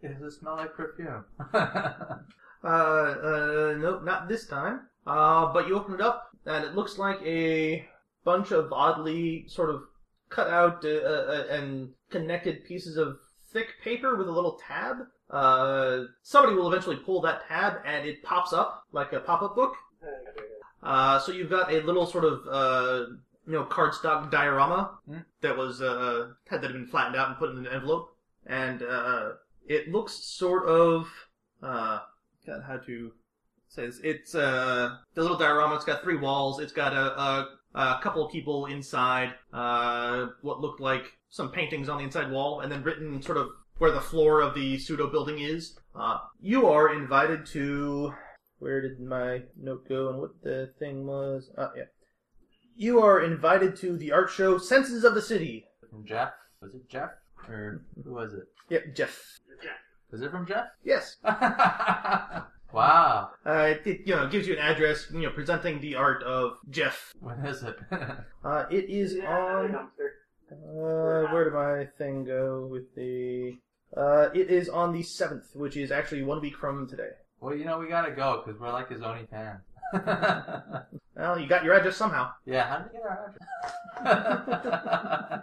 Speaker 5: Does it smell like perfume?
Speaker 4: Uh, uh, nope, not this time. Uh, but you open it up, and it looks like a bunch of oddly sort of cut out uh, uh, uh, and connected pieces of thick paper with a little tab. Uh, somebody will eventually pull that tab, and it pops up like a pop-up book. Uh, so you've got a little sort of uh, you know cardstock diorama
Speaker 5: Hmm.
Speaker 4: that was uh, had that been flattened out and put in an envelope, and uh, it looks sort of uh, God, how to say this? It's uh, the little diorama. It's got three walls. It's got a, a, a couple of people inside. Uh, what looked like some paintings on the inside wall, and then written sort of where the floor of the pseudo building is. Uh, you are invited to where did my note go and what the thing was? Ah, yeah. You are invited to the art show Senses of the City.
Speaker 5: from Jeff? Was it Jeff or who was it?
Speaker 4: Yep, Jeff.
Speaker 5: Was it from Jeff?
Speaker 4: Yes.
Speaker 5: wow.
Speaker 4: Uh, it, it, you know, gives you an address, you know, presenting the art of Jeff.
Speaker 5: When is it? <laughs>
Speaker 4: Uh, it is on. Uh, where did my thing go with the? Uh, it is on the seventh, which is actually one week from today.
Speaker 5: well, you know we gotta go because we're like his only fan. <laughs>
Speaker 4: Well, you got your address somehow.
Speaker 5: yeah. How did you get our address?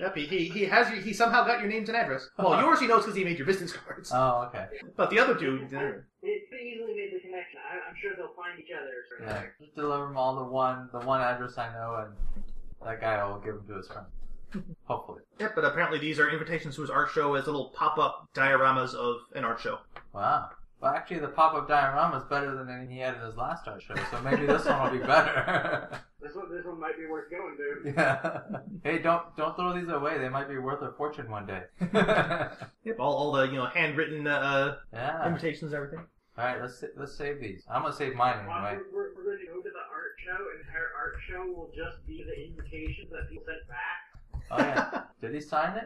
Speaker 4: Yep, he, he, he has your, he somehow got your names and address. Well, yours he knows because he made your business <laughs> cards.
Speaker 5: <laughs> oh, okay.
Speaker 4: But the other two, didn't.
Speaker 1: It they easily made the connection. I, I'm sure they'll find each other. or
Speaker 5: Yeah,
Speaker 1: something.
Speaker 5: just deliver them all to one, the one address I know, and that guy will give them to his friend. Hopefully.
Speaker 4: Yep, but apparently these are invitations to his art show as little pop-up dioramas of an art show.
Speaker 5: Wow. Well, actually, the pop-up diorama is better than any he had in his last art show, so maybe this one will be better. <laughs>
Speaker 1: This one, this one might be worth going to.
Speaker 5: yeah. Hey, don't don't throw these away. They might be worth a fortune one day. <laughs>
Speaker 4: Yep, all, all the you know handwritten uh,
Speaker 5: yeah.
Speaker 4: invitations, and everything.
Speaker 5: All right, let's sa- let's save these. I'm gonna save mine anyway.
Speaker 1: We're, we're, we're going to go to the art show, and our art show will just be the invitations that people sent back.
Speaker 5: Oh yeah. Did he sign it?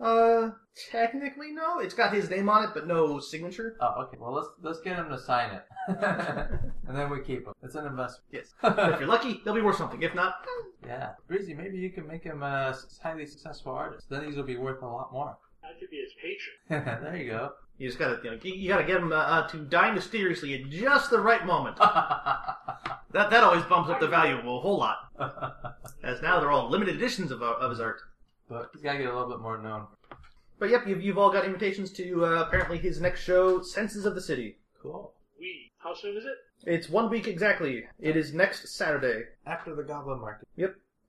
Speaker 4: Uh, technically no, it's got his name on it, but no signature.
Speaker 5: Oh, okay. Well, let's let's get him to sign <laughs> it, and then we keep him. It's an investment. <laughs>
Speaker 4: Yes. But if
Speaker 5: yeah.
Speaker 4: you're lucky, they'll be worth something. If not,
Speaker 5: Breezy, maybe you can make him a s- highly successful artist. Then these will be worth a lot more. <laughs>
Speaker 2: I could be his patron.
Speaker 5: there you go. <laughs>
Speaker 4: you just gotta you, know, you gotta get him uh, uh, to die mysteriously at just the right moment. That that always bumps up the value of a whole lot,
Speaker 5: but
Speaker 4: as now they're all limited editions of, of his art.
Speaker 5: he's gotta get a little bit more known.
Speaker 4: But yep, you've, you've all got invitations to uh, apparently his next show, Senses of the City.
Speaker 5: Cool.
Speaker 2: We. How soon is it?
Speaker 4: It's one week exactly. It is next Saturday.
Speaker 5: After the Goblin <laughs> Market.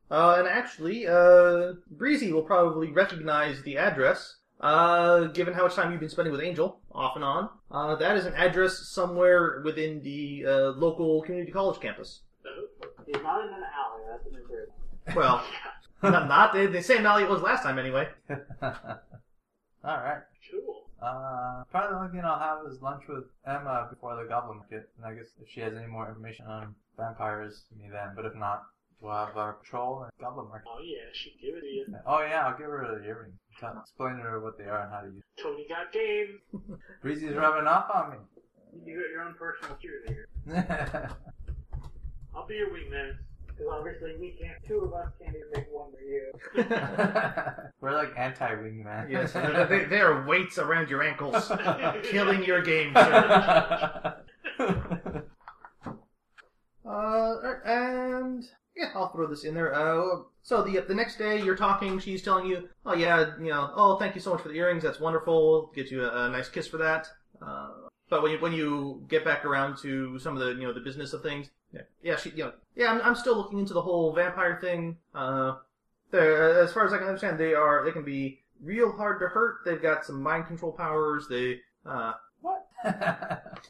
Speaker 4: Uh, and actually, uh, Breezy will probably recognize the address, uh, given how much time you've been spending with Angel, off and on. Uh, that is an address somewhere within the uh, local community college campus.
Speaker 1: He's not in an alley. That's an improvement.
Speaker 4: Well, not, not the, the same alley it was last time, anyway.
Speaker 5: All right.
Speaker 2: Cool.
Speaker 5: Uh, probably the only thing I'll have is lunch with Emma before the Goblin Market, and I guess if she has any more information on vampires, give me then. But if not, we'll have our patrol and Goblin Market.
Speaker 2: Oh yeah, she give it to you.
Speaker 5: Oh yeah, I'll give her the earrings. Tell- Explain to her what they are and how to use.
Speaker 2: Tony got game.
Speaker 5: them. Breezy's rubbing off on
Speaker 1: You got your own personal cheerleader.
Speaker 5: me. <laughs>
Speaker 2: I'll be your wingman.
Speaker 1: Because obviously we can't. Two of us can't even make one for you. <laughs>
Speaker 5: We're like anti-wingman.
Speaker 4: yes, <laughs> there they, they are weights around your
Speaker 5: <laughs>
Speaker 4: ankles, killing your game, sir.
Speaker 5: yeah.
Speaker 4: Uh, and yeah, I'll throw this in there. Uh, so the the next day you're talking, she's telling you, oh yeah, you know, oh thank you so much for the earrings, that's wonderful. Get you a, a nice kiss for that. Uh, but when you when you get back around to some of the you know the business of things, yeah, yeah, she, you know, yeah, I'm, I'm still looking into the whole vampire thing. Uh, they're, as far as I can understand, they are they can be real hard to hurt. They've got some mind control powers. They uh,
Speaker 5: <laughs> What? <laughs>
Speaker 4: uh,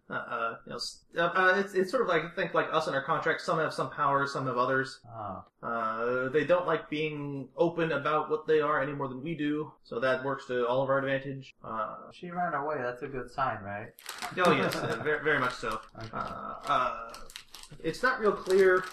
Speaker 4: uh, you know, s- uh, uh, it's it's sort of like I think like us in our contracts. Some have some powers, some have others.
Speaker 5: oh,
Speaker 4: Uh, Uh, they don't like being open about what they are any more than we do, so that works to all of our advantage. Uh,
Speaker 5: She ran away. That's a good sign, right?
Speaker 4: oh yes, uh, very, very much so.
Speaker 5: <laughs> Okay.
Speaker 4: Uh, uh, it's not real clear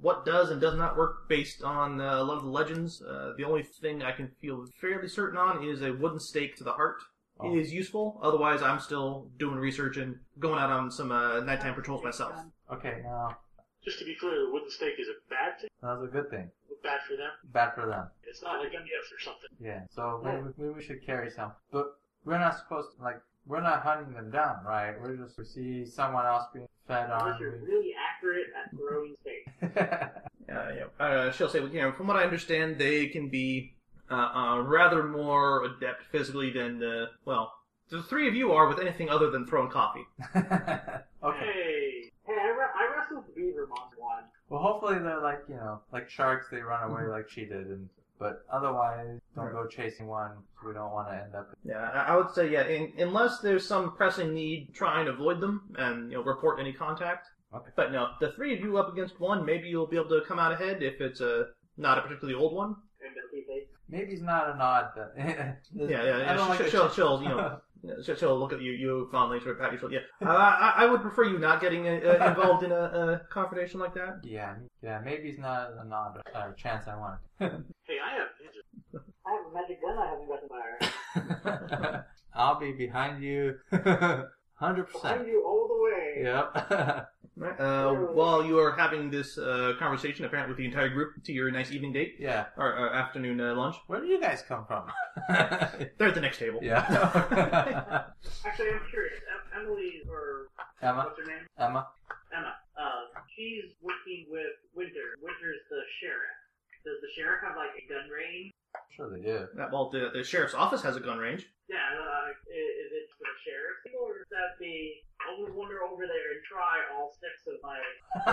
Speaker 4: what does and does not work based on uh, a lot of the legends. Uh, the only thing I can feel fairly certain on is a wooden stake to the heart
Speaker 5: Oh.
Speaker 4: is useful. Otherwise, I'm still doing research and going out on some uh, nighttime patrols myself.
Speaker 5: Okay, now
Speaker 2: Just to be clear, the wooden stake is a bad thing.
Speaker 5: that was a good thing.
Speaker 2: Bad for them.
Speaker 5: Bad for them.
Speaker 2: It's not like MDF or something.
Speaker 5: Yeah. So maybe, maybe we should carry some, but we're not supposed to like. We're not hunting them down, right? We're just we see someone else being fed on.
Speaker 1: Unless you're really accurate at throwing steak.
Speaker 4: Uh, yeah. uh, she'll say, you know, from what I understand, they can be uh, uh, rather more adept physically than uh, well, the three of you are with anything other than throwing coffee.
Speaker 5: <laughs> okay.
Speaker 2: Hey,
Speaker 1: Hey, I, re- I wrestled the beaver monster one.
Speaker 5: Well, hopefully they're like you know, like sharks. They run
Speaker 4: Mm-hmm.
Speaker 5: away like she did, and but otherwise, don't go chasing one. 'cause We don't want to end up.
Speaker 4: Yeah, I I would say yeah. In, unless there's some pressing need, try and avoid them and you know report any contact.
Speaker 5: Okay.
Speaker 4: But no, the three of you up against one, maybe you'll be able to come out ahead if it's a not a particularly old one.
Speaker 1: And the sea face.
Speaker 5: Maybe it's not a nod. <laughs> That,
Speaker 4: Yeah, yeah, yeah.
Speaker 5: I don't like
Speaker 4: she'll,
Speaker 5: the-
Speaker 4: she'll, she'll, you
Speaker 5: <laughs>
Speaker 4: know, she'll, she'll look at you, you fondly, sort of pat you. shoulder. Yeah, I, I, I would prefer you not getting uh, uh, involved in a, a confrontation like that.
Speaker 5: yeah, yeah. Maybe it's not a nod or a chance I want. <laughs>
Speaker 2: hey, I have ninja.
Speaker 1: <laughs> I have a magic gun I haven't gotten <laughs> fire.
Speaker 5: I'll be behind you, <laughs> hundred
Speaker 1: Behind
Speaker 5: percent.
Speaker 1: you all the way.
Speaker 5: Yep. <laughs>
Speaker 4: Right. Uh, while you are having this uh, conversation, apparently with the entire group, to your nice evening date
Speaker 5: yeah.
Speaker 4: or uh, afternoon uh, lunch,
Speaker 5: Where do you guys come from? <laughs>
Speaker 4: they're at the next table.
Speaker 5: yeah. <laughs>
Speaker 1: Actually, I'm curious. Em- Emily, or
Speaker 5: Emma.
Speaker 1: what's her name?
Speaker 5: Emma.
Speaker 1: Emma. Uh, she's working with Winter. Winter's the sheriff. Does the sheriff have like a gun range?
Speaker 5: Sure they do.
Speaker 4: That, well, the, the sheriff's office has a gun range.
Speaker 1: Yeah, uh, i- is it for the sheriff? Or does that be, I would wander over there and try all six of my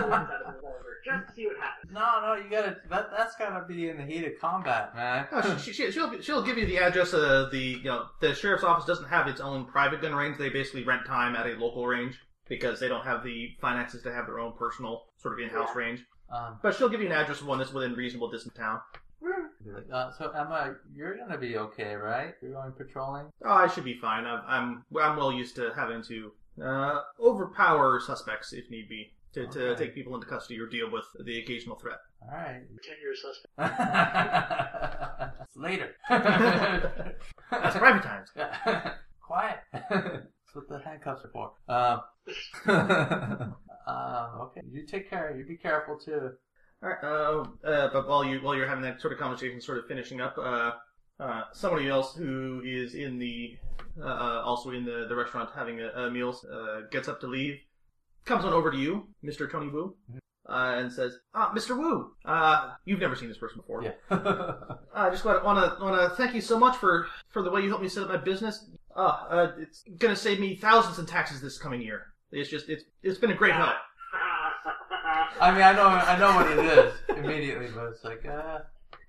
Speaker 1: <laughs> bullets out of the revolver just to see what
Speaker 2: <laughs>
Speaker 1: happens.
Speaker 5: No, no, you gotta. That, that's gotta be in the heat of combat, man.
Speaker 4: <laughs> Oh, she, she, she'll she'll give you the address. Uh, the you know the sheriff's office doesn't have its own private gun range. They basically rent time at a local range because they don't have the finances to have their own personal sort of in-house range.
Speaker 5: um,
Speaker 4: But she'll give you an address of one that's within reasonable distance of town.
Speaker 5: be like, uh, so Emma, you're gonna be okay, right? You're going patrolling.
Speaker 4: Oh, I should be fine. I'm I'm, I'm well used to having to uh, overpower suspects if need be to, to
Speaker 5: Okay.
Speaker 4: take people into custody or deal with the occasional threat.
Speaker 5: All <laughs> right.
Speaker 2: Pretend you're a suspect.
Speaker 1: <laughs>
Speaker 5: It's Later.
Speaker 4: That's private times.
Speaker 5: Yeah. <laughs> Quiet. That's what the handcuffs are for. <laughs> Um, um, okay. You take care. You be careful too.
Speaker 4: All right. Uh, uh, but while you while you're having that sort of conversation, sort of finishing up, uh, uh, somebody else who is in the uh, uh, also in the, the restaurant having a, a meal uh, gets up to leave, comes on over to you, Mr. Tony Wu, uh, and says, "Ah, Mr. Wu, uh, you've never seen this person before.
Speaker 5: <laughs> Yeah.
Speaker 4: Uh, I just want to want to thank you so much for for the way you helped me set up my business. Uh, uh, it's gonna save me thousands in taxes this coming year. It's just it's it's been a great help."
Speaker 5: I mean, I know, I know what it is immediately, but it's like, uh,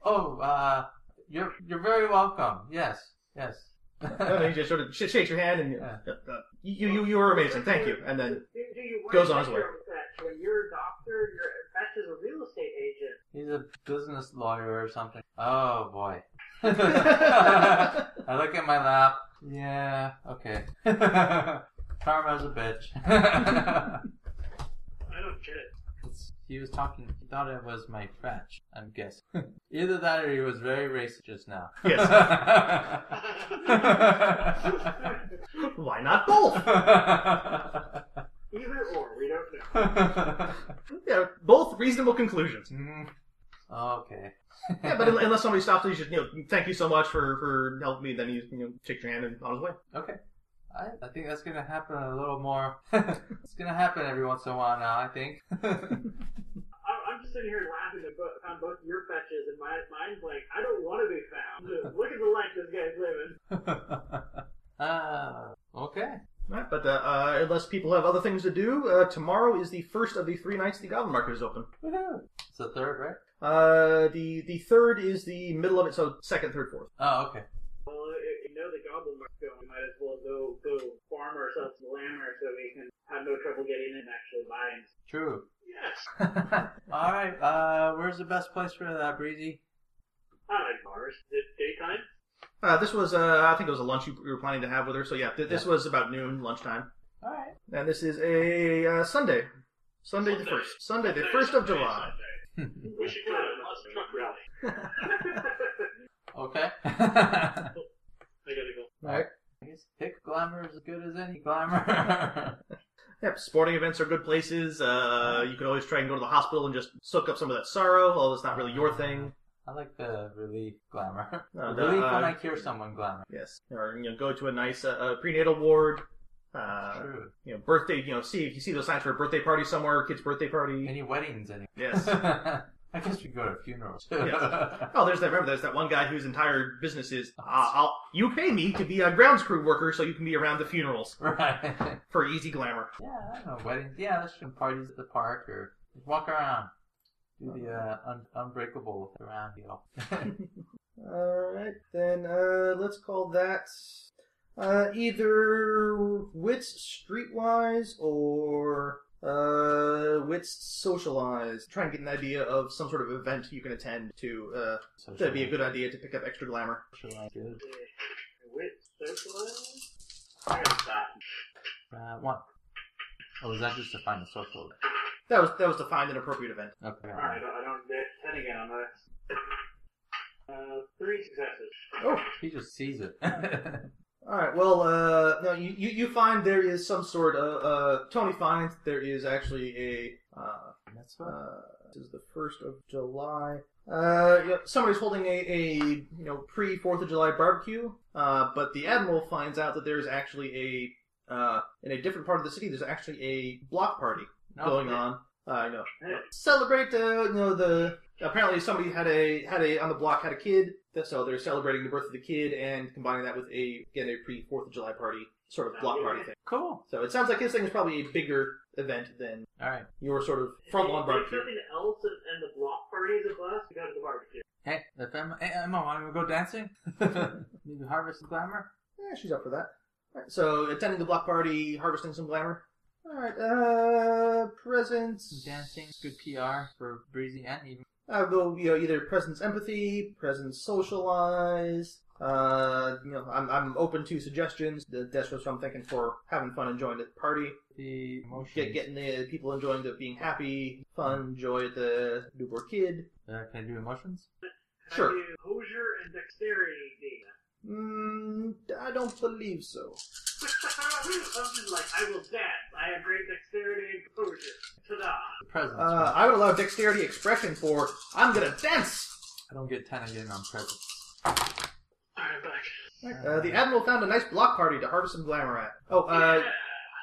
Speaker 5: oh, uh, you're you're very welcome. Yes, yes. <laughs>
Speaker 4: No, no, he Uh, just sort of sh- shakes your hand and
Speaker 5: Yeah.
Speaker 4: uh, uh, you, you you were amazing, thank you.
Speaker 1: <laughs>
Speaker 4: And then
Speaker 1: do, do you worry
Speaker 4: goes on his
Speaker 1: that
Speaker 4: way.
Speaker 1: you're Fetch, when you're a doctor, you're, Fetch is a real estate agent.
Speaker 5: He's a business lawyer or something. Oh boy. <laughs> I
Speaker 4: yeah,
Speaker 5: look at my lap. Yeah. Okay. <laughs> Karma's a bitch.
Speaker 2: I don't get it.
Speaker 5: It's- he was talking. He thought it was my French. I'm guessing. <laughs> Either that, or he was very racist just now. Yes.
Speaker 4: why not both?
Speaker 1: <laughs> Either or, we don't know.
Speaker 4: Yeah, both reasonable conclusions.
Speaker 5: <laughs> Mm. okay.
Speaker 4: Yeah, but un- unless somebody stops you, you should you know thank you so much for for helping me. Then he you know shakes your hand and on his way.
Speaker 5: Okay. I, I think that's gonna happen a little more. <laughs> it's gonna happen every once in a while now. I think. <laughs>
Speaker 1: I'm, I'm just sitting here laughing at both, on both your fetches, and my, mine's like, I don't want to be found. Look at the life this guy's living.
Speaker 5: uh, okay.
Speaker 4: Right, but uh, uh, unless people have other things to do, uh, tomorrow is the first of the three nights the Goblin Market is open.
Speaker 5: Woohoo! It's the third, right?
Speaker 4: Uh, the the third is the middle of it, so second, third, fourth.
Speaker 5: Oh, okay.
Speaker 1: Well, if you know the goblin market's going, we might as well go go farm ourselves some lamb so we can have no trouble getting in and actually buying.
Speaker 5: True. <laughs>
Speaker 2: Yeah,
Speaker 1: Yes.
Speaker 5: All right. Uh, where's the best place for that, Breezy?
Speaker 1: I like Mars. Is it daytime?
Speaker 4: Uh, this was, uh, I think it was a lunch you you were planning to have with her. So yeah, th- this was about noon, lunchtime,
Speaker 5: All right. <laughs>
Speaker 4: and this is a uh, Sunday, Sunday the
Speaker 1: Sunday.
Speaker 4: first, Sunday the
Speaker 1: Sunday,
Speaker 4: first of
Speaker 1: Sunday,
Speaker 4: July.
Speaker 1: Sunday. We should go to a bus truck
Speaker 4: <laughs>
Speaker 1: rally.
Speaker 5: okay. <laughs> I
Speaker 1: I gotta go.
Speaker 5: guess pick glamour is as good as any glamour.
Speaker 4: Yep, sporting events are good places. Uh, you can always try and go to the hospital and just soak up some of that sorrow, although it's <laughs> not really your thing.
Speaker 5: I like the relief glamour. <laughs>
Speaker 4: Uh, the-
Speaker 5: relief when
Speaker 4: uh,
Speaker 5: I cure someone glamour.
Speaker 4: yes, or you know, go to a nice uh, uh, prenatal ward. Uh,
Speaker 5: True.
Speaker 4: you know, birthday. You know, see if you see those signs for a birthday party somewhere, kid's birthday party.
Speaker 5: Any weddings? Any?
Speaker 4: Yes.
Speaker 5: <laughs> I guess we go to funerals. <laughs> too.
Speaker 4: Yes. Oh, there's that. Remember, there's that one guy whose entire business is, uh, I'll, you pay me to be a grounds crew worker so you can be around the funerals
Speaker 5: right.
Speaker 4: for easy glamour.
Speaker 5: Yeah, I don't know. Weddings. Yeah, that's true. Parties at the park or just walk around. Do the uh, un- unbreakable around deal.
Speaker 4: All right, then uh, let's call that uh, either wits streetwise or uh, wits socialize. Try and get an idea of some sort of event you can attend to. Uh,
Speaker 5: so
Speaker 4: that'd be a good idea to pick up extra glamour.
Speaker 5: good.
Speaker 1: Wait, socialize? Where's that?
Speaker 5: Uh, one. Oh, is that just to find a social?
Speaker 4: That was that was to find an appropriate event.
Speaker 5: Okay.
Speaker 1: All right, I don't get ten again on that. Uh, three successes.
Speaker 4: Oh,
Speaker 5: He just sees it. <laughs>
Speaker 4: All right. Well, uh, no, you, you you find there is some sort of uh, Tony finds there is actually a uh,
Speaker 5: That's what.
Speaker 4: uh, this is the first of July. Uh, yeah, somebody's holding a, a you know pre Fourth of July barbecue. Uh, but the admiral finds out that there is actually a uh, in a different part of the city. There's actually a block party going on. I know. Celebrate, uh, you know, the apparently somebody had a had a on the block had a kid, so they're celebrating the birth of the kid and combining that with a again a pre Fourth of July party sort of block party thing.
Speaker 5: Cool.
Speaker 4: So it sounds like his thing is probably a bigger event than
Speaker 5: All right.
Speaker 4: your sort of front lawn
Speaker 1: There's
Speaker 4: barbecue.
Speaker 1: nothing else and, and the block parties at last. We go to the barbecue.
Speaker 5: Hey, if Emma, hey, Emma, want to go dancing? <laughs> Maybe harvest some glamour.
Speaker 4: Yeah, she's up for that. All right, so attending the block party, harvesting some glamour. All right, uh, presence,
Speaker 5: Dancing, good PR for Breezy and even.
Speaker 4: I go, you know, either presence empathy, presence socialize. Uh, you know, I'm, I'm open to suggestions. The- That's what I'm thinking for having fun, enjoying the party,
Speaker 5: The emotions.
Speaker 4: get, getting the people enjoying the being happy, fun, joy at the newborn kid.
Speaker 5: Uh, can I do emotions?
Speaker 4: Sure.
Speaker 1: I do hosier and dexterity data.
Speaker 4: Mm, I don't believe so.
Speaker 1: <laughs> I'm just like, I will dance. I have great dexterity and composure. Ta-da.
Speaker 5: The presents.
Speaker 4: Uh,
Speaker 5: right?
Speaker 4: I would allow dexterity expression for I'm gonna dance.
Speaker 5: I don't get ten again on presents. <laughs>
Speaker 1: Alright, I'm back.
Speaker 4: Uh, the admiral found a nice block party to harvest some glamour at. Oh, uh,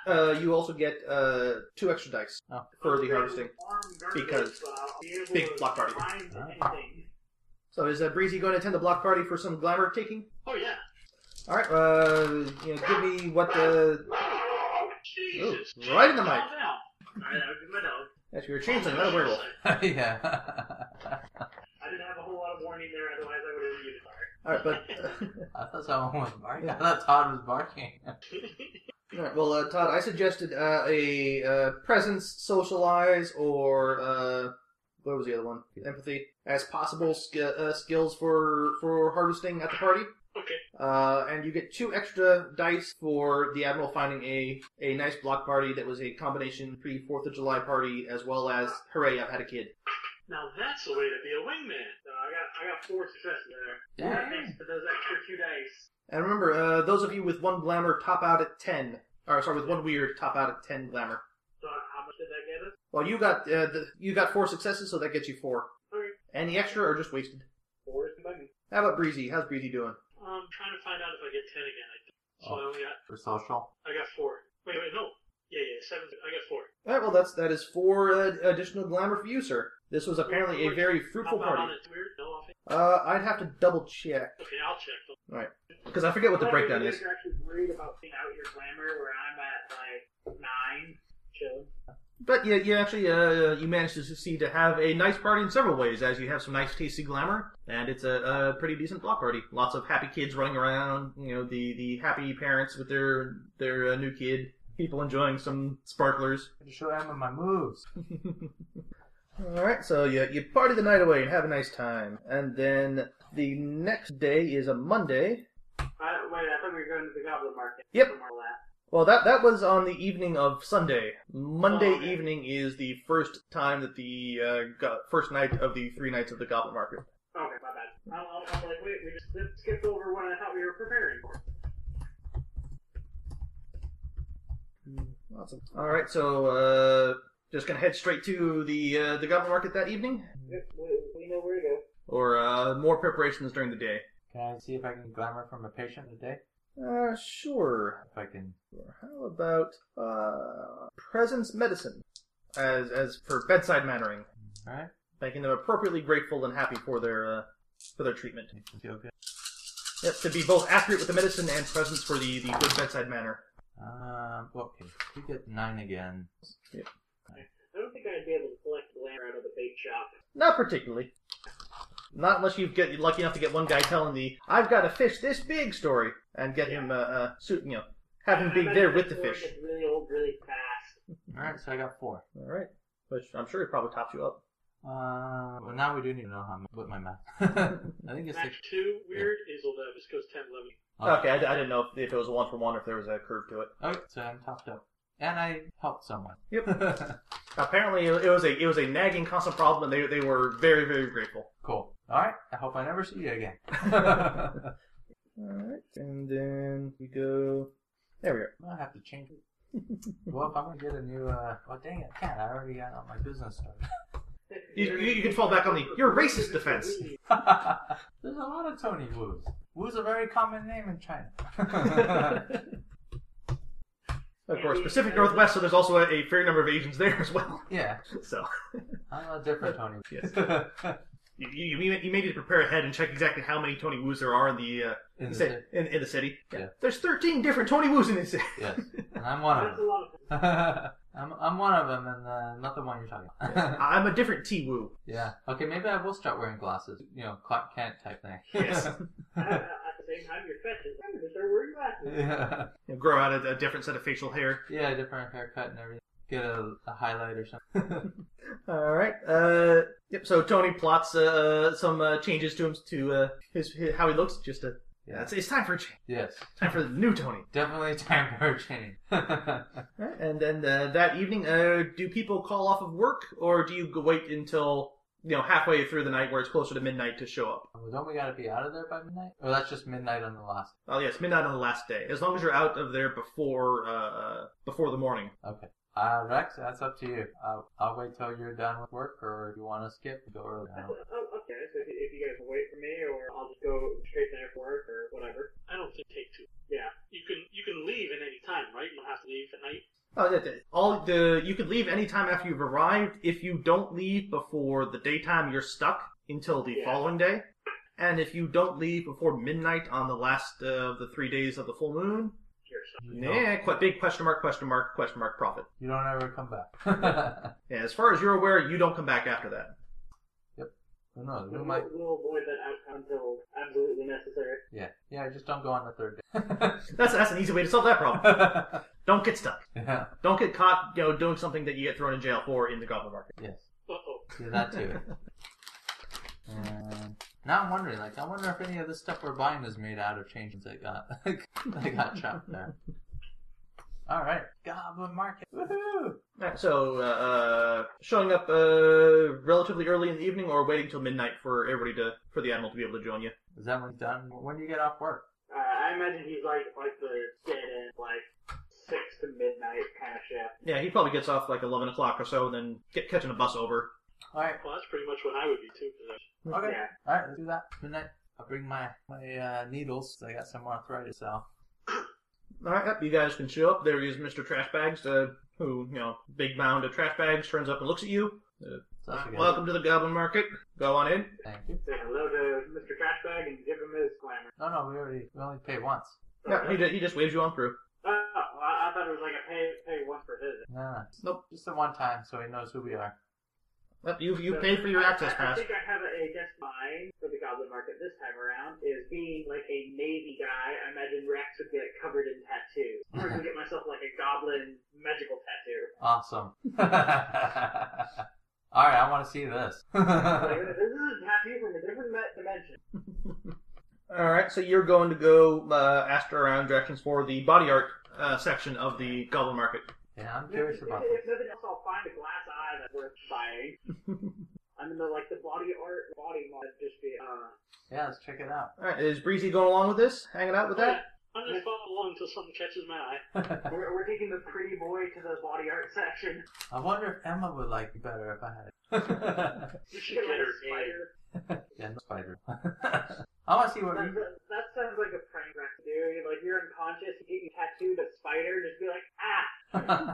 Speaker 4: uh, you also get uh two extra dice
Speaker 5: Oh.
Speaker 4: for the harvesting.
Speaker 1: Armed guard
Speaker 4: Because
Speaker 1: so uh, I'll be able
Speaker 4: big
Speaker 1: to
Speaker 4: block party.
Speaker 1: find
Speaker 5: Ah.
Speaker 1: anything.
Speaker 4: So is uh, Breezy going to attend the block party for some glamour taking?
Speaker 1: Oh, yeah.
Speaker 4: All right, uh, you know, give me what the
Speaker 1: Jesus.
Speaker 4: Ooh, right in the
Speaker 1: Calm
Speaker 4: mic.
Speaker 1: down. Alright, that would be my dog.
Speaker 4: that's your changeling, not a werewolf.
Speaker 5: yeah.
Speaker 1: I didn't have a whole lot of warning there, otherwise I would have muted. Sorry.
Speaker 4: All right, but <laughs>
Speaker 5: I thought someone was barking. I thought Todd was barking. <laughs>
Speaker 4: all right, well, uh, Todd, I suggested uh, a uh, presence, socialize, or uh, what was the other one? Empathy as possible sk- uh, skills for for harvesting at the party.
Speaker 1: Okay.
Speaker 4: Uh, and you get two extra dice for the admiral finding a, a nice block party that was a combination pre Fourth of July party as well as hooray I've had a kid.
Speaker 1: <laughs> Now that's the way to be a wingman. So I got I got four successes there.
Speaker 5: Yeah.
Speaker 1: Thanks for those extra two dice.
Speaker 4: And remember, uh, those of you with one glamour top out at 10. Or sorry, with one weird top out at 10 glamour.
Speaker 1: So how much did that get us?
Speaker 4: Well, you got uh, the, you got four successes, so that gets you four.
Speaker 1: Okay.
Speaker 4: Any extra are just wasted.
Speaker 1: Four is money.
Speaker 4: How about Breezy? How's Breezy doing?
Speaker 1: I'm trying to find out if I get ten again. I think. So I
Speaker 5: Oh.
Speaker 1: only got
Speaker 5: For social.
Speaker 1: I got four. Wait wait no. Yeah yeah seven. I got four.
Speaker 4: All right, well that's that is four uh, additional glamour for you, sir. This was apparently a very fruitful
Speaker 1: How about on
Speaker 4: party.
Speaker 1: it? Weird. No offense.
Speaker 4: Uh, I'd have to double check
Speaker 1: Okay, I'll check. them.
Speaker 4: because I forget what the
Speaker 1: Whatever,
Speaker 4: breakdown
Speaker 1: you
Speaker 4: is.
Speaker 1: guys are actually worried about being out your glamour, where I'm at like nine. Chilling.
Speaker 4: But yeah, you actually uh, you managed to succeed to have a nice party in several ways, as you have some nice tasty glamour, and it's a, a pretty decent block party. Lots of happy kids running around, you know the, the happy parents with their their uh, new kid. people enjoying some sparklers. <laughs>
Speaker 5: Had to show Emma my moves.
Speaker 4: All right, so you you party the night away and have a nice time, and then the next day is a Monday.
Speaker 1: I, wait, I thought we were going to the Goblin Market.
Speaker 4: Yep.
Speaker 1: Somewhere like that.
Speaker 4: Well, that that was on the evening of Sunday. Monday
Speaker 1: Oh, okay.
Speaker 4: evening is the first time that the uh, go- first night of the three nights of the Goblin Market.
Speaker 1: Okay, my bad. I'm, I'm, I'm like, wait, we just skipped- skipped over one I thought we were preparing for.
Speaker 4: Hmm, Awesome. All right, so uh, just gonna head straight to the uh, the Goblin Market that evening,
Speaker 1: Yep, we, we know where to go.
Speaker 4: or uh, more preparations during the day.
Speaker 5: Can I see if I can glamour from a patient today?
Speaker 4: Uh, sure.
Speaker 5: If I can.
Speaker 4: How about uh, presence medicine as as for bedside mannering,
Speaker 5: All right.
Speaker 4: making them appropriately grateful and happy for their uh, for their treatment.
Speaker 5: Makes me feel good.
Speaker 4: Yep, to be both accurate with the medicine and presence for the the good bedside manner.
Speaker 5: Um. Okay. You get nine again.
Speaker 1: I don't think I'd be able to collect the lamp out of the bait shop.
Speaker 4: Not particularly. Not unless you get you're lucky enough to get one guy telling the "I've got a fish this big" story and get him uh, uh suit you know have him
Speaker 1: I- I
Speaker 4: be
Speaker 1: imagine
Speaker 4: there
Speaker 1: that
Speaker 4: with the
Speaker 1: story
Speaker 4: fish.
Speaker 1: gets really old really fast.
Speaker 5: All right. So I got four.
Speaker 4: All right, which I'm sure it probably tops you up.
Speaker 5: Uh, well, now we do need to know how mu- what my math. <laughs> I think it's like
Speaker 2: Match two, weird, is all that. This goes 10, 11.
Speaker 4: Okay, I, I didn't know if, if it was one for one or if there was a curve to it.
Speaker 5: Okay, Oh, so I'm topped up, and I helped someone.
Speaker 4: Yep. Apparently, it it was a it was a nagging constant problem, and they they were very very grateful.
Speaker 5: <laughs> cool. All right. I hope I never see you again.
Speaker 4: <laughs> All right, and then we go. There we are.
Speaker 5: I'll have to change it. Well, if I'm gonna get a new, uh, well, dang it, I can't. I already got all my business
Speaker 4: You, you, you can fall back on the your racist defense.
Speaker 5: started. <laughs> There's a lot of Tony Wu's. Wu's a very common name in
Speaker 4: <laughs>
Speaker 5: China.
Speaker 4: Of course, Pacific Northwest, so there's also a, a fair number of Asians there as well. <laughs>
Speaker 5: yeah,
Speaker 4: So
Speaker 5: I'm a different Tony. Wu.
Speaker 4: Yes. you you, you may- you may need to prepare ahead and check exactly how many Tony Woos there are in the uh,
Speaker 5: <laughs> In the
Speaker 4: ci-
Speaker 5: city.
Speaker 4: in, in the city.
Speaker 5: Yeah.
Speaker 4: There's 13 different Tony Woos in this city. <laughs>
Speaker 5: yes, and I'm one of them.
Speaker 1: That's a lot of
Speaker 5: <laughs> I'm, I'm one of them, and uh, not the one you're talking about.
Speaker 4: I'm a different T Woo.
Speaker 5: <laughs> yeah. Okay, maybe I will start wearing glasses. You know, Clark Kent type thing.
Speaker 4: Yes.
Speaker 1: at, at the same time, your fetches. I'm going to start wearing glasses.
Speaker 5: <laughs> yeah.
Speaker 4: You know, grow out a, a different set of facial hair.
Speaker 5: Yeah, different haircut and everything. Get a, a highlight or something.
Speaker 4: All right. Uh, yep. So Tony plots uh, some uh, changes to him to uh, his, his how he looks. Just to, yeah. it's, it's time for a change.
Speaker 5: yes.
Speaker 4: Time for the new Tony.
Speaker 5: Definitely time <laughs> for a change.
Speaker 4: All right, And then uh, that evening, uh, do people call off of work, or do you go- wait until you know halfway through the night, where it's closer to midnight, to show up?
Speaker 5: well, don't we gotta be out of there by midnight? Or that's just midnight on the last.
Speaker 4: Oh yes, midnight on the last day. As long as you're out of there before uh, before the morning.
Speaker 5: Okay. Uh, Rex, that's up to you. Uh, I'll wait till you're done with work, or if you want to skip, go early. I don't-
Speaker 1: Oh, okay. So if, if you guys will wait for me, or I'll just go straight there for work, or whatever.
Speaker 2: I don't think take two.
Speaker 1: Yeah.
Speaker 2: You can you can leave at any time, right? You don't have to leave at night.
Speaker 4: Oh, that, that- all the you could leave any time after you've arrived. If you don't leave before the daytime, you're stuck until the
Speaker 1: Yeah.
Speaker 4: following day. And if you don't leave before midnight on the last uh, of the three days of the full moon,
Speaker 1: Here, so.
Speaker 5: You don't,
Speaker 4: yeah, quite big question mark, question mark, question mark, profit.
Speaker 5: you don't ever come back. <laughs>
Speaker 4: Yeah, as far as you're aware, you don't come back after that.
Speaker 5: Who knows? We
Speaker 1: We'll,
Speaker 5: might.
Speaker 1: we'll avoid that outcome until absolutely necessary.
Speaker 5: Yeah. Yeah, just don't go on the third
Speaker 4: That's that's an easy way to solve that problem.
Speaker 5: day. <laughs>
Speaker 4: Don't get stuck.
Speaker 5: yeah.
Speaker 4: Don't get caught, you know, doing something that you get thrown in jail for in the goblin
Speaker 5: <laughs>
Speaker 4: market.
Speaker 5: Yes.
Speaker 2: Uh oh.
Speaker 5: Do that too. and now I'm wondering, like, I wonder if any of this stuff we're buying is made out of changes that got <laughs> that got chopped there. All right, Goblin Market. Woohoo!
Speaker 4: Alright, so uh, uh, showing up uh, relatively early in the evening, or waiting till midnight for everybody to for the admiral to be able to join you.
Speaker 5: Is that when done? When do you get off work?
Speaker 1: Uh, I imagine he's like like the dead end, like six to midnight kind of shift.
Speaker 4: Yeah, he probably gets off like eleven o'clock or so, and then get catching a bus over.
Speaker 5: All right,
Speaker 2: Well, that's pretty much what I would be too. 'cause I-
Speaker 5: okay,
Speaker 1: Yeah.
Speaker 5: all right, let's do that. Midnight. I'll bring my my uh, needles. I got some arthritis. So
Speaker 4: All right, yep, you guys can show up. There is Mister Trashbags, uh, who you know, big mound of trash bags, turns up and looks at you.
Speaker 5: so that's good.
Speaker 4: Welcome to the goblin market. Go on in.
Speaker 5: Thank you.
Speaker 1: Say hello to Mr. Trashbag and give him his glamour.
Speaker 5: No, no, we already we only pay once.
Speaker 4: Yeah, he, ju- he just waves you on through.
Speaker 1: Oh, I, I thought it was like a pay pay one for his.
Speaker 5: No, no,
Speaker 4: Nope.
Speaker 5: just the one time, so he knows who we are.
Speaker 4: Yep, you you pay for your
Speaker 1: I-
Speaker 4: access
Speaker 1: I-
Speaker 4: pass.
Speaker 1: I think I have a a guess mine for the Goblin Market this time around is being like a Navy guy. I imagine Rex would get covered in tattoos. Or I could get myself like a Goblin magical
Speaker 4: <laughs>
Speaker 1: tattoo.
Speaker 5: Awesome. <laughs> All right, I want to see this. <laughs>
Speaker 1: Like, this is a tattoo from a different me- dimension.
Speaker 4: All right, so you're going to go uh, ask around directions for the body art uh, section of the Goblin Market.
Speaker 5: yeah, I'm
Speaker 1: If,
Speaker 5: curious
Speaker 1: if,
Speaker 5: about
Speaker 1: if
Speaker 5: this.
Speaker 1: nothing else, I'll find a glass eye that's worth
Speaker 4: <laughs>
Speaker 1: buying. I'm in the like the body art body mod just be uh
Speaker 5: Yeah, let's check it out.
Speaker 4: All right, is Breezy going along with this? Hanging out with that?
Speaker 2: I'm just following along until something catches my
Speaker 4: <laughs>
Speaker 2: eye.
Speaker 1: we're, we're taking the pretty boy to the body art
Speaker 2: <laughs>
Speaker 1: section.
Speaker 5: I wonder if Emma would like it better if I had it. <laughs>
Speaker 2: We should get her name.
Speaker 1: spider.
Speaker 5: yeah, no spider. <laughs> I want to see what.
Speaker 1: That,
Speaker 5: we-
Speaker 1: that, that sounds like a prank Rex dude. Like you're unconscious, you get you tattooed a spider, just be like, ah
Speaker 5: <laughs>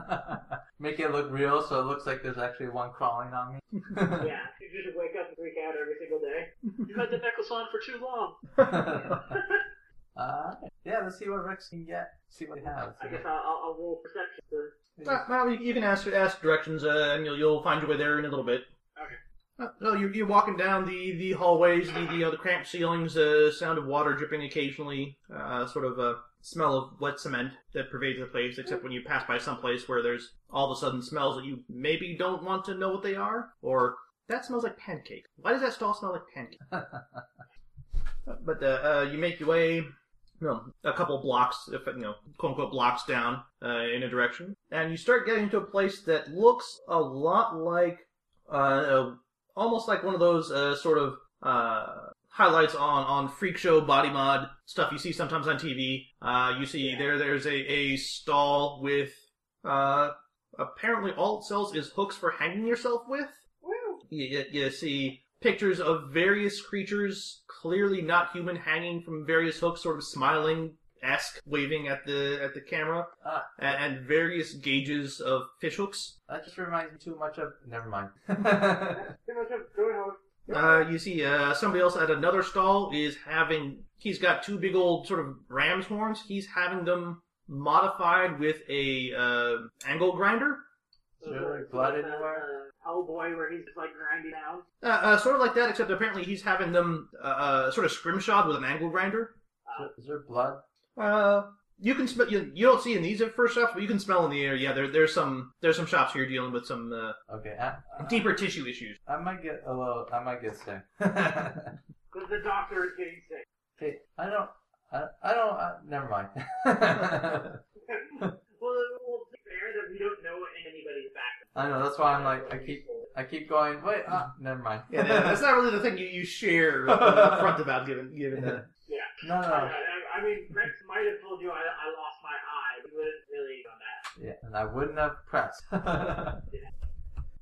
Speaker 5: Make it look real so it looks like there's actually one crawling on me.
Speaker 1: yeah.
Speaker 4: <laughs>
Speaker 1: You just wake up and freak out every single day.
Speaker 2: <laughs> You've had the necklace on for too long.
Speaker 5: Uh, yeah, let's see what Rex can get. See what he has.
Speaker 1: I guess I'll, I'll, I'll roll perception to
Speaker 4: Uh, well, you, you can ask ask directions, uh, and you'll, you'll find your way there in a little bit.
Speaker 2: Okay.
Speaker 4: Uh, so you're, you're walking down the, the hallways, the, the, you know, the cramped ceilings, uh, sound of water dripping occasionally, uh, sort of a smell of wet cement that pervades the place, except when you pass by some place where there's all of a sudden smells that you maybe don't want to know what they are, or that smells like pancake. Why does that stall smell like pancake? Uh, but uh, uh, you make your way you know, a couple blocks, if you know, quote unquote blocks down uh, in a direction, and you start getting to a place that looks a lot like, uh, uh, almost like one of those uh, sort of uh, highlights on on freak show body mod stuff you see sometimes on TV. Uh, you see there there's a a stall with uh, apparently all it sells is hooks for hanging yourself with. You, you, you see pictures of various creatures, clearly not human, hanging from various hooks, sort of smiling esque, waving at the at the camera,
Speaker 5: Ah.
Speaker 4: a- and, various gauges of fish hooks.
Speaker 5: That just reminds me too much of. Never mind. <laughs>
Speaker 1: Too much of going home.
Speaker 4: Uh, you see uh, somebody else at another stall is having. He's got two big old sort of ram's horns. He's having them modified with a uh, angle grinder.
Speaker 5: Is there, like, blood
Speaker 1: Like, uh,
Speaker 5: anywhere?
Speaker 1: uh, Hellboy, where he's just like grinding out.
Speaker 4: Uh, uh, sort of like that, except apparently he's having them uh, uh, sort of scrimshod with an angle grinder.
Speaker 5: Is there blood?
Speaker 4: Uh, you can smell. You, you don't see in these at first shops, but you can smell in the air. Yeah, there, there's some there's some shops here dealing with some uh,
Speaker 5: Okay, I,
Speaker 4: deeper tissue issues.
Speaker 5: I might get a little. I might get sick. <laughs>
Speaker 1: Because the doctor is getting sick.
Speaker 5: okay, I don't. I, I don't. I, never mind. <laughs>
Speaker 1: Well, well, to be fair that we don't know anybody's background.
Speaker 5: I know. That's why I'm like. I keep. I keep going. Wait. Uh, never mind.
Speaker 4: Yeah, that-
Speaker 5: <laughs>
Speaker 4: that's uh, not really the thing you, you share uh, upfront about given given that.
Speaker 5: no,
Speaker 1: I,
Speaker 5: no.
Speaker 1: I, I mean, Rex might have told you I, I lost my eye. We wouldn't really done that.
Speaker 5: Yeah, and I wouldn't have pressed. <laughs>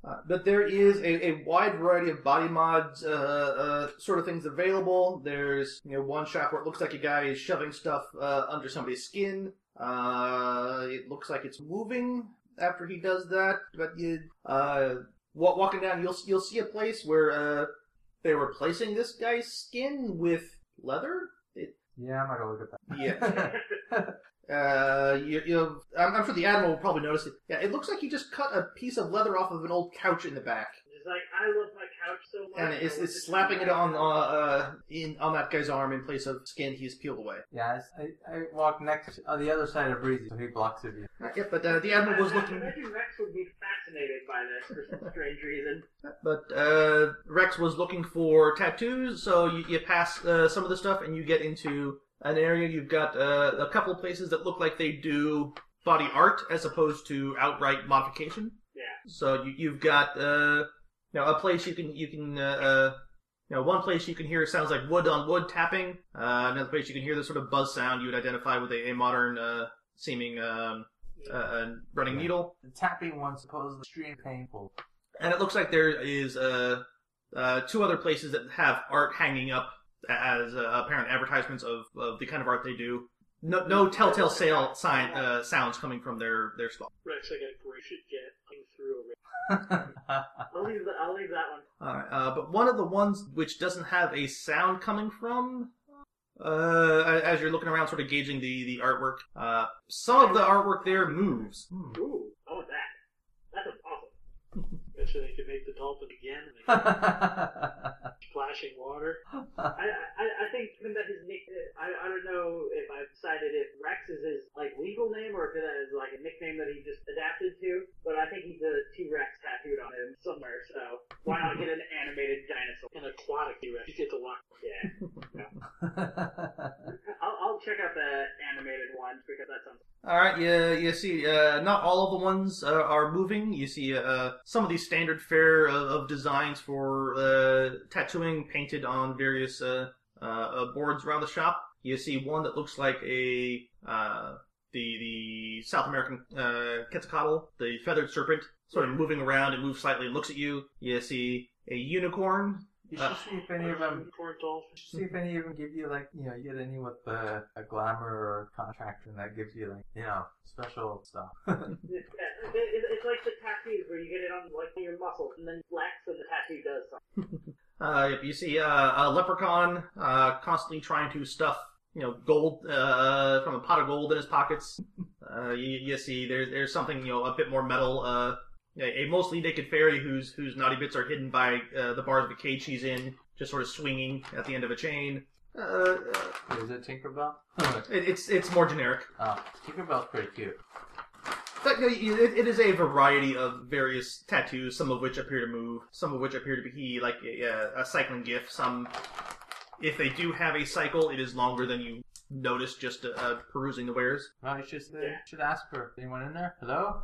Speaker 4: Uh, but there is a, a wide variety of body mods, uh, uh, sort of things available. There's you know one shop where it looks like a guy is shoving stuff uh, under somebody's skin. Uh, it looks like it's moving after he does that. But you, uh, wa- walking down, you'll you'll see a place where uh, they're replacing this guy's skin with leather. It,
Speaker 5: yeah, I might go look at
Speaker 4: yeah.
Speaker 5: <laughs> that.
Speaker 4: Uh, you, you, I'm, I'm sure the admiral will probably notice it. Yeah, it looks like he just cut a piece of leather off of an old couch in the back
Speaker 1: It's like, I love my couch so much.
Speaker 4: and
Speaker 1: I
Speaker 4: it's,
Speaker 1: want
Speaker 4: it's
Speaker 1: to-
Speaker 4: slapping it on uh, uh in on that guy's arm in place of skin he's peeled away.
Speaker 5: yeah, I s- I, I walk next to- on the other side of Breezy, so he blocks the view.
Speaker 4: Yep, but uh, the admiral was
Speaker 1: I- I
Speaker 4: looking,
Speaker 1: imagine Rex would be fascinated by this for some strange reason.
Speaker 4: but uh, Rex was looking for tattoos. So you, you pass uh, some of the stuff, and you get into an area. You've got uh, a couple places that look like they do body art as opposed to outright modification.
Speaker 1: Yeah.
Speaker 4: So you, you've got uh, you know a place you can you can uh, uh, you know one place you can hear sounds like wood on wood tapping. Uh, another place you can hear the sort of buzz sound you would identify with a, a modern uh, seeming um, <laughs> uh, uh, running
Speaker 5: Yeah.
Speaker 4: needle.
Speaker 5: The tapping one supposedly extremely painful. <laughs>
Speaker 4: And it looks like there is uh, uh, two other places that have art hanging up as uh, apparent advertisements of, of the kind of art they do. No, no telltale sale sign, uh, sounds coming from their their stall.
Speaker 2: Rex, I got a great should get thing through a ring.
Speaker 1: I'll leave, the, I'll leave that one.
Speaker 4: All right, uh, but one of the ones which doesn't have a sound coming from, uh, as you're looking around, sort of gauging the the artwork. Uh, some of the artwork there moves.
Speaker 5: Hmm.
Speaker 1: Ooh, I want that. oh, That's awesome.
Speaker 4: <laughs>
Speaker 2: That's so they can make the gulp it again and again.
Speaker 5: yeah,
Speaker 2: splashing water.
Speaker 5: <laughs>
Speaker 1: I, I, I think even that his nick. I, I don't know if I've decided if Rex is his like legal name or if it is like a nickname that he just adapted to. But I think he's a T Rex tattooed on him somewhere. So why not get an animated dinosaur?
Speaker 2: An aquatic T-Rex. You get to walk.
Speaker 1: Yeah, I'll, I'll check out the animated ones because that sounds.
Speaker 4: All right, you, you see, uh, not all of the ones uh, are moving. You see uh, some of the standard fare of, of designs for uh, tattooing painted on various uh, uh, uh, boards around the shop. You see one that looks like a uh, the the South American uh, quetzalcoatl, the feathered serpent, sort of moving around. It moves slightly, looks at you. You see a unicorn.
Speaker 5: you should see if any of them
Speaker 2: Unicorn dolphin.
Speaker 5: See if any of them give you like you know you get any with uh, a glamour or contract and that gives you like you know special stuff.
Speaker 1: Yeah, it, it, it's like the tattoos where you get it on like your muscles and then flex and the tattoo does something.
Speaker 4: Uh, yep, you see uh, a leprechaun uh, constantly trying to stuff, you know, gold uh, from a pot of gold in his pockets. Uh, you, you see, there's there's something you know a bit more metal. Uh, a a mostly naked fairy whose whose naughty bits are hidden by uh, the bars of the cage she's in, just sort of swinging at the end of a chain. Uh, uh,
Speaker 5: Is it Tinkerbell?
Speaker 4: it, it's it's more generic.
Speaker 5: <laughs> oh, Tinkerbell's pretty cute.
Speaker 4: But, uh, it, it is a variety of various tattoos, some of which appear to move, some of which appear to be like a, a cycling gif. Some, if they do have a cycle, it is longer than you notice just uh, perusing the wares.
Speaker 5: No, you should uh, should ask for anyone in there. Hello.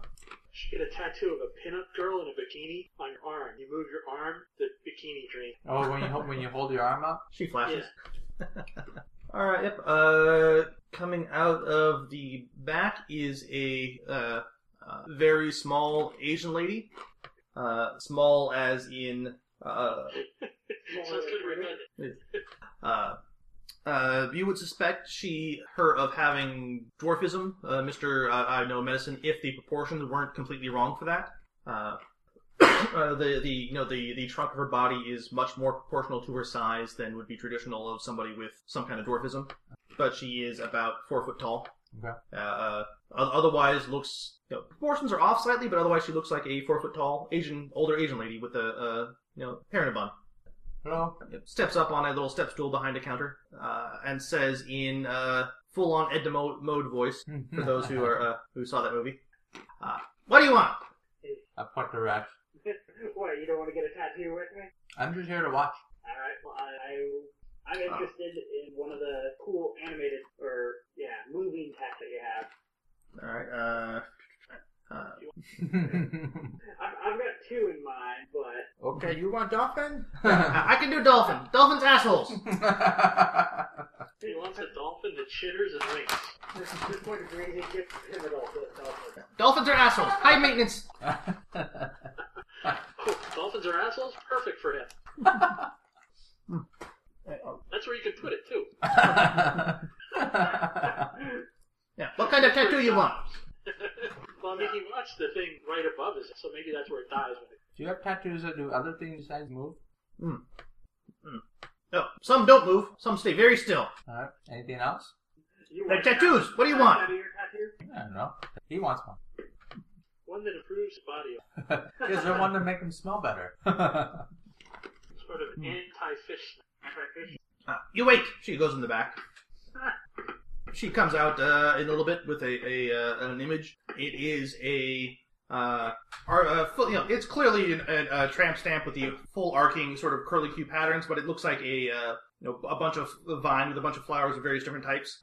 Speaker 2: You get a tattoo of a pinup girl in a bikini on your arm. You move your arm, the bikini drain.
Speaker 1: <laughs>
Speaker 5: Oh, when you hold, when you hold your arm up.
Speaker 4: She flashes. <laughs> All right. Yep. Uh, coming out of the back is a uh, uh, very small Asian lady. Uh, small as in uh,
Speaker 2: so it's kind of <laughs> redundant.
Speaker 4: uh, uh, you would suspect she her of having dwarfism, uh, Mister. I, I know medicine. If the proportions weren't completely wrong for that, uh, <coughs> uh, the the you know the the trunk of her body is much more proportional to her size than would be traditional of somebody with some kind of dwarfism. But she is about four foot tall.
Speaker 5: Okay.
Speaker 4: Uh, uh, oth- otherwise, looks you know, proportions are off slightly, but otherwise she looks like a four foot tall Asian older Asian lady with a uh, you know hair in a bun
Speaker 5: Hello.
Speaker 4: steps up on a little step stool behind a counter uh, and says in uh, full-on Edna Mo- mode voice
Speaker 5: <laughs>
Speaker 4: for those who are uh, who saw that movie. Uh, what do you want?
Speaker 5: I point the rack.
Speaker 1: what you don't want to get a tattoo with me?
Speaker 5: I'm just here to <laughs> watch.
Speaker 1: All right. Well, I, I I'm interested in one of the cool animated or yeah moving tats that you have.
Speaker 4: All right. Uh, uh,
Speaker 1: I've, I've got two in mind, but
Speaker 5: <laughs>
Speaker 6: Okay, you want dolphin?
Speaker 4: I I can do dolphin. Dolphin's assholes.
Speaker 2: He wants a dolphin that chitters and winks.
Speaker 1: this this one is really just pivotal to the dolphin.
Speaker 4: Dolphins are assholes. High maintenance.
Speaker 2: Oh, dolphins are assholes? Perfect for him.
Speaker 6: Uh, oh.
Speaker 2: That's where you could put it, too.
Speaker 4: Yeah. What kind of tattoo you want?
Speaker 2: <laughs> well, I mean, he wants the thing right above his, so maybe that's where it dies. When it,
Speaker 5: do you have tattoos that do other things besides move?
Speaker 4: No, Oh, some don't move. Some stay very still.
Speaker 5: All right. Uh, Anything else?
Speaker 1: You
Speaker 4: They're
Speaker 1: want
Speaker 4: tattoos. What do you
Speaker 1: Out
Speaker 4: want?
Speaker 1: of your tattoo?
Speaker 5: I don't know. He wants one. <laughs>
Speaker 2: one that improves the body,
Speaker 5: Is there one to make him smell better? <laughs>
Speaker 2: sort of
Speaker 4: Hmm.
Speaker 2: anti-fish.
Speaker 4: Uh, you wait. She goes in the back. She comes out uh, in a little bit with a, a uh, an image. It is a uh, ar- uh full, you know, it's clearly an, an, a tramp stamp with the full arcing sort of curly Q patterns, but it looks like a uh, you know a bunch of a vine with a bunch of flowers of various different types.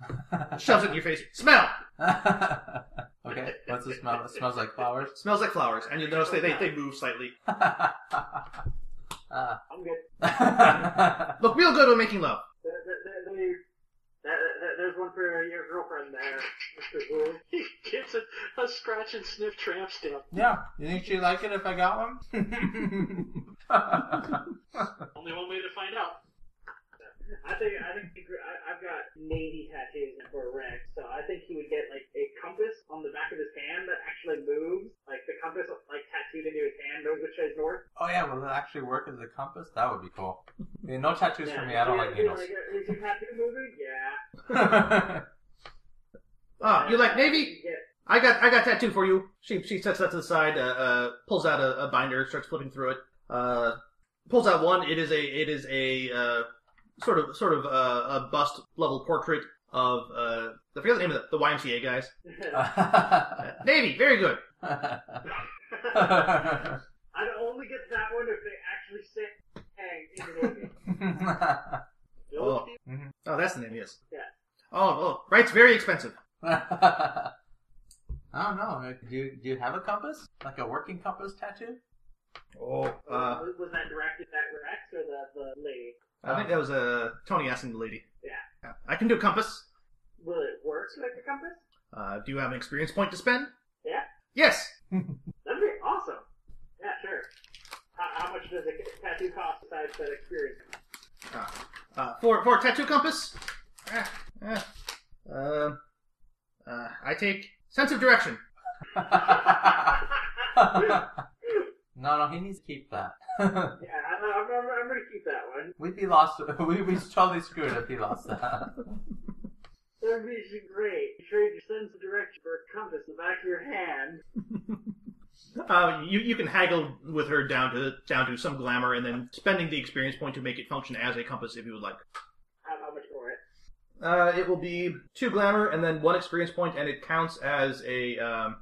Speaker 4: Shoves it in your face. Smell.
Speaker 5: okay. What's the smell? It smells like flowers. <laughs>
Speaker 4: Smells like flowers, and you notice they, they, they move slightly.
Speaker 5: Uh.
Speaker 1: I'm good.
Speaker 5: Ah.
Speaker 4: Look real good when making love.
Speaker 1: There, there, there, there, there- there- there's one for your girlfriend there, Mr. Blue.
Speaker 2: <laughs> He gets a, a scratch and sniff tramp stamp.
Speaker 5: <laughs> yeah. You think she'd like it if I got one? <laughs>
Speaker 2: Only one way to find out.
Speaker 1: I think I think he gr- I, I've got navy tattoos for Rex, so I think he would get like a compass on the back of his hand that actually moves, like the compass like tattooed into his hand, knows which way is north.
Speaker 5: oh yeah, will it actually work as a compass? That would be cool. Yeah, no tattoos for me. I don't
Speaker 1: Yeah,
Speaker 5: like
Speaker 1: yeah,
Speaker 5: needles.
Speaker 1: uh, is your tattoo moving? Yeah.
Speaker 5: Oh,
Speaker 4: Ah, you like navy?
Speaker 1: Yeah.
Speaker 4: I got I got that too for you. She she sets that to the side, uh, uh, pulls out a, a binder, starts flipping through it. Uh, pulls out one. It is a it is a uh, sort of sort of uh, a bust level portrait of uh, I forget the name of the, the YMCA guys. Uh, Navy, very good.
Speaker 1: <laughs> I'd only get that one if they actually say hang in the Navy.
Speaker 5: <laughs>
Speaker 4: Oh. Oh, that's the name. Yes.
Speaker 1: Yeah.
Speaker 4: Oh, oh, right's very expensive.
Speaker 5: I don't know. Do you, do you have a compass? Like a working compass tattoo? <laughs>
Speaker 4: Oh, uh,
Speaker 1: was, was that directed at Rex or the, the lady?
Speaker 4: I think that was uh, Tony asking the lady.
Speaker 1: Yeah.
Speaker 4: I can do a compass.
Speaker 1: Will it work like a compass?
Speaker 4: Uh, do you have an experience point to spend?
Speaker 1: Yeah.
Speaker 4: Yes.
Speaker 1: That'd be awesome. Yeah, sure. How, how much does a tattoo cost besides that experience?
Speaker 4: Uh, for for a tattoo compass. Eh, eh. Uh, uh, I take sense of direction.
Speaker 5: no, no, he needs to keep that. <laughs>
Speaker 1: Yeah, I, I'm, I'm, I'm gonna keep that one.
Speaker 5: We'd be lost. <laughs> We'd be totally screwed if he lost that. <laughs>
Speaker 1: That would be great. You trade your sense of direction for a compass in the back of your hand.
Speaker 4: Uh, you you can haggle with her down to down to some glamour, and then spending the experience point to make it function as a compass if you would like.
Speaker 1: How, how much for it?
Speaker 4: Uh, it will be two glamour and then one experience point, and it counts as a um,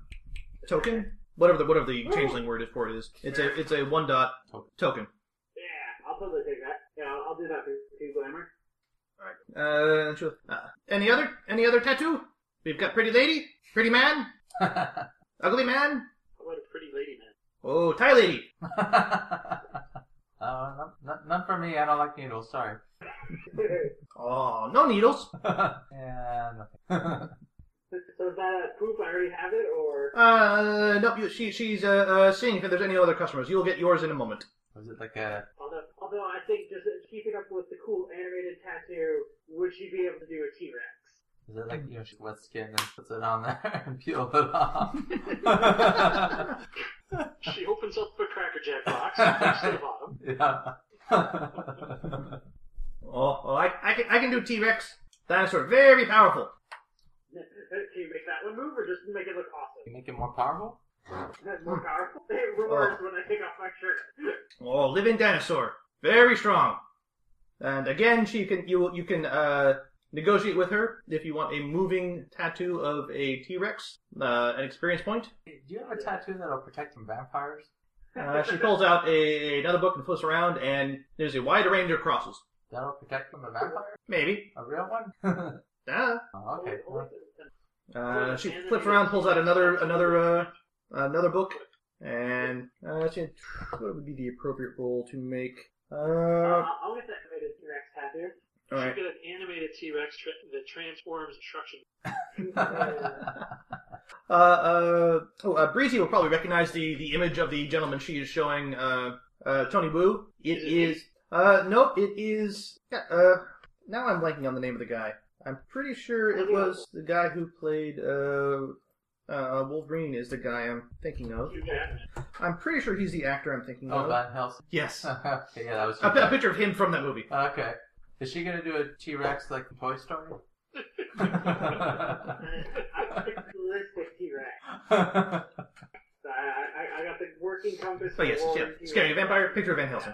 Speaker 4: token. Whatever the whatever the changeling word is for it is. It's a it's a one dot token.
Speaker 1: Yeah, I'll totally take that. Yeah, I'll, I'll do that for two glamour.
Speaker 4: Uh, and she'll- uh, any other any other tattoo? We've got pretty lady, pretty man, ugly man.
Speaker 1: How about a pretty lady man?
Speaker 4: Oh, Thai lady.
Speaker 5: uh, none, none- none for me. I don't like needles. Sorry.
Speaker 4: Oh, no needles.
Speaker 5: <laughs> yeah, nothing.
Speaker 1: <laughs> so is that a proof I already have it, or
Speaker 4: Uh, no, you, she, she's uh, uh, seeing if there's any other customers. You'll get yours in a moment.
Speaker 5: <laughs> Was it like a?
Speaker 1: although although I think just keeping up with the cool animated tattoo, would she be able to do a T Rex?
Speaker 5: Is it like you know she wet skin and puts it on there <laughs> and peel it <laughs> off?
Speaker 2: She opens up the Cracker Jack
Speaker 4: <laughs>
Speaker 2: box, goes to the bottom.
Speaker 5: yeah. <laughs>
Speaker 4: Oh, oh I, I, can, I can do T Rex. Dinosaur, very powerful.
Speaker 1: Can you make that one move, or just make it look awesome?
Speaker 5: you make it more powerful.
Speaker 1: That's more powerful. It roars when I take off my shirt.
Speaker 4: Oh, living dinosaur, very strong. And again, she can you you can uh, negotiate with her if you want a moving tattoo of a T Rex, uh, an experience point.
Speaker 5: Hey, Do you have a tattoo that'll protect from vampires?
Speaker 4: Uh, she pulls out a, another book and flips around, and there's a wide range of crosses.
Speaker 5: That'll protect from a vampire?
Speaker 4: Maybe.
Speaker 5: A real one? <laughs>
Speaker 4: Duh.
Speaker 5: oh, okay.
Speaker 1: Or- or-
Speaker 4: Uh, she flips around, pulls out another another uh, another book, and uh, she, what would be the appropriate role to make? Uh, all
Speaker 1: I'll, I'll get that animated T Rex tattoo.
Speaker 4: Uh,
Speaker 1: <laughs>
Speaker 4: right. <laughs>
Speaker 2: You get an animated T Rex tra- that transforms instruction.
Speaker 4: Uh, uh, oh, uh, Breezy will probably recognize the, the image of the gentleman she is showing. Uh, uh, Tony Wu. It
Speaker 2: Is it
Speaker 4: is. Uh, nope. It is. Yeah, uh, now I'm blanking on the name of the guy. I'm pretty sure it was the guy who played uh, uh, Wolverine. Is the guy I'm thinking of.
Speaker 2: Hugh Jackman.
Speaker 4: I'm pretty sure he's the actor I'm thinking
Speaker 5: oh,
Speaker 4: of.
Speaker 5: Van Helsing.
Speaker 4: Yes. A,
Speaker 5: <laughs> okay, yeah,
Speaker 4: <laughs>
Speaker 5: that was.
Speaker 4: pi- a picture of him from that movie.
Speaker 5: okay. Is she gonna do a T Rex like the Toy Story? <laughs>
Speaker 1: I'm realistic T Rex. So I, I, I got the working compass.
Speaker 4: But Oh, yes,
Speaker 1: the
Speaker 4: yeah.
Speaker 1: roaring T-Rex.
Speaker 4: Scary vampire. Picture of Van Helsing.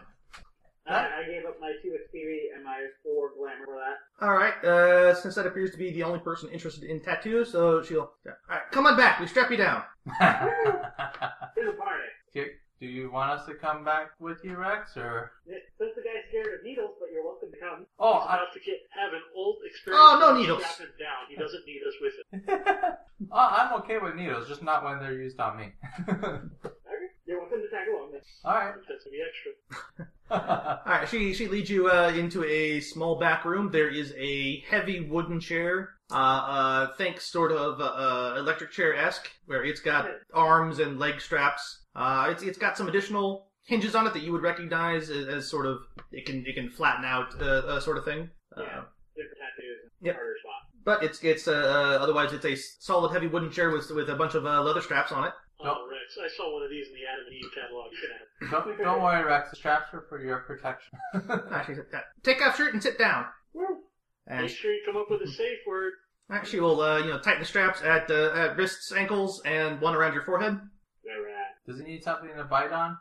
Speaker 1: I, I gave up my two XP and my four glamour for that.
Speaker 4: All right. Uh, since that appears to be the only person interested in tattoos, so she'll. All right, come on back. We strap you down.
Speaker 1: It's a party.
Speaker 5: do, do you want us to come back with you, Rex, or?
Speaker 1: Since the guy's scared of needles, but you're welcome to come.
Speaker 5: Oh,
Speaker 2: He's
Speaker 5: I, <laughs>
Speaker 2: about to get, have an old experience.
Speaker 4: Oh, no
Speaker 2: with
Speaker 4: needles.
Speaker 2: Strap him down. He doesn't need us with it.
Speaker 5: Oh, I'm okay with needles, just not when they're used on me. <laughs>
Speaker 1: Okay. You're welcome to tag along. Then.
Speaker 5: All right.
Speaker 2: That's to be extra.
Speaker 4: All right, she she leads you uh, into a small back room. There is a heavy wooden chair, uh, uh, think sort of uh, uh, electric chair esque, where it's got arms and leg straps. Uh, it's it's got some additional hinges on it that you would recognize as, as sort of it can it can flatten out uh, uh, sort of thing. Uh,
Speaker 1: Yeah. Different tattoos and
Speaker 4: Yep.
Speaker 1: harder spot.
Speaker 4: but it's it's uh, uh, otherwise it's a solid heavy wooden chair with with a bunch of uh, leather straps on it. <laughs>
Speaker 2: Oh, Rex, I saw one of these in the Adam and Eve catalog. You can have it.
Speaker 5: <laughs> Don't, don't worry, Rex. The straps are for your protection.
Speaker 4: Uh, she said, "Uh, Take off shirt and sit down. And
Speaker 2: Make sure you come up with a safe word.
Speaker 4: All right, she will, uh, you know, tighten the straps at, uh, at wrists, ankles, and one around your forehead.
Speaker 1: Alright.
Speaker 5: Does he need something to bite on?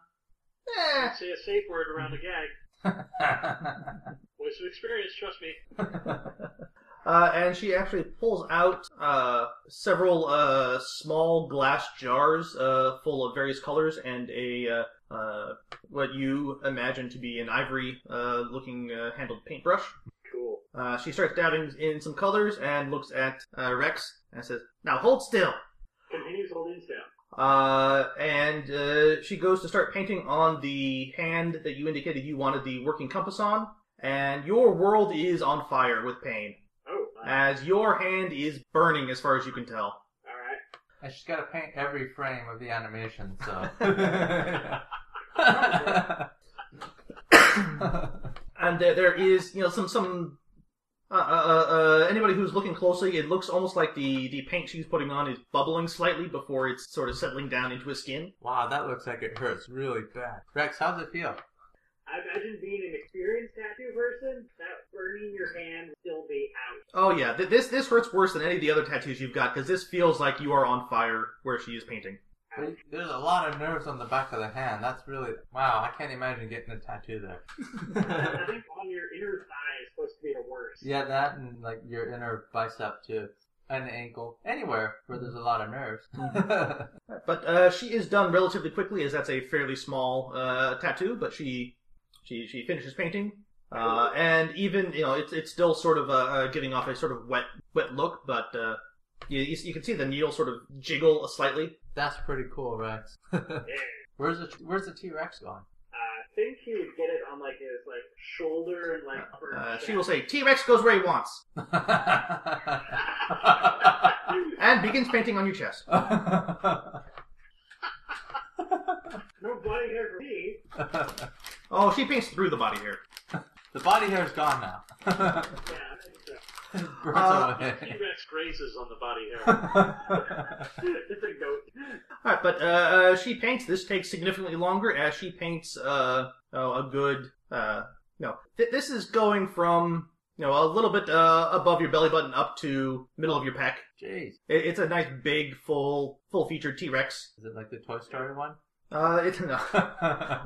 Speaker 5: <laughs>
Speaker 4: Eh.
Speaker 2: Say a safe word around the gag. Voice of experience, trust me.
Speaker 4: Uh, and she actually pulls out uh, several uh, small glass jars uh, full of various colors and a uh, uh, what you imagine to be an ivory-looking uh, handled paintbrush.
Speaker 2: Cool.
Speaker 4: Uh, she starts dabbing in some colors and looks at uh, Rex and says, "Now hold still."
Speaker 2: Continues holding down.
Speaker 4: Uh, and uh, she goes to start painting on the hand that you indicated you wanted the working compass on. And your world is on fire with pain,
Speaker 2: Oh, wow.
Speaker 4: as your hand is burning, as far as you can tell.
Speaker 2: all right.
Speaker 5: and she's got to paint every frame of the animation, so. <laughs>
Speaker 4: and there, there is you know some some uh, uh, uh, anybody who's looking closely, it looks almost like the the paint she's putting on is bubbling slightly before it's sort of settling down into his skin.
Speaker 5: wow, that looks like it hurts really bad. Rex, how's it feel?
Speaker 1: I imagine being an experienced tattoo person, that burning your hand would still be out.
Speaker 4: <laughs> Oh yeah, th- this this hurts worse than any of the other tattoos you've got because this feels like you are on fire where she is painting.
Speaker 5: There's a lot of nerves on the back of the hand. That's really wow. I can't imagine getting a tattoo
Speaker 1: I
Speaker 5: there.
Speaker 1: think on your inner thigh is supposed to be the worst.
Speaker 5: yeah, that and like your inner bicep too, and ankle, anywhere where there's a lot of nerves. <laughs>
Speaker 4: But uh, she is done relatively quickly, as that's a fairly small uh, tattoo. But she she she finishes painting, uh, and even you know it's it's still sort of uh, uh, giving off a sort of wet wet look, but uh, you you you can see the needle sort of jiggle slightly.
Speaker 5: That's pretty cool, Rex. <laughs> where's the Where's the T Rex <laughs> going?
Speaker 1: I think he Uh, would get it on like his like shoulder and like upper
Speaker 4: Uh, she
Speaker 1: chest. <laughs>
Speaker 4: will <laughs> say, "T Rex goes where he wants," and begins painting on your chest.
Speaker 1: No bloody hair for me.
Speaker 5: the
Speaker 4: Oh, she paints through the body here.
Speaker 5: body hair's gone now. <laughs>
Speaker 1: Yeah, I think so.
Speaker 5: Burns
Speaker 4: Uh,
Speaker 5: away.
Speaker 2: T-Rex grazes on the body hair.
Speaker 1: <laughs> it's a goat.
Speaker 4: All right, but uh, uh, she paints. This takes significantly longer as she paints uh, oh, a good. Uh, no, Th- this is going from you know a little bit uh, above your belly button up to middle of your pec.
Speaker 5: <laughs> Jeez,
Speaker 4: It- it's a nice big full full featured T Rex.
Speaker 5: is it like the Toy Story one?
Speaker 4: Uh, it's <laughs> no.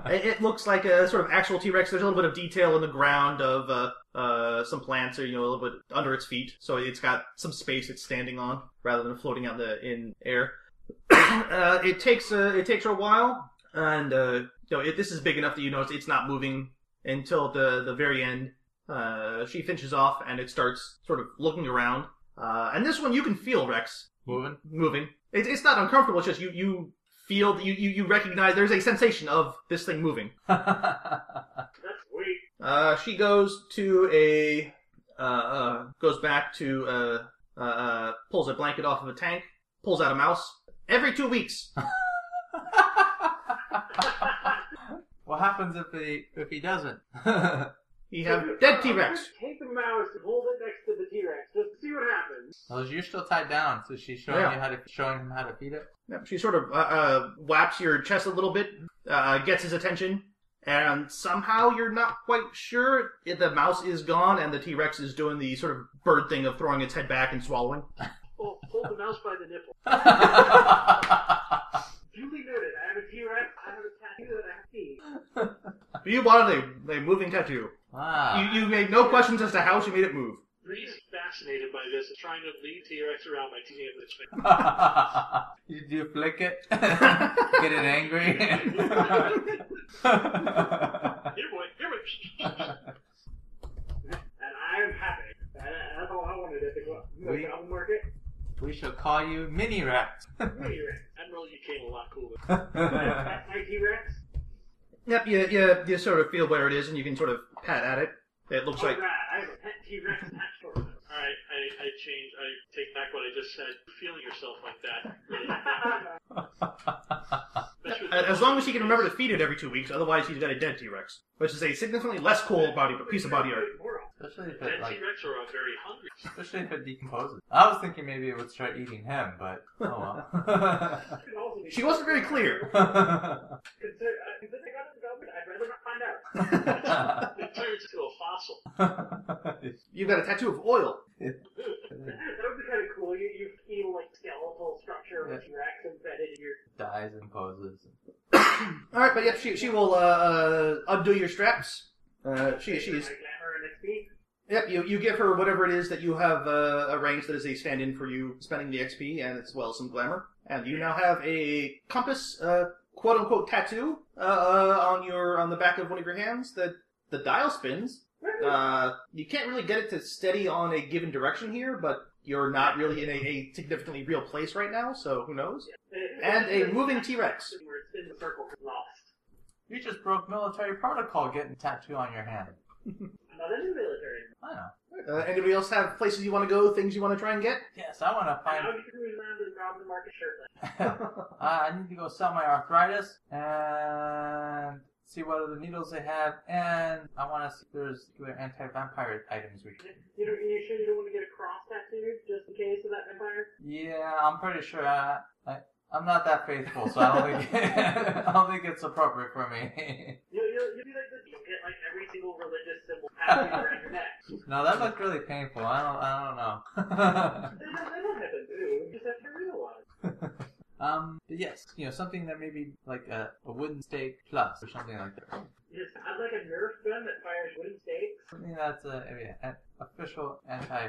Speaker 4: It, it looks like a sort of actual T Rex. There's a little bit of detail in the ground of uh, uh, some plants, or you know, a little bit under its feet. So it's got some space it's standing on rather than floating out in the in air. <coughs> uh, it takes uh, it takes her a while, and uh, you know, it, this is big enough that you notice it's not moving until the the very end. Uh, she finishes off, and it starts sort of looking around. Uh, and this one you can feel Rex
Speaker 5: Moving. <laughs>
Speaker 4: moving. It, it's not uncomfortable. It's just you you feel you you, you recognize there's a sensation of this thing moving.
Speaker 2: That's sweet.
Speaker 4: Uh, she goes to a uh, uh, goes back to uh, uh, uh, pulls a blanket off of a tank, pulls out a mouse every two weeks.
Speaker 5: what happens if he if he doesn't? <laughs>
Speaker 4: You have dead T Rex.
Speaker 1: Take the mouse and hold it next to the T Rex. Just see what happens.
Speaker 5: well, you're still tied down, so she's showing
Speaker 4: Yeah.
Speaker 5: you how to showing him how to
Speaker 4: <laughs>
Speaker 5: feed it.
Speaker 4: Yep, She sort of uh, uh, whaps your chest a little bit, uh, gets his attention, and somehow you're not quite sure. The mouse is gone, and the T Rex is doing the sort of bird thing of throwing its head back and swallowing.
Speaker 2: Oh, hold the mouse by the nipple.
Speaker 1: Duly noted. I have a T Rex. I have a tattoo that I have to eat.
Speaker 4: You wanted a, a moving tattoo.
Speaker 5: wow.
Speaker 4: You, you made no questions as to how she made it move.
Speaker 2: Bree's fascinated by this and trying to lead T-Rex around by teasing it with its finger.
Speaker 5: <laughs>
Speaker 4: <laughs>
Speaker 5: you do flick it, <laughs> get it angry.
Speaker 2: Here, boy, here, boy. <laughs>
Speaker 1: And I'm happy. And that's all I wanted at the club.
Speaker 5: We-
Speaker 1: Like, I'll mark it.
Speaker 5: <laughs> we shall call you Mini <laughs> Rex.
Speaker 1: T Rex.
Speaker 2: Admiral, you came a lot
Speaker 1: <laughs>
Speaker 2: cooler.
Speaker 1: That's my T Rex.
Speaker 4: Yep, you, you, you sort of feel where it is, and you can sort of pat at it. It looks like
Speaker 1: Alright, Oh, I have a pet T Rex tattoo.
Speaker 2: All right, I, I change. I take back what I just said. Feeling yourself like
Speaker 1: <laughs>
Speaker 2: that. Really. Especially with
Speaker 4: a-
Speaker 2: the-
Speaker 4: as long as she can remember to feed it every two weeks. Otherwise, he's got a dead T Rex, which is a significantly less cool body piece of body art.
Speaker 5: especially if
Speaker 2: Dead
Speaker 5: it like,
Speaker 2: T-Rex are uh, very hungry.
Speaker 5: especially if it decomposes. I was thinking maybe it would start eating him, but oh <laughs>
Speaker 4: <laughs> She wasn't very clear.
Speaker 5: well.
Speaker 1: Consider, uh, consider I got in development, I'd rather not find out.
Speaker 2: It turns into a fossil.
Speaker 4: You've got a tattoo of oil.
Speaker 1: That would be kind of cool. You, you feel like skeletal structure of a T Rex embedded in your.
Speaker 5: Dies and poses.
Speaker 4: All All right, but yep, she she will uh, uh, undo your straps. Uh, she she's
Speaker 1: I grab her and XP.
Speaker 4: Yep, you, you give her whatever it is that you have uh, arranged that is a stand in for you spending the XP and as well as some glamour. And you now have a compass, uh, quote unquote tattoo, uh, uh, on your on the back of one of your hands that the dial spins. Uh, you can't really get it to steady on a given direction here, but you're not really in a, a significantly real place right now, so who knows? And a moving T-Rex.
Speaker 1: Where it's in the circle, lost.
Speaker 5: You just broke military protocol getting a tattoo on your hand.
Speaker 1: I'm not in the military.
Speaker 5: I know.
Speaker 4: Uh, anybody else have places you want to go, things you want to try and get?
Speaker 5: Yes, I want to
Speaker 1: I
Speaker 5: find.
Speaker 1: know you can cruise around and rob the market shirtless.
Speaker 5: uh, I need to go sell my arthritis and see what other needles they have, and I want to see if there's particular anti-vampire items we can.
Speaker 1: You don't, you sure you don't want to get a cross tattooed just in case of that vampire?
Speaker 5: Yeah, I'm pretty sure I, I I'm not that faithful, so I don't think <laughs> I don't think it's appropriate for me. <laughs>
Speaker 1: You'll, you'll, you'll be like this. You'll get like every single religious symbol
Speaker 4: <laughs>
Speaker 1: tattooed around your neck.
Speaker 5: no, that looked really painful. I don't I don't know. <laughs>
Speaker 1: They don't, they don't have to do. You just have to realize.
Speaker 5: um, but yes, you know something that maybe like a, a wooden stake plus or something like that.
Speaker 1: Just, I'd like a Nerf gun that fires wooden stakes.
Speaker 5: Something that's a, yeah, an official anti,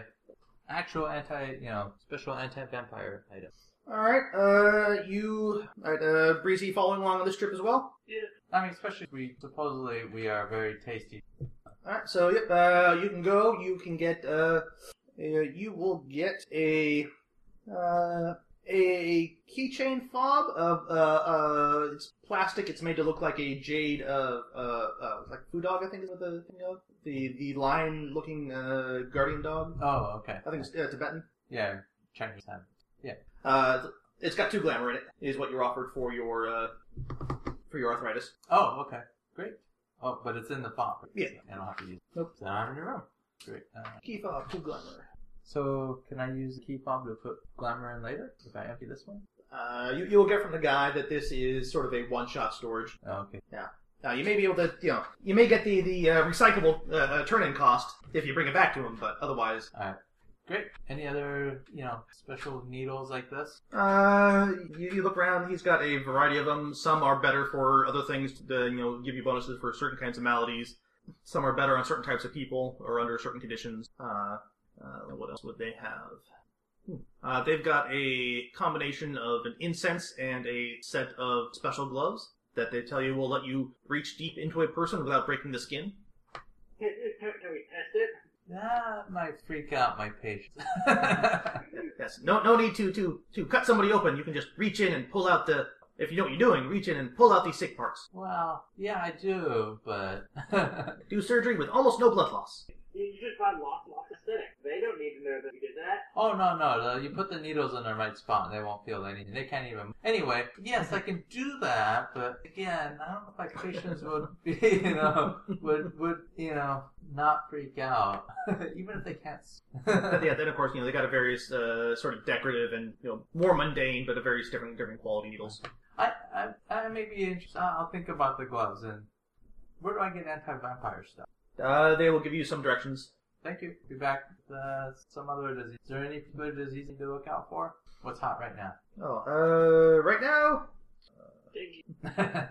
Speaker 5: actual anti, you know, special anti-vampire item.
Speaker 4: <laughs> All right. Uh, you, all right, uh, Breezy, following along on this trip as well.
Speaker 5: I mean, especially if we supposedly we are very tasty.
Speaker 4: All right. So yep. Uh, you can go. You can get. Uh, uh you will get a uh, a keychain fob of uh, uh, it's plastic. It's made to look like a jade of uh, uh like food dog. I think is what the thing of the the lion looking uh guardian dog.
Speaker 5: Oh, okay.
Speaker 4: I think it's uh, Tibetan.
Speaker 5: Yeah, Chinese have.
Speaker 4: Uh, it's got two glamour in it. Is what you're offered for your uh for your arthritis.
Speaker 5: Oh, okay, great. Oh, but it's in the font.
Speaker 4: Yeah.
Speaker 5: I don't have to use. it.
Speaker 4: Nope.
Speaker 5: So I'm in your room. Great. Uh,
Speaker 4: Key fob, two glamour.
Speaker 5: so can I use the key fob to put glamour in later if I empty this one?
Speaker 4: Uh, you, you'll get from the guy that this is sort of a one-shot storage.
Speaker 5: Oh, okay.
Speaker 4: Now Uh, you may be able to, you know, you may get the the uh, recyclable uh, uh, turn-in cost if you bring it back to him, but otherwise,
Speaker 5: Great. Any other you know special needles like this?
Speaker 4: uh, you, you look around. He's got a variety of them. Some are better for other things, to, you know, give you bonuses for certain kinds of maladies. Some are better on certain types of people or under certain conditions. Uh, uh, what else would they have? Hmm. Uh, they've got a combination of an incense and a set of special gloves that they tell you will let you reach deep into a person without breaking the skin.
Speaker 1: Can, can, can we test it?
Speaker 5: That might freak out my <laughs> patients.
Speaker 4: Yes. No, no need to to to cut somebody open. You can just reach in and pull out the. If you know what you're doing, reach in and pull out these sick parts.
Speaker 5: well, yeah, I do, but <laughs>
Speaker 4: Do surgery with almost no blood loss.
Speaker 1: You, you just buy lost, lost aesthetic. They don't need to know that we did that.
Speaker 5: Oh no no! the- You put the needles in the right spot, and they won't feel anything. They can't even. Anyway, yes, I can do that, but again, I don't know if my patients would <laughs> be, you know, would would you know, not freak out, <laughs> even if they can't. s- <laughs>
Speaker 4: But yeah, then of course you know they got a various uh, sort of decorative and you know more mundane, but a various different different quality needles.
Speaker 5: I, I I may be interested. I'll think about the gloves and where do I get anti-vampire stuff?
Speaker 4: Uh, they will give you some directions.
Speaker 5: Thank you. Be back with uh, some other disease. Is there any particular disease you need to look out for? What's hot right
Speaker 4: Oh, uh, right now,
Speaker 5: <laughs> now?
Speaker 4: uh,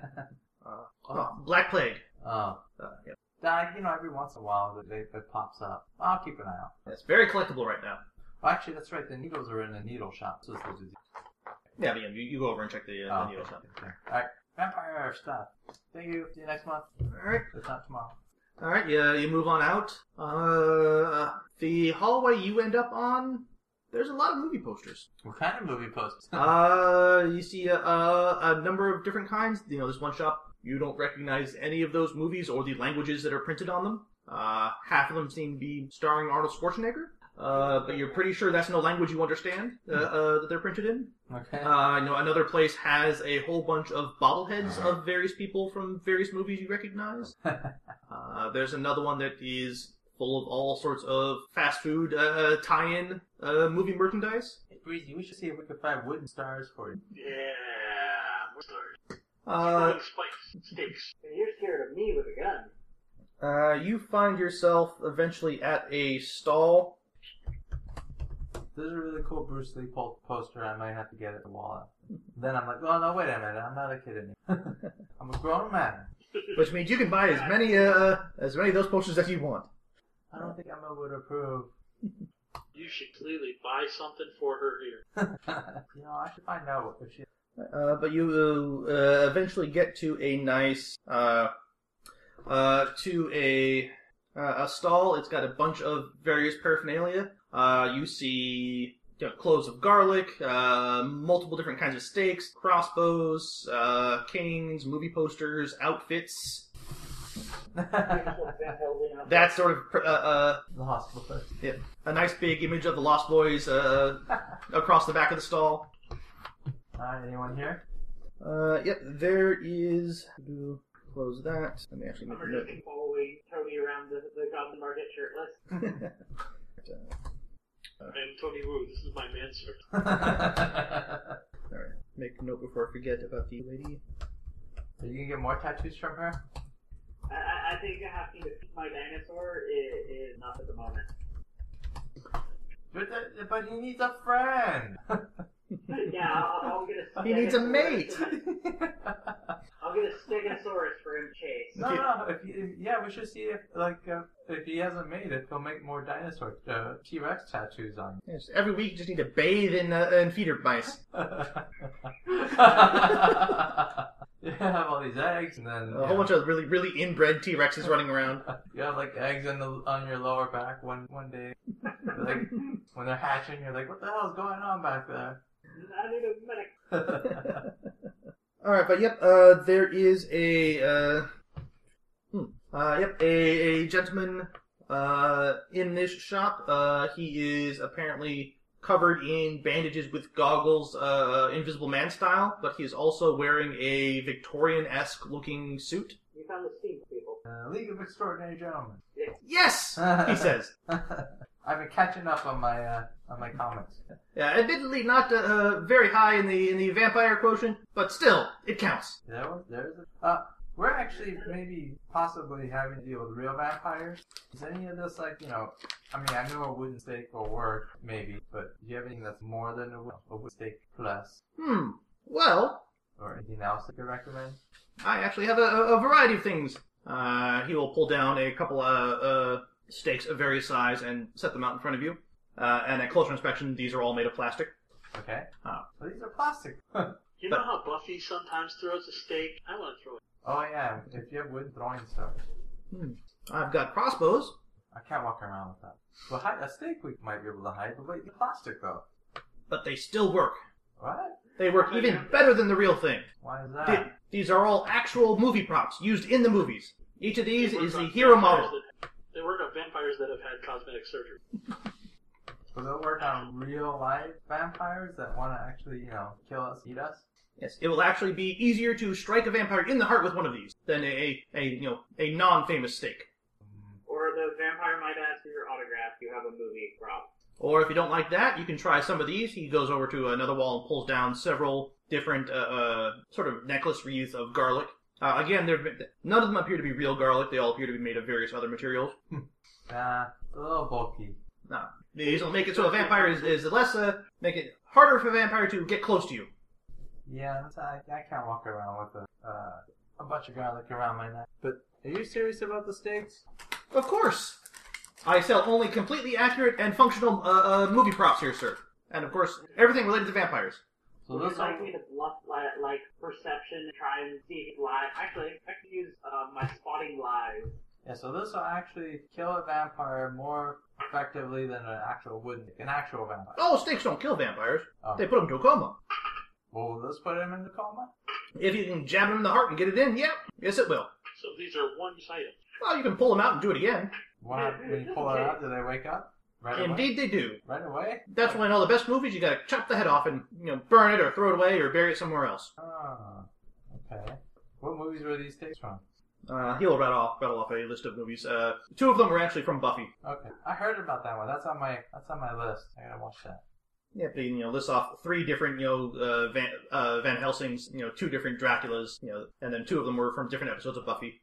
Speaker 5: Uh-huh.
Speaker 4: oh, black plague.
Speaker 5: oh.
Speaker 4: Uh, yeah.
Speaker 5: That, you know, every once in a while they, it pops up. I'll keep an eye out.
Speaker 4: It's very collectible right now.
Speaker 5: Well, actually, that's right. The needles are in the needle shop. So it's the disease.
Speaker 4: Yeah, but, yeah, you, you go over and check the, uh,
Speaker 5: Oh,
Speaker 4: the needle
Speaker 5: okay.
Speaker 4: shop.
Speaker 5: All right. Vampire stuff. Thank you. See you next month.
Speaker 4: All right.
Speaker 5: It's not tomorrow.
Speaker 4: All right, yeah, you move on out. Uh, the hallway you end up on, there's a lot of movie posters.
Speaker 5: What kind of movie posters?
Speaker 4: Uh, you see a, a, a number of different kinds. You know, there's one shop you don't recognize any of those movies or the languages that are printed on them. Uh, half of them seem to be starring Arnold Schwarzenegger. Uh, but you're pretty sure that's no language you understand uh, uh, that they're printed in.
Speaker 5: <laughs> okay.
Speaker 4: Uh, I know another place has a whole bunch of bobbleheads of various people from various movies you recognize. Uh, there's another one that is full of all sorts of fast food uh, tie-in uh, movie merchandise.
Speaker 5: Hey, Breezy, we should see if we can find wooden stars for you.
Speaker 2: Yeah, we're sorry.
Speaker 4: Uh,
Speaker 2: spikes, stakes.
Speaker 1: And you're scared of me with a gun.
Speaker 4: Uh, you find yourself eventually at a stall.
Speaker 5: There's a really cool Bruce Lee po- poster. I might have to get it at the wall. Then I'm like, oh no, wait a minute. I'm not a kid anymore. <laughs> I'm a grown man.
Speaker 4: Which means you can buy as many uh, as many of those posters as you want.
Speaker 5: I don't think Emma would approve.
Speaker 2: You should clearly buy something for her
Speaker 1: <laughs>
Speaker 2: here.
Speaker 5: <laughs> you know, I should find out if she.
Speaker 4: Uh, but you uh, eventually get to a nice uh, uh, to a uh, a stall. It's got a bunch of various paraphernalia. Uh, you see you know, cloves of garlic, uh, multiple different kinds of steaks, crossbows, uh, canes, movie posters, outfits, that sort of pr- uh, uh,
Speaker 5: the hospital
Speaker 4: <laughs>
Speaker 5: first.
Speaker 4: a nice big image of the Lost Boys uh, across the back of the stall.
Speaker 5: All right,
Speaker 4: <laughs>
Speaker 5: anyone here?
Speaker 4: Uh, yep, there is. do- Close that. Let me actually
Speaker 1: I'm
Speaker 4: make a note.
Speaker 1: just following Tony around the, the Goblin Market shirtless.
Speaker 4: <laughs>
Speaker 2: I'm Tony Wu. This is my manservant.
Speaker 5: Are
Speaker 4: Make a note before I forget about the lady.
Speaker 5: you gonna get more tattoos from her?
Speaker 1: I, I I think I have to defeat my dinosaur is, is not at the moment. <laughs>
Speaker 5: But, that- but he needs a friend. <laughs>
Speaker 1: yeah, I'll, I'll get a.
Speaker 4: He needs a
Speaker 1: stegosaurus.
Speaker 4: mate.
Speaker 1: I'll get a Stegosaurus for him to chase.
Speaker 5: no, no. If, you- if, yeah, we should see if like uh, if he hasn't made it, he'll make more dinosaur uh, T Rex tattoos on. <laughs>
Speaker 4: Yeah, just every week, you just need to bathe in uh, and feeder mice.
Speaker 5: you have all these eggs, and then
Speaker 4: A whole bunch of really, really inbred T Rexes running around.
Speaker 5: You have like eggs on the on your lower back one one day, like
Speaker 4: <laughs>
Speaker 5: when they're hatching, you're like, "What the hell's going on back there?"
Speaker 1: I need a medic.
Speaker 4: <laughs> All right, but yep, uh, there is a uh, hmm, uh, yep a, a gentleman uh, in this shop. Uh, he is apparently covered in bandages with goggles, uh, Invisible Man style, but he is also wearing a Victorian esque looking suit.
Speaker 1: You found the steam people.
Speaker 5: uh, League of Extraordinary Gentlemen. <laughs>
Speaker 4: Yes,
Speaker 5: Uh,
Speaker 4: he says.
Speaker 5: I've been catching up on my uh, on my comics.
Speaker 4: Yeah, admittedly not uh, uh, very high in the in the vampire quotient, but still it counts.
Speaker 5: There was there's a, uh, we're actually maybe possibly having to deal with real vampires. Is any of this like you know? I mean, I know a wooden stake will work maybe, but do you have anything that's more than a, wo- a wooden stake plus
Speaker 4: Hmm. Well,
Speaker 5: or anything else that you recommend?
Speaker 4: I actually have a, a a variety of things. Uh, he will pull down a couple uh, uh, stakes of various size and set them out in front of you. Uh, and at closer inspection, these are all made of plastic.
Speaker 5: Okay.
Speaker 4: Oh.
Speaker 5: Well, these are plastic. <laughs> Oh,
Speaker 2: You know how Buffy sometimes throws a steak? I want to throw it.
Speaker 5: Oh yeah, if you have wood throwing stuff,
Speaker 4: I've got crossbows.
Speaker 5: I can't walk around with that. Well, hide, a steak we might be able to hide, but wait, the plastic though.
Speaker 4: But they still work.
Speaker 5: What?
Speaker 4: They work even better than the real thing.
Speaker 5: Why is
Speaker 4: Th-
Speaker 5: that?
Speaker 4: these are all actual movie props used in the movies. Each of these
Speaker 2: They work
Speaker 4: is the
Speaker 2: on
Speaker 4: hero
Speaker 2: vampires
Speaker 4: model.
Speaker 2: that- They work on vampires that have had cosmetic surgery.
Speaker 5: Will it work on real life vampires that want to actually, you know, kill us, eat us?
Speaker 4: Yes, it will actually be easier to strike a vampire in the heart with one of these than a, a, a you know a non-famous stake.
Speaker 1: Or the vampire might ask for your autograph. You have a movie prop.
Speaker 4: Or if you don't like that, you can try some of these. He goes over to another wall and pulls down several different uh, uh, sort of necklace wreaths of garlic. Uh, again, there none of them appear to be real garlic. They all appear to be made of various other materials. Uh,
Speaker 5: Nah, it's a little bulky.
Speaker 4: These will make it so a vampire is, is less uh, make it harder for a vampire to get close to you.
Speaker 5: Yeah, that's, I, I can't walk around with a uh, a bunch of garlic around my neck. But are you serious about the steaks?
Speaker 4: Of course, I sell only completely accurate and functional uh, uh, movie props here, sir. And of course, everything related to vampires.
Speaker 5: So
Speaker 1: Would
Speaker 5: those
Speaker 1: you like
Speaker 5: are
Speaker 1: me to bluff like, like perception and try and see if he's live? Actually, I could use uh, my spotting live.
Speaker 5: yeah, so those will actually kill a vampire more effectively than an actual wooden an actual vampire.
Speaker 4: Oh, snakes don't kill vampires;
Speaker 5: Oh.
Speaker 4: they put them to a coma.
Speaker 5: Well, let's put him in the coma.
Speaker 4: If you can jab them in the heart and get it in, yeah, yes, it will.
Speaker 2: So these are one item.
Speaker 4: Well, you can pull them out and do it again.
Speaker 5: Why, when you pull it out, do they wake up? Right away?
Speaker 4: Indeed, they do.
Speaker 5: Right away?
Speaker 4: That's why in all the best movies, you gotta chop the head off and you know burn it or throw it away or bury it somewhere else.
Speaker 5: Oh, okay. What movies were these takes from?
Speaker 4: Uh, he'll rattle off, rattle off a list of movies. Uh, two of them were actually from Buffy.
Speaker 5: Okay, I heard about that one. That's on my that's on my list. I gotta watch that.
Speaker 4: Yeah, but you know, lists off three different you know uh, Van uh, Van Helsing's, you know, two different Draculas, you know, and then two of them were from different episodes of Buffy.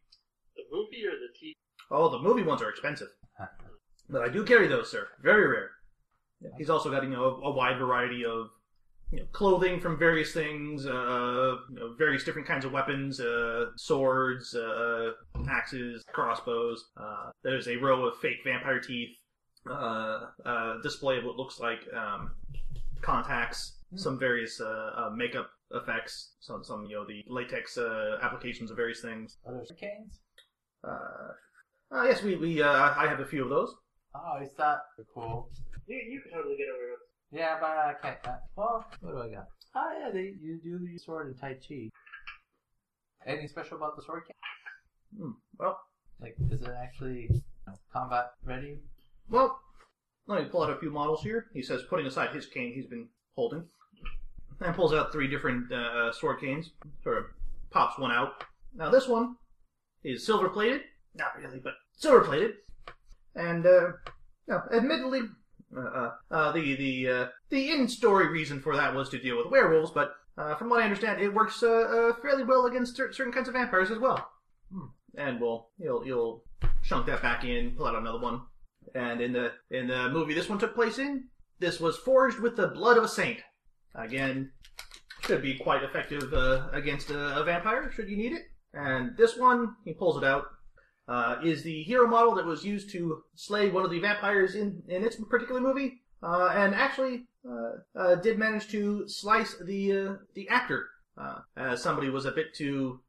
Speaker 2: The movie or the TV?
Speaker 4: Oh, the movie ones are expensive, but I do carry those, sir. Very rare. He's also got you know a, a wide variety of you know, clothing from various things, uh, you know, various different kinds of weapons, uh, swords, uh, axes, crossbows. Uh, there's a row of fake vampire teeth, uh, uh, display of what looks like um, contacts,
Speaker 5: Hmm.
Speaker 4: some various uh, uh, makeup effects, some some you know the latex uh, applications of various things.
Speaker 5: Are there canes?
Speaker 4: Uh, uh, yes, we we uh, I have a few of those.
Speaker 5: Oh, is that cool?
Speaker 1: You, you could totally get away with it.
Speaker 5: Yeah, but I can't. Uh, well, what do I got? Oh yeah, they, you do the sword and tai chi. Anything special about the sword? cane?
Speaker 4: Hmm, well.
Speaker 5: like is it actually you know, combat ready?
Speaker 4: Well, let me pull out a few models here. He says, putting aside his cane he's been holding, and pulls out three different uh, sword canes. Sort of pops one out. Now this one is silver plated, not really, but silver plated, and uh, now, admittedly, uh, uh, uh, the the uh, the in story reason for that was to deal with werewolves, but uh, from what I understand, it works uh, uh, fairly well against cer- certain kinds of vampires as well. Hmm. And we'll you'll you'll chunk that back in, pull out another one. And in the in the movie this one took place in, this was forged with the blood of a saint. Again, should be quite effective uh, against a, a vampire should you need it. And this one, he pulls it out. Uh, is the hero model that was used to slay one of the vampires in in its particular movie, uh, and actually uh, uh, did manage to slice the uh, the actor. Uh, as somebody was a bit too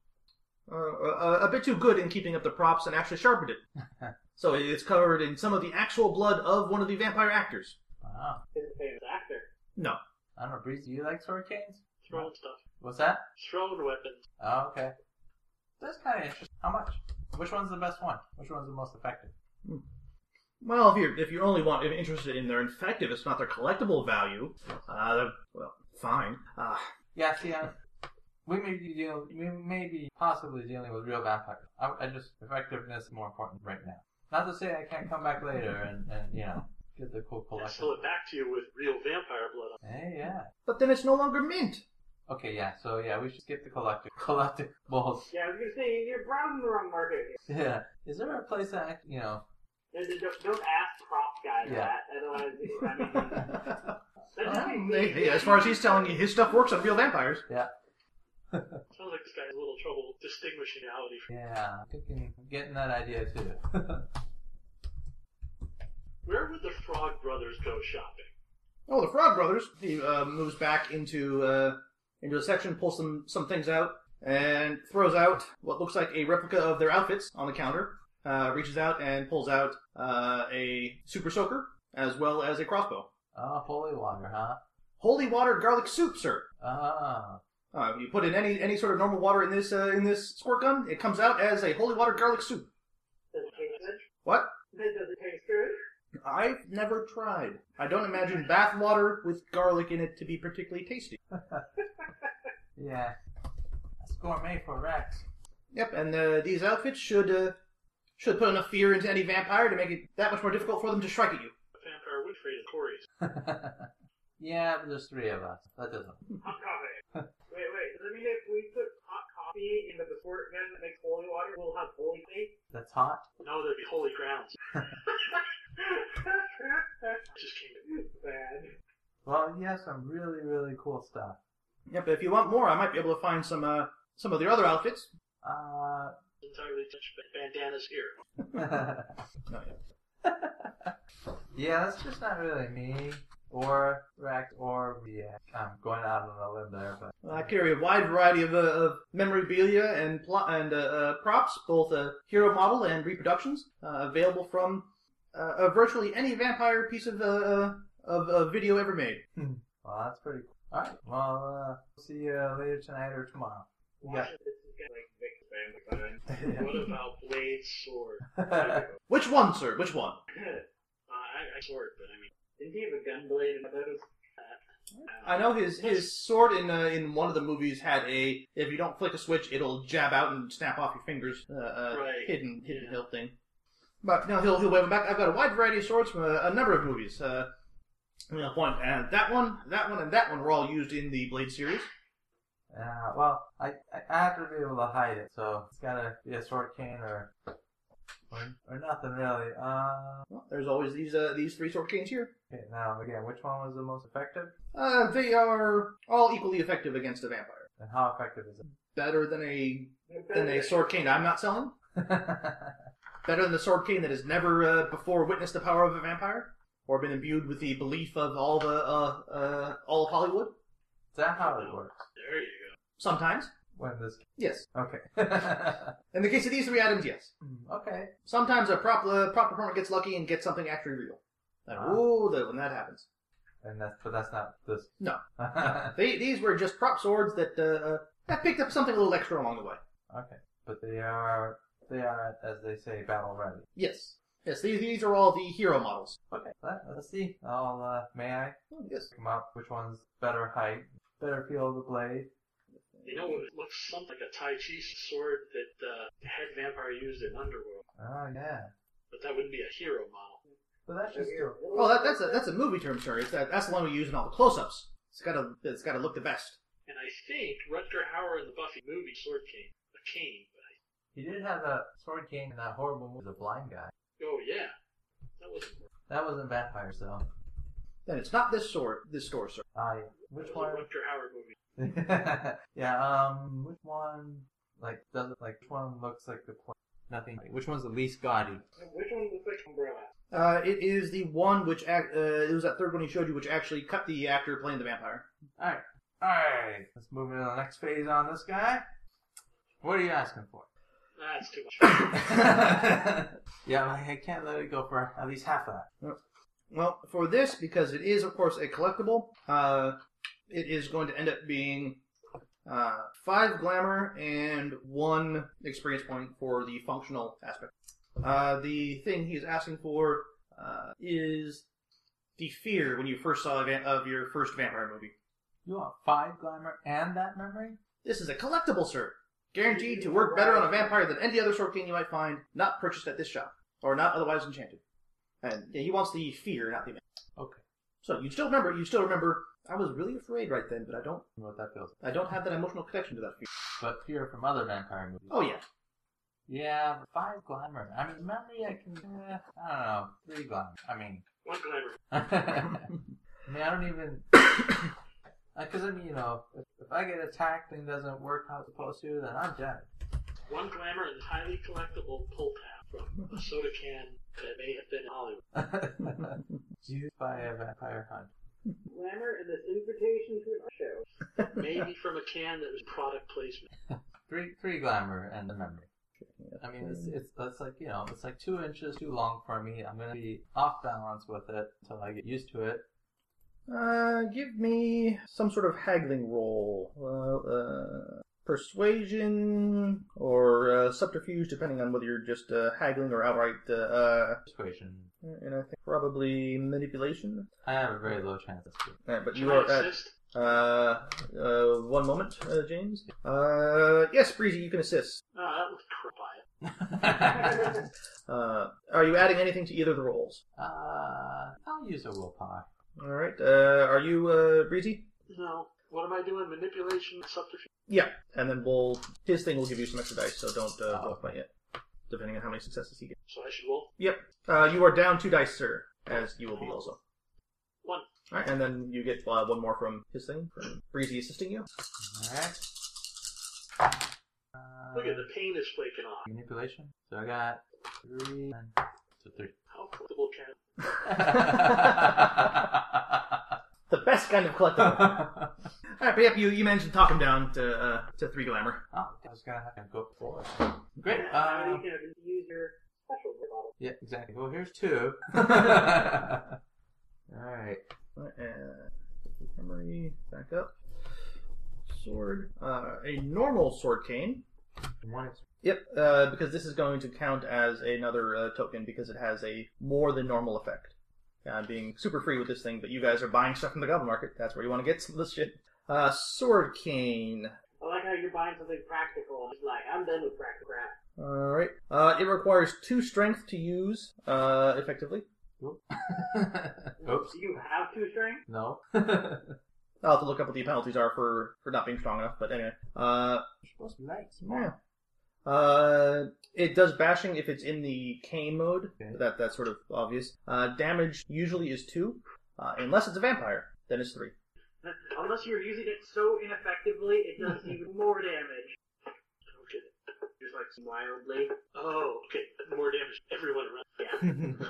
Speaker 4: uh, a, a bit too good in keeping up the props and actually sharpened it. so it's covered in some of the actual blood of one of the vampire actors.
Speaker 5: Wow.
Speaker 1: He's a famous actor.
Speaker 4: No.
Speaker 5: I don't know, Breeze, do you like sword canes?
Speaker 2: Thrown stuff.
Speaker 5: What's that?
Speaker 2: Thrown weapons.
Speaker 5: Oh, okay. That's kind of interesting. How much? Which one's the best one? Which one's the most effective?
Speaker 4: Well, if you if you only want if you're interested in their infective, it's not their collectible value. Uh, well, fine. Uh,
Speaker 5: Yeah, see, I, we may be dealing, we may be possibly dealing with real vampires. I, I just effectiveness is more important right now. Not to say I can't come back later and, and you know get the cool
Speaker 2: And
Speaker 5: collection.
Speaker 2: sell it back to you with real vampire blood.
Speaker 5: Hey, yeah.
Speaker 4: but then it's no longer mint. <laughs>
Speaker 5: Okay, yeah. So yeah, we should skip the collector <laughs> collector balls.
Speaker 1: Yeah, I was gonna say you're browsing the wrong market here.
Speaker 5: Yeah. Is there a place that I, c- you know?
Speaker 1: There's a- Don't, don't ask prop guys
Speaker 5: Yeah.
Speaker 1: that. Otherwise, I mean, that's
Speaker 4: <laughs>
Speaker 5: Uh,
Speaker 1: just me.
Speaker 4: Hey, hey, as far as he's telling you, his stuff works on real vampires.
Speaker 2: Sounds like this guy's a little trouble distinguishing reality from.
Speaker 5: Yeah, I'm thinking, I'm getting that idea too.
Speaker 2: Where would the Frog Brothers go shopping?
Speaker 4: Oh, the Frog Brothers. He uh, moves back into uh, into a section, pulls some some things out, and throws out what looks like a replica of their outfits on the counter. Uh, reaches out and pulls out uh, a super soaker as well as a crossbow.
Speaker 5: oh, holy water, huh?
Speaker 4: Holy water garlic soup, sir.
Speaker 5: Ah,
Speaker 4: Uh, you put in any any sort of normal water in this uh, in this squirt gun, it comes out as a holy water garlic soup.
Speaker 1: Does it taste good?
Speaker 4: What?
Speaker 1: Does it taste good?
Speaker 4: I've never tried. I don't imagine bath water with garlic in it to be particularly tasty.
Speaker 5: yeah. That's gourmet for Rex. <laughs>
Speaker 4: Yep, and uh, these outfits should uh, should put enough fear into any vampire to make it that much more difficult for them to strike at you.
Speaker 2: A vampire Winfrey and Corey's.
Speaker 5: yeah, but there's three of us. That doesn't.
Speaker 1: <laughs> Hot coffee. wait, wait. Does that mean if we put hot coffee into the squirt gun that makes holy water, we'll have holy faith?
Speaker 5: That's hot.
Speaker 2: No, there'd be holy
Speaker 1: <laughs>
Speaker 2: grounds.
Speaker 1: Bad.
Speaker 2: I just came to.
Speaker 5: Well, you have some really, really cool stuff.
Speaker 4: Yep, but if you want more, I might be able to find some uh, some of their other outfits.
Speaker 5: Uh, <laughs>
Speaker 2: Entirely touch bandanas here.
Speaker 4: Oh,
Speaker 5: yeah, that's just not really me or Rex or yeah. I'm going out on a limb there, but
Speaker 4: I carry a wide variety of, uh, of memorabilia and pl- and uh, uh, props, both uh, hero model and reproductions, uh, available from uh, uh, virtually any vampire piece of uh, uh, of uh, video ever made.
Speaker 5: well, that's pretty cool. All right. Well, uh, see you later tonight or tomorrow. <laughs> Yeah.
Speaker 1: This is gonna, like, make the family
Speaker 2: What
Speaker 1: fun.
Speaker 2: about blade
Speaker 4: <laughs>
Speaker 2: sword?
Speaker 4: Which one, sir? Which one?
Speaker 2: <laughs> Uh, I, I sword, but I mean,
Speaker 1: Didn't he have a gun blade in one of those?
Speaker 4: I know his his sword in uh, in one of the movies had a if you don't flick a switch it'll jab out and snap off your fingers uh, uh,
Speaker 2: Right.
Speaker 4: hidden hidden
Speaker 2: Yeah.
Speaker 4: hilt thing. But no, he'll he'll wave them back. I've got a wide variety of swords from a, a number of movies. Uh, you know, one and that one, that one, and that one were all used in the Blade series.
Speaker 5: Yeah, well, I, I I have to be able to hide it, so it's gotta be a sword cane or Or, or nothing really. Uh,
Speaker 4: Well, there's always these uh, these three sword canes here.
Speaker 5: okay, now again, which one was the most effective,
Speaker 4: Uh, they are all equally effective against a vampire.
Speaker 5: and how effective <laughs> is
Speaker 4: Better than a than a
Speaker 1: Better-
Speaker 4: sword cane I'm not selling.
Speaker 5: it?
Speaker 4: Better than the sword cane that has never uh, before witnessed the power of a vampire or been imbued with the belief of all the uh, uh, all of Hollywood.
Speaker 5: Is that how it works?
Speaker 2: There you go.
Speaker 4: Sometimes,
Speaker 5: When this
Speaker 4: yes.
Speaker 5: okay, <laughs>
Speaker 4: In the case of these three items, yes.
Speaker 5: Hmm, okay,
Speaker 4: Sometimes a prop uh, prop performer gets lucky and gets something actually real. Like,
Speaker 5: Ah.
Speaker 4: ooh, that, when that happens.
Speaker 5: and that's but that's not this.
Speaker 4: No.
Speaker 5: <laughs> okay,
Speaker 4: They, these were just prop swords that uh, uh, that picked up something a little extra along the way.
Speaker 5: but they are they are as they say battle ready.
Speaker 4: Yes, yes. These these are all the hero models.
Speaker 5: Okay, let, let's see. I'll uh, may I
Speaker 4: Oh, yes.
Speaker 5: come up? Which one's better height, better feel of the blade?
Speaker 2: You know, it looks something like a Tai Chi sword that uh, the head vampire used in Underworld,
Speaker 5: Oh yeah,
Speaker 2: but that wouldn't be a hero model.
Speaker 5: but that's just your
Speaker 4: Oh, that, that's a that's a movie term, sorry. It's that, that's the one we use in all the close-ups. It's gotta it's gotta look the best.
Speaker 2: And I think Rutger Hauer in the Buffy movie Sword King, a cane, but I,
Speaker 5: He did have a sword king in that horrible movie. The blind guy.
Speaker 2: oh yeah, that wasn't working.
Speaker 5: That wasn't vampires though.
Speaker 4: Then it's not this sword, this store, sir.
Speaker 5: I which
Speaker 2: That was
Speaker 5: one?
Speaker 2: a
Speaker 5: <laughs>
Speaker 2: Rutger Hauer movie.
Speaker 5: yeah. Um. Which one? Like doesn't like which one looks like the pla Nothing. Which one's the least gaudy?
Speaker 1: Uh, Which one looks like Umbrella?
Speaker 4: Uh, it is the one which act, uh, it was that third one he showed you, which actually cut the actor playing the vampire.
Speaker 5: All right. All right. Let's move into the next phase on this guy. What are you asking
Speaker 4: <laughs>
Speaker 5: for?
Speaker 2: Ah, That's too much.
Speaker 1: <coughs>
Speaker 5: yeah, like, I can't let it go for at least half of that.
Speaker 4: Well, for this, because it is of course a collectible, uh, it is going to end up being uh, five glamour and one experience point for the functional aspect. Uh, the thing he's asking for uh, is the fear when you first saw a van- of your first vampire movie.
Speaker 5: You want five glamour and that memory?
Speaker 4: This is a collectible, sir. Guaranteed to work better on a vampire than any other sword cane you might find, not purchased at this shop, or not otherwise enchanted. And yeah, he wants the fear, not the man.
Speaker 5: Okay.
Speaker 4: So you still remember? You still remember? I was really afraid right then, but I don't.
Speaker 5: What that feels.
Speaker 4: I don't have that emotional connection to that fear.
Speaker 5: But fear from other vampire movies.
Speaker 4: Oh yeah,
Speaker 5: Yeah, but five glamour. I mean, memory. I can. Eh, I don't know. Three glamour. I mean. <laughs>
Speaker 2: One glamour.
Speaker 5: I mean, I don't even. <coughs> Because I mean, you know, if, if I get attacked and it doesn't work how it's supposed to, then I'm dead.
Speaker 2: One glamour and highly collectible pull tab from a soda can that may have been in Hollywood.
Speaker 5: <laughs> Used by a vampire hunt.
Speaker 1: Glamour and this invitation to an <laughs> show.
Speaker 2: Maybe from a can that was product placement.
Speaker 5: Three, three glamour and the memory. I mean, it's, it's that's like you know, it's like two inches too long for me. I'm gonna be off balance with it until I get used to it.
Speaker 4: Uh, give me some sort of haggling roll. Uh, uh, persuasion or uh, subterfuge, depending on whether you're just uh, haggling or outright. Uh, uh,
Speaker 5: Persuasion.
Speaker 4: and I think probably manipulation.
Speaker 5: I have a very low chance of it.
Speaker 4: All right, but you
Speaker 2: Can I
Speaker 4: are uh, at
Speaker 2: assist?
Speaker 4: uh, uh, one moment, uh, James. Uh, yes, Breezy, you can assist.
Speaker 2: Ah, that was crap. Buy it.
Speaker 1: <laughs>
Speaker 4: Uh, are you adding anything to either of the roles?
Speaker 5: <laughs> uh, I'll use a willpower.
Speaker 4: All right. Uh, are you uh, Breezy?
Speaker 2: No. What am I doing? Manipulation, subterfuge.
Speaker 4: Yeah. And then we'll his thing will give you some extra dice, so don't uh,
Speaker 5: Oh.
Speaker 4: block by it, depending on how many successes he gets.
Speaker 2: So I should roll
Speaker 4: Uh, you are down two dice, sir, as you will be also.
Speaker 2: one.
Speaker 4: All right, and then you get uh, one more from his thing, from Breezy assisting you.
Speaker 5: All right. Uh,
Speaker 2: Look at the paint is flaking off.
Speaker 5: manipulation. So I got three. And, so three.
Speaker 2: How collectible can
Speaker 4: The best kind of
Speaker 5: <laughs>
Speaker 4: collectible. All
Speaker 2: <laughs>
Speaker 4: right, but yep, you, you managed to talk him down to uh, to three glamour.
Speaker 5: Oh, I was gonna have to go for it. Great.
Speaker 1: Now
Speaker 5: Uh,
Speaker 1: you can have- use your special bottle.
Speaker 5: yeah, exactly. Well, here's two. All right.
Speaker 4: All right, And uh, memory back up. Sword. Uh, a normal sword cane.
Speaker 5: One
Speaker 4: Yep, uh, because this is going to count as another uh, token because it has a more than normal effect. Yeah, I'm being super free with this thing, but you guys are buying stuff from the goblin market. That's where you want to get some of this shit. Uh, sword cane.
Speaker 1: I like how you're buying something practical. I'm just like, I'm done with practical crap.
Speaker 4: All right. Uh, it requires two strength to use uh, effectively.
Speaker 5: Oops.
Speaker 1: Do you have two strength?
Speaker 5: No.
Speaker 4: I'll have to look up what the penalties are for for not being strong enough. But anyway, uh,
Speaker 5: <laughs> supposed to be light.
Speaker 4: yeah. Uh, it does bashing if it's in the K mode.
Speaker 5: Okay.
Speaker 4: That that's sort of obvious. Uh, damage usually is two, uh, unless it's a vampire. Then it's three.
Speaker 1: Unless you're using it so ineffectively, it
Speaker 5: <laughs>
Speaker 1: does even more damage.
Speaker 2: Okay.
Speaker 3: Just like wildly.
Speaker 2: Oh, okay. More damage everyone around.
Speaker 4: yep,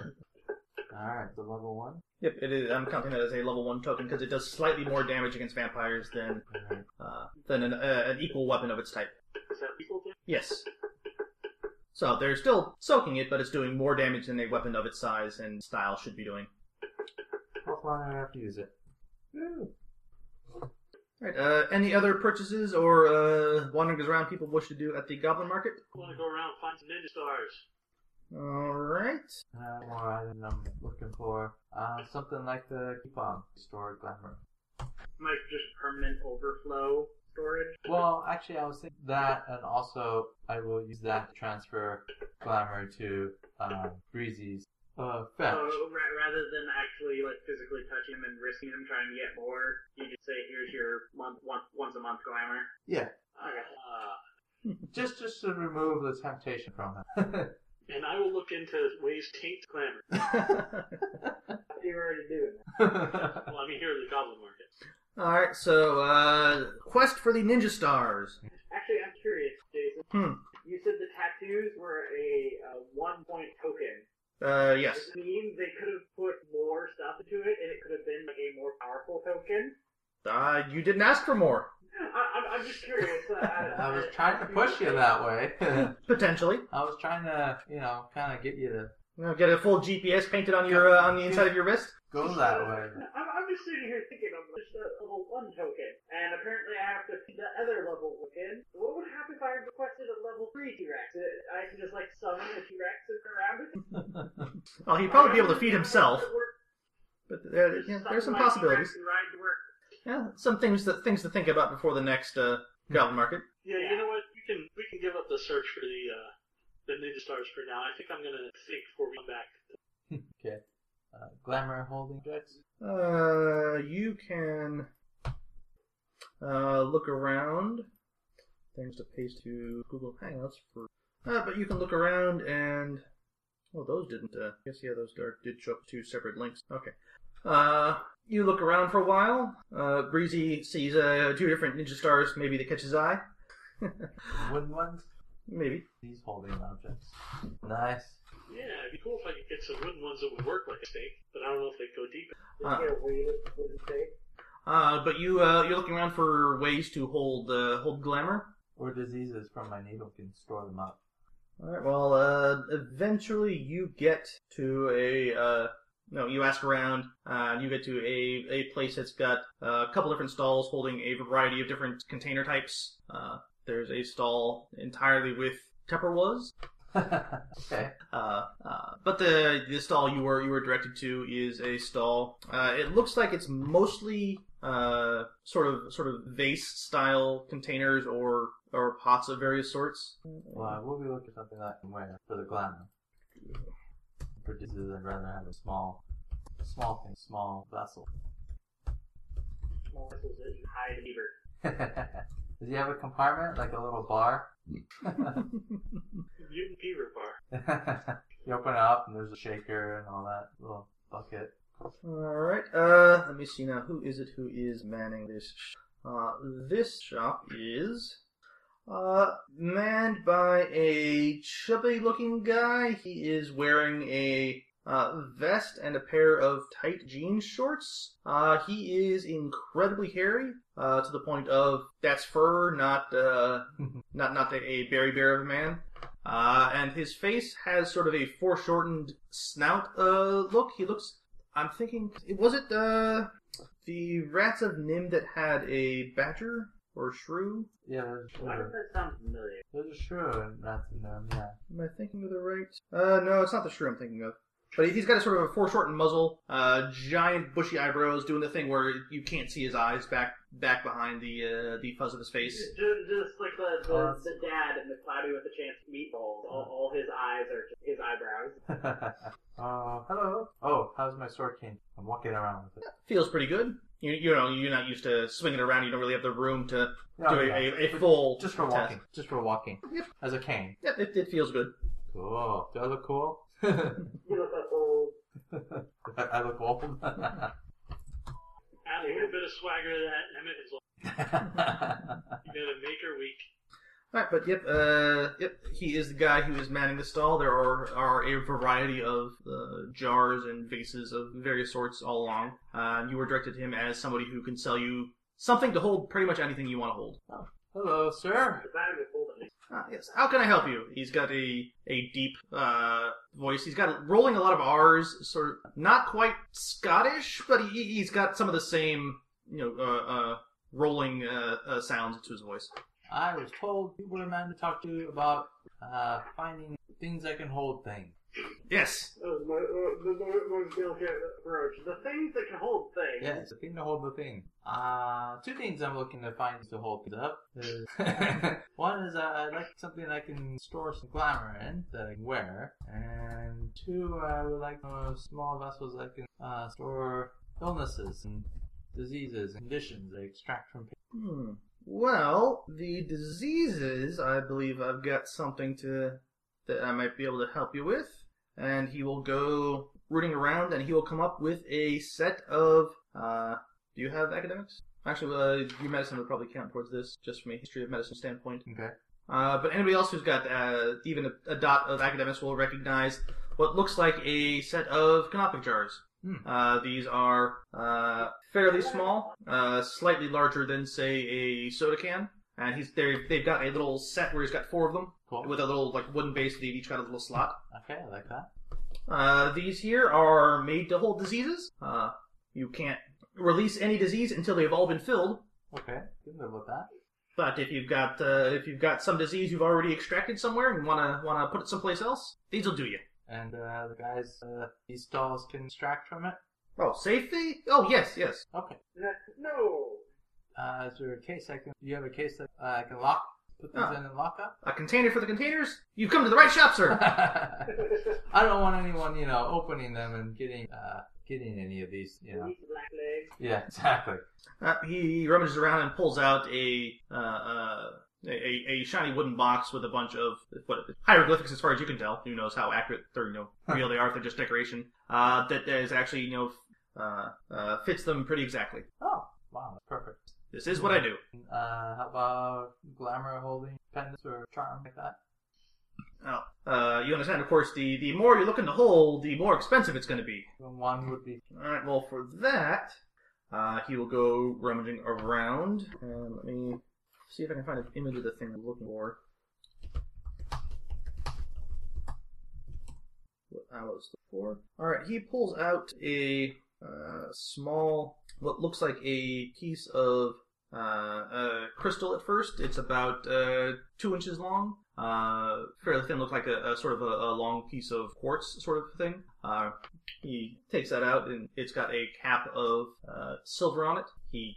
Speaker 5: Alright, the level one.
Speaker 4: it is. I'm counting that as a level one token because it does slightly more damage against vampires than
Speaker 5: Alright.
Speaker 4: uh, than an, uh, an equal weapon of its type.
Speaker 2: <laughs> Is that lethal damage?
Speaker 4: Yes. So they're still soaking it, but it's doing more damage than a weapon of its size and style should be doing.
Speaker 5: How long do I have to use it? Woo.
Speaker 4: Right. Uh, any other purchases or uh, wanderings around people wish to do at the Goblin Market?
Speaker 2: I want to go around and find some ninja stars.
Speaker 4: All right.
Speaker 5: Uh, more item I'm looking for. Uh, something like the coupon store glamour.
Speaker 1: Like just permanent overflow storage.
Speaker 5: Well, actually, I was thinking that, and also I will use that to transfer glamour to um, Breezy's uh, fetch.
Speaker 1: So ra- rather than actually like physically touching him and risking him trying to get more, you just say, "Here's your month, once, once a month glamour."
Speaker 5: Yeah.
Speaker 1: Okay.
Speaker 2: Uh,
Speaker 5: Just, just to remove the temptation from <laughs> him.
Speaker 2: and I will look into ways to taint glamour.
Speaker 1: You're already doing that.
Speaker 5: yeah,
Speaker 2: Well, I mean, here at the goblin market.
Speaker 4: <laughs> All right. So uh, quest for the ninja stars.
Speaker 1: Actually, I'm curious, Jason.
Speaker 4: Hmm.
Speaker 1: You said the tattoos were a uh, one point token.
Speaker 4: Uh, yes.
Speaker 1: This means they could have put more stuff into it, and it could have been like, a more powerful token.
Speaker 4: Uh, you didn't ask for more.
Speaker 1: I, I'm, I'm just
Speaker 5: <laughs>
Speaker 1: curious. Uh,
Speaker 5: I was trying to push you that way. <laughs>
Speaker 4: Potentially.
Speaker 5: I was trying to, you know, kind of get you to
Speaker 4: Now get a full GPS painted on your uh, on the inside of your wrist.
Speaker 5: go that way.
Speaker 1: I'm, I'm just sitting here thinking of just a level one token, and apparently I have to feed the other level token. What would happen if I requested a level three T-Rex? Uh, I can just like summon a T-Rex and run around with. it?
Speaker 4: Well, he'd probably be able to feed himself, but there,
Speaker 1: Just
Speaker 4: yeah, there's some
Speaker 1: summon my
Speaker 4: possibilities.
Speaker 1: T-Rex and ride to work.
Speaker 4: Yeah, some things that things to think about before the next uh, goblin market.
Speaker 2: Yeah, you know what? We can we can give up the search for the uh, the ninja stars for now. I think I'm gonna think before we come back.
Speaker 5: okay. Uh, glamour holding decks.
Speaker 4: Uh, you can uh, look around. Things to paste to Google Hangouts for. Uh, but you can look around and. Well, those didn't. Uh, I guess, yeah, those are, did show up two separate links. Okay. Uh, you look around for a while. Uh, Breezy sees uh, two different ninja stars, maybe that catch his eye. <laughs>
Speaker 5: Wooden ones.
Speaker 4: Maybe.
Speaker 5: These holding objects. Nice.
Speaker 2: Yeah, it'd be cool if I could get some wooden ones that would work like a stake, but I don't know if they go deep.
Speaker 1: Just
Speaker 4: Uh.
Speaker 1: get a weighted wooden stake.
Speaker 4: Uh, but you, uh, you're looking around for ways to hold, uh, hold glamour.
Speaker 5: Or diseases from my needle can store them up.
Speaker 4: All right. Well, uh, eventually you get to a uh, no, you ask around, uh, and you get to a a place that's got uh, a couple different stalls holding a variety of different container types. Uh, there's a stall entirely with Tupperwares.
Speaker 5: <laughs> okay.
Speaker 4: Uh, uh, but the the stall you were you were directed to is a stall. Uh, it looks like it's mostly uh, sort of sort of vase style containers or or pots of various sorts.
Speaker 5: Well, I will be looking for something I can wear for the glamour. For diseases, I'd rather have a small, small thing, small vessel. <laughs>
Speaker 1: Small missiles that you hide in beaver.
Speaker 5: Does he have a compartment, like a little bar? <laughs>
Speaker 2: Mutant beaver bar.
Speaker 5: you open it up and there's a shaker and all that little bucket.
Speaker 4: All right. Uh, let me see now. Who is it? Who is manning this? Sh- uh, this shop is uh manned by a chubby-looking guy. He is wearing a uh, vest and a pair of tight jean shorts. Uh, he is incredibly hairy, uh, to the point of that's fur, not uh, not not a, a berry bear of a man. Uh, and his face has sort of a foreshortened snout uh, look. He looks I'm thinking, was it uh, the Rats of Nim that had a badger or shrew?
Speaker 5: Yeah, there's a
Speaker 1: Why does
Speaker 5: shrew.
Speaker 1: that sound familiar?
Speaker 5: There's a shrew and rats in them, yeah. <laughs>
Speaker 4: Am I thinking of the right? Uh, no, it's not the shrew I'm thinking of. But he's got a sort of a foreshortened muzzle, uh, giant bushy eyebrows, doing the thing where you can't see his eyes back back behind the uh, the fuzz of his face.
Speaker 1: Just, just like the, the,
Speaker 5: Oh, that's-
Speaker 1: the dad in the Cloudy with a Chance meatballs. All, all his eyes are just his eyebrows.
Speaker 5: Uh, oh, hello. Oh, how's my sword cane? I'm walking around with it.
Speaker 4: Feels pretty good. You, you know, you're not used to swinging around. You don't really have the room to
Speaker 5: No,
Speaker 4: do a,
Speaker 5: no.
Speaker 4: a, a full
Speaker 5: Oh, just for
Speaker 4: test.
Speaker 5: walking. Just for walking.
Speaker 4: Yep.
Speaker 5: As a cane.
Speaker 4: Yep, it, it feels good.
Speaker 5: Cool. Do I look cool? <laughs> I,
Speaker 1: You look that old.
Speaker 5: I look old. <laughs>
Speaker 2: Add a little bit of swagger to that, and Emmett is like, you're gonna make her weak.
Speaker 4: All right, but yep, uh, yep, he is the guy who is manning the stall. There are are a variety of uh, jars and vases of various sorts all along. Uh, you were directed to him as somebody who can sell you something to hold pretty much anything you want to hold.
Speaker 5: <laughs> Hello, sir.
Speaker 1: If I would hold it.
Speaker 4: Ah, yes, how can I help you? He's got a a deep uh, voice. He's got rolling a lot of R's, sort of not quite Scottish, but he, he's got some of the same you know uh, uh, rolling uh, uh, sounds to his voice.
Speaker 5: I was told you were a man to talk to about uh, finding things I can hold things.
Speaker 4: Yes,
Speaker 1: That was my, uh, the, the, my delicate approach. The things that can hold things.
Speaker 5: Yes, the thing to hold the thing. Uh, two things I'm looking to find to hold things up. is- One is uh, <laughs> I like something I can store some glamour in that I can wear. And two, I would like uh, small vessels I can uh, store illnesses and diseases and conditions I extract from people.
Speaker 4: Hmm. Well, the diseases, I believe I've got something to that I might be able to help you with. And he will go rooting around, and he will come up with a set of. Uh, do you have academics? Actually, uh, your medicine would probably count towards this, just from a history of medicine standpoint.
Speaker 5: Okay.
Speaker 4: Uh, but anybody else who's got uh, even a, a dot of academics will recognize what looks like a set of canopic jars.
Speaker 5: Hmm.
Speaker 4: Uh, these are uh, fairly small, uh, slightly larger than, say, a soda can. And he's there. They've got a little set where he's got four of them
Speaker 5: Cool.
Speaker 4: with a little like wooden base. They've each got a little slot.
Speaker 5: Okay, I like that.
Speaker 4: Uh, these here are made to hold diseases. Uh, you can't release any disease until they've all been filled.
Speaker 5: Okay, good about that.
Speaker 4: But if you've got uh, if you've got some disease you've already extracted somewhere and wanna wanna put it someplace else, these'll do you.
Speaker 5: And uh, the guys, uh, these dolls can extract from it.
Speaker 4: Oh, safety? Oh yes, yes.
Speaker 5: Okay.
Speaker 1: No. <laughs>
Speaker 5: Uh, is there a case I can? Do you have a case that uh, I can lock? Put these
Speaker 4: Ah.
Speaker 5: in and lock up. <laughs>
Speaker 4: A container for the containers? You've come to the right shop, sir.
Speaker 5: I don't want anyone, you know, opening them and getting uh, getting any of these, you know.
Speaker 1: Black leg.
Speaker 5: Yeah, exactly.
Speaker 4: uh, he rummages around and pulls out a. Uh, uh, a, a a shiny wooden box with a bunch of what, hieroglyphics, as far as you can tell. Who knows how accurate or you know real they are? If they're just decoration, uh, that that is actually you know uh, uh, fits them pretty exactly.
Speaker 5: Oh, wow, that's perfect.
Speaker 4: This is what I do.
Speaker 5: Uh, how about glamour holding pendants or charm like that?
Speaker 4: Oh, uh, you understand, of course. The the more you're looking to hold, the more expensive it's going to be.
Speaker 5: And One would be
Speaker 4: All right. Well, for that, uh, he will go rummaging around, and let me see if I can find an image of the thing I'm looking for. What I was looking for. All right. He pulls out a uh, small, what looks like a piece of uh, uh, crystal. At first, it's about uh, two inches long. Uh, fairly thin, look like a, a sort of a, a long piece of quartz sort of thing. Uh, he takes that out, and it's got a cap of uh, silver on it. He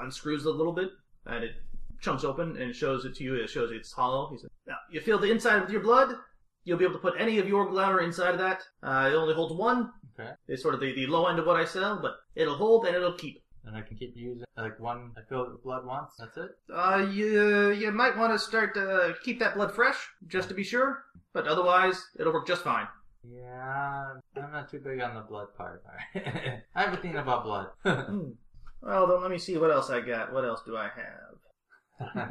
Speaker 4: unscrews it a little bit, and it chunks open and shows it to you. It shows it's hollow. He says, "Now you feel the inside with your blood. You'll be able to put any of your glamour inside of that. Uh, it only holds one.
Speaker 5: okay,
Speaker 4: It's sort of the, the low end of what I sell, but it'll hold and it'll keep.
Speaker 5: and I can keep using like one. I filled with blood once. That's it.
Speaker 4: Uh, you you might want to start uh, keep that blood fresh just to be sure, but otherwise it'll work just fine.
Speaker 5: Yeah, I'm not too big on the blood part. <laughs> I have a thing about blood. <laughs>
Speaker 4: Hmm. Well, then let me see what else I got. What else do I have?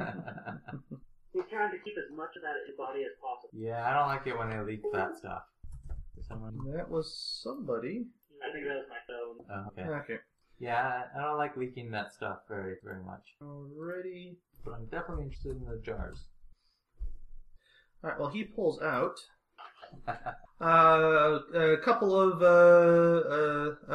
Speaker 1: He's trying to keep as much of that in his body as possible.
Speaker 5: <laughs> yeah, I don't like it when they leak that stuff. Someone.
Speaker 4: That was somebody.
Speaker 1: I think that was my phone.
Speaker 5: Oh, okay.
Speaker 4: Okay.
Speaker 5: Yeah, I I don't like leaking that stuff very, very much.
Speaker 4: Alrighty.
Speaker 5: But I'm definitely interested in the jars.
Speaker 4: Alright, well, he pulls out uh, a couple of, uh,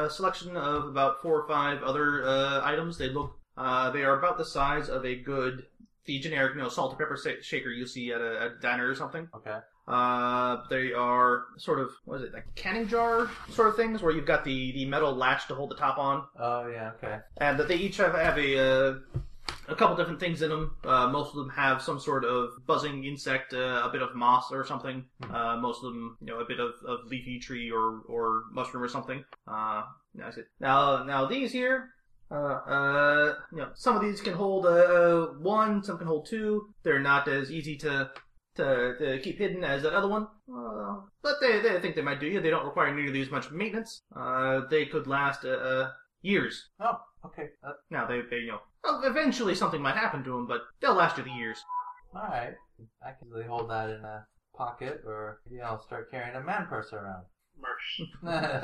Speaker 4: uh, a selection of about four or five other uh, items. They look, uh, they are about the size of a good, the generic, you know, salt and pepper sa- shaker you see at a, at a diner or something.
Speaker 5: okay.
Speaker 4: Uh, they are sort of, what is it, like canning jar sort of things where you've got the, the metal latch to hold the top on.
Speaker 5: Oh, yeah, okay.
Speaker 4: and that they each have, have a uh, a couple different things in them. Uh, most of them have some sort of buzzing insect, uh, a bit of moss or something.
Speaker 5: Hmm.
Speaker 4: Uh, most of them, you know, a bit of, of leafy tree or, or mushroom or something. Uh, now, I said- now, now these here Uh, uh, you know, some of these can hold uh, one, some can hold two. They're not as easy to to, to keep hidden as that other one, uh, but they, they think they might do you. They don't require nearly as much maintenance. Uh, they could last uh, uh, years.
Speaker 5: Oh, okay. Uh,
Speaker 4: Now they, they you know, well, eventually something might happen to them, but they'll last you the years.
Speaker 5: all right. I can really hold that in a pocket, or maybe I'll start carrying a man purse around. <laughs>
Speaker 1: <laughs>
Speaker 2: Mersh.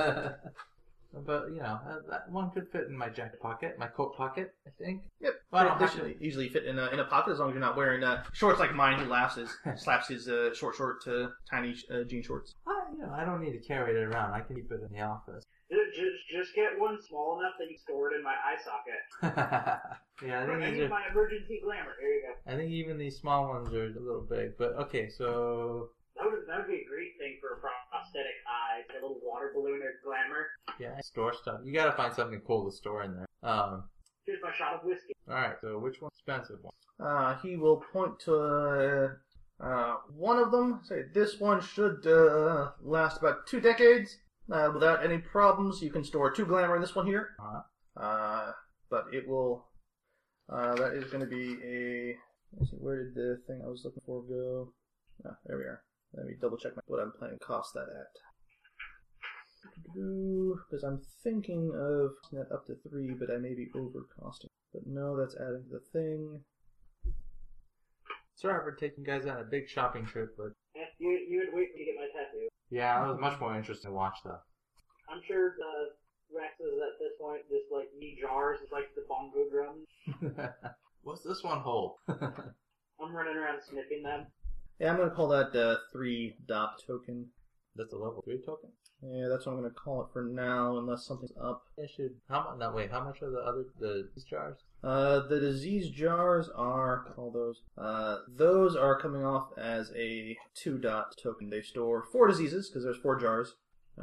Speaker 5: but you know, uh, that one could fit in my jacket pocket, my coat pocket, I think.
Speaker 4: Yep.
Speaker 5: Well, I
Speaker 4: they-
Speaker 5: don't
Speaker 4: they
Speaker 5: have
Speaker 4: should usually fit in a, in a pocket as long as you're not wearing uh, shorts like mine. Who laughs <laughs> his, slaps his uh, short, short, uh, tiny uh, jean shorts.
Speaker 5: I, you know, I don't need to carry it around. I can keep it in the office. <laughs>
Speaker 1: Just, just get one small enough that you store it in my eye socket.
Speaker 5: yeah, I think
Speaker 1: I
Speaker 5: these
Speaker 1: need
Speaker 5: are,
Speaker 1: my emergency glamour. Here you go.
Speaker 5: I think even these small ones are a little big. But okay, so
Speaker 1: That would, that would be a great thing for a prosthetic eye, like a little water balloon or glamour.
Speaker 5: yeah, store stuff. You gotta find something cool to store in there. Um,
Speaker 1: Here's my shot of whiskey.
Speaker 5: all right. So which one's expensive one?
Speaker 4: Uh, he will point to uh, uh, one of them. Say this one should uh, last about two decades uh, without any problems. You can store two glamour in this one here. Uh, but it will. Uh, that is going to be a. Let's see, where did the thing I was looking for go? Ah, there we are. Let me double check my, what I'm planning to cost that at. Because I'm thinking of costing that up to three, but I may be over costing. But no, that's adding to the thing.
Speaker 5: Sorry for taking you guys on a big shopping trip, but
Speaker 1: Eh, You, you would wait to get my tattoo.
Speaker 5: yeah, I was much more interested to watch though.
Speaker 1: I'm sure the Rex is at this point just like me jars, it's like the bongo drums.
Speaker 5: <laughs> What's this one hold?
Speaker 1: I'm running around sniffing them.
Speaker 4: Yeah, I'm gonna call that uh, three dot token.
Speaker 5: That's a level three token.
Speaker 4: Yeah, that's what I'm gonna call it for now, unless something's up.
Speaker 5: I should. How much? No, wait. How much are the other the these jars?
Speaker 4: Uh, the disease jars are call those. Uh, those are coming off as a two dot token. They store four diseases because there's four jars.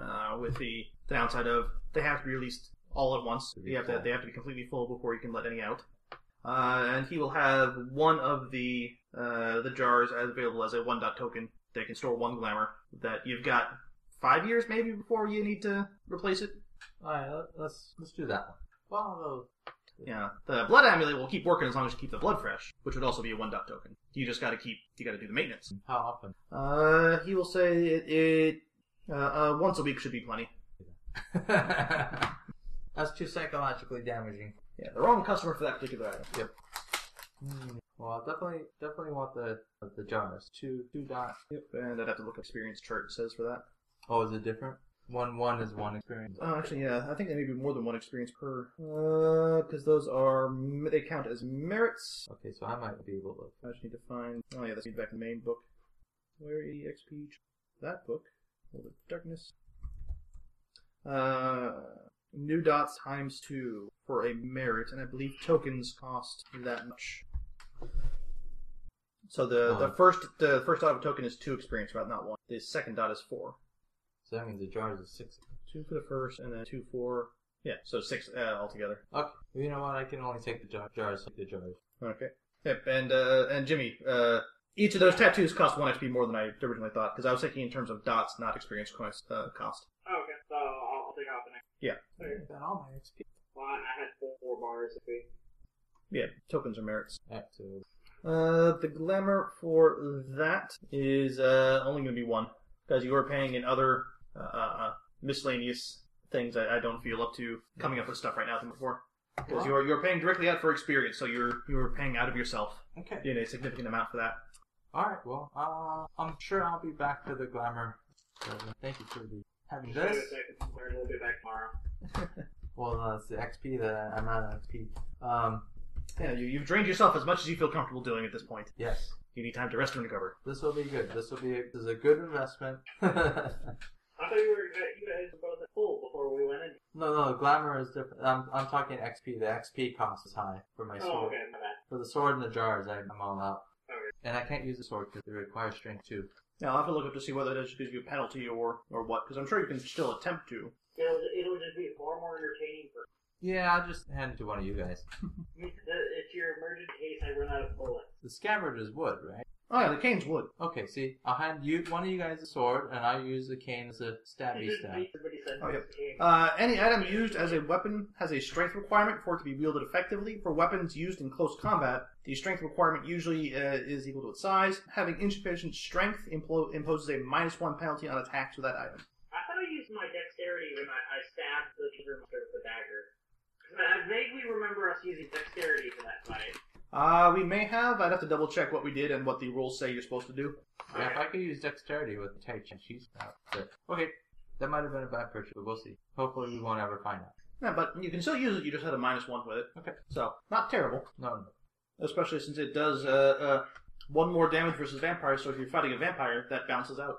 Speaker 4: Uh, with the downside of they have to be released all at once.
Speaker 5: To be
Speaker 4: You have to
Speaker 5: full.
Speaker 4: they have to be completely full before you can let any out. Uh, and he will have one of the uh, the jars as available as a one dot token. They can store one glamour that you've got five years maybe before you need to replace it.
Speaker 5: All right. Let, let's let's do that one. Well,
Speaker 4: Yeah, the blood amulet will keep working as long as you keep the blood fresh, which would also be a one dot token. You just got to keep, you got to do the maintenance.
Speaker 5: how often? <laughs>
Speaker 4: Uh, he will say it, it uh, uh, once a week should be plenty.
Speaker 5: That's too psychologically damaging.
Speaker 4: Yeah, the wrong customer for that particular item.
Speaker 5: Hmm. Well, I definitely definitely want the the jars. Two two dot.
Speaker 4: Yep, and I'd have to look at experience chart it says for that.
Speaker 5: Oh, is it different? One one is one experience.
Speaker 4: Oh, actually, yeah, I think there may be more than one experience per. Uh, because those are they count as merits.
Speaker 5: Okay, so I might be able to.
Speaker 4: I just need to find. Oh yeah, that's back in the main book. Where EXP? That book. World of Darkness. Uh, new dots times two for a merit, and I believe tokens cost that much. So the the
Speaker 5: Oh.
Speaker 4: first the first dot of a token is two experience, but not one. The second dot is four.
Speaker 5: So that means the jars is six.
Speaker 4: Two for the first, and then two for yeah, so six uh, altogether.
Speaker 5: Okay. You know what? I can only take the jar- jars. Take the jars.
Speaker 4: Okay. Yep, and uh, and Jimmy, uh, each of those tattoos cost one XP more than I originally thought because I was thinking in terms of dots, not experience cost. Uh, cost.
Speaker 1: Oh, okay, so I'll, I'll take off the next
Speaker 5: I got all my XP.
Speaker 1: one. I had four, four bars. If we...
Speaker 4: Yeah, tokens are merits.
Speaker 5: Back to
Speaker 4: Uh, the glamour for that is uh, only going to be one because you were paying in other uh, uh, miscellaneous things. I, I don't feel up to coming up with stuff right now than before because you're you're paying directly out for experience, so you're you're paying out of yourself
Speaker 5: okay.
Speaker 4: in a significant amount for that.
Speaker 5: All right. Well, uh, I'm sure I'll be back for the glamour. So, thank you for the having
Speaker 1: Just wait a
Speaker 5: this.
Speaker 1: second. We're gonna be back tomorrow.
Speaker 5: Well, uh, it's the XP that I'm out of XP. Um,
Speaker 4: Yeah, you, you've drained yourself as much as you feel comfortable doing at this point.
Speaker 5: yes,
Speaker 4: You need time to rest and recover.
Speaker 5: this will be good. This will be a, this is a good investment. <laughs> no,
Speaker 1: I thought you were uh, you guys were both at full before we went in.
Speaker 5: no, glamour is different. I'm, I'm talking XP. The XP cost is high for my sword.
Speaker 1: Oh, okay, my bad.
Speaker 5: For the sword and the jars, I, I'm all out.
Speaker 1: Alright.
Speaker 5: And I can't use the sword because it requires strength too.
Speaker 4: Now I'll have to look up to see whether that just gives you a penalty or or what, because I'm sure you can still attempt to.
Speaker 1: It'll, it'll just be far more entertaining for.
Speaker 5: Yeah, I'll just hand it to one of you guys.
Speaker 1: It's your emergent case. I run out of bullets.
Speaker 5: The scabbard is wood, right?
Speaker 4: Oh, yeah, the cane's wood.
Speaker 5: Okay, see, I'll hand you one of you guys a sword, and I'll use the cane as a stabby stab.
Speaker 1: Somebody said
Speaker 4: Oh, yep.
Speaker 1: it's game.
Speaker 4: Uh, any item used as a weapon has a strength requirement for it to be wielded effectively. For weapons used in close combat, the strength requirement usually uh, is equal to its size. Having insufficient strength impl- imposes a minus one penalty on attacks with that item.
Speaker 1: I thought I used my dexterity when I, I stabbed the trigger monster with the dagger. 'Cause I I vaguely remember us using dexterity for that fight.
Speaker 4: Uh, we may have. I'd have to double check what we did and what the rules say you're supposed to do.
Speaker 5: Yeah, if I could use dexterity with the Tai Chi, she's out. But, okay, that might have been a bad purchase, but we'll see. Hopefully, we won't ever find out.
Speaker 4: Yeah, but you can still use it. You just had a minus one with it.
Speaker 5: Okay.
Speaker 4: So not terrible,
Speaker 5: No, no.
Speaker 4: especially since it does uh, uh, one more damage versus vampires. So if you're fighting a vampire, that bounces out.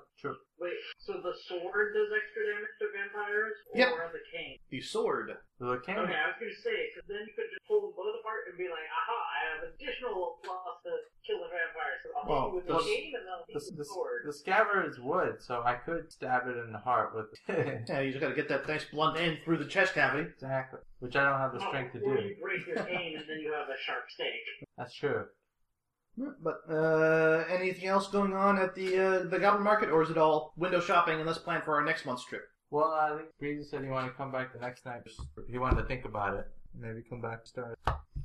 Speaker 1: Wait, so the sword does extra damage to vampires, or
Speaker 4: Yep.
Speaker 1: the cane?
Speaker 4: The sword.
Speaker 5: The cane.
Speaker 1: Okay, I was gonna say, because then you could just pull them both apart and be like, aha, I have additional plus to kill the vampires. So I'll
Speaker 4: Well,
Speaker 1: hit you with the
Speaker 5: this-
Speaker 1: cane and then I'll
Speaker 5: The,
Speaker 1: hit you
Speaker 5: the,
Speaker 1: with the sword.
Speaker 5: the scabbard is wood, so I could stab it in the heart with. <laughs>
Speaker 4: Yeah, you just got to get that nice blunt end through the chest cavity.
Speaker 5: exactly. Which I don't have the strength to
Speaker 1: or
Speaker 5: do.
Speaker 1: you break your cane and then you have a sharp stake.
Speaker 5: That's true.
Speaker 4: Hmm, But uh, anything else going on at the uh, the Goblin Market, or is it all window shopping? And let's plan for our next month's trip.
Speaker 5: Well, I think Breezy said he wanted to come back the next night. He wanted to think about it. Maybe come back start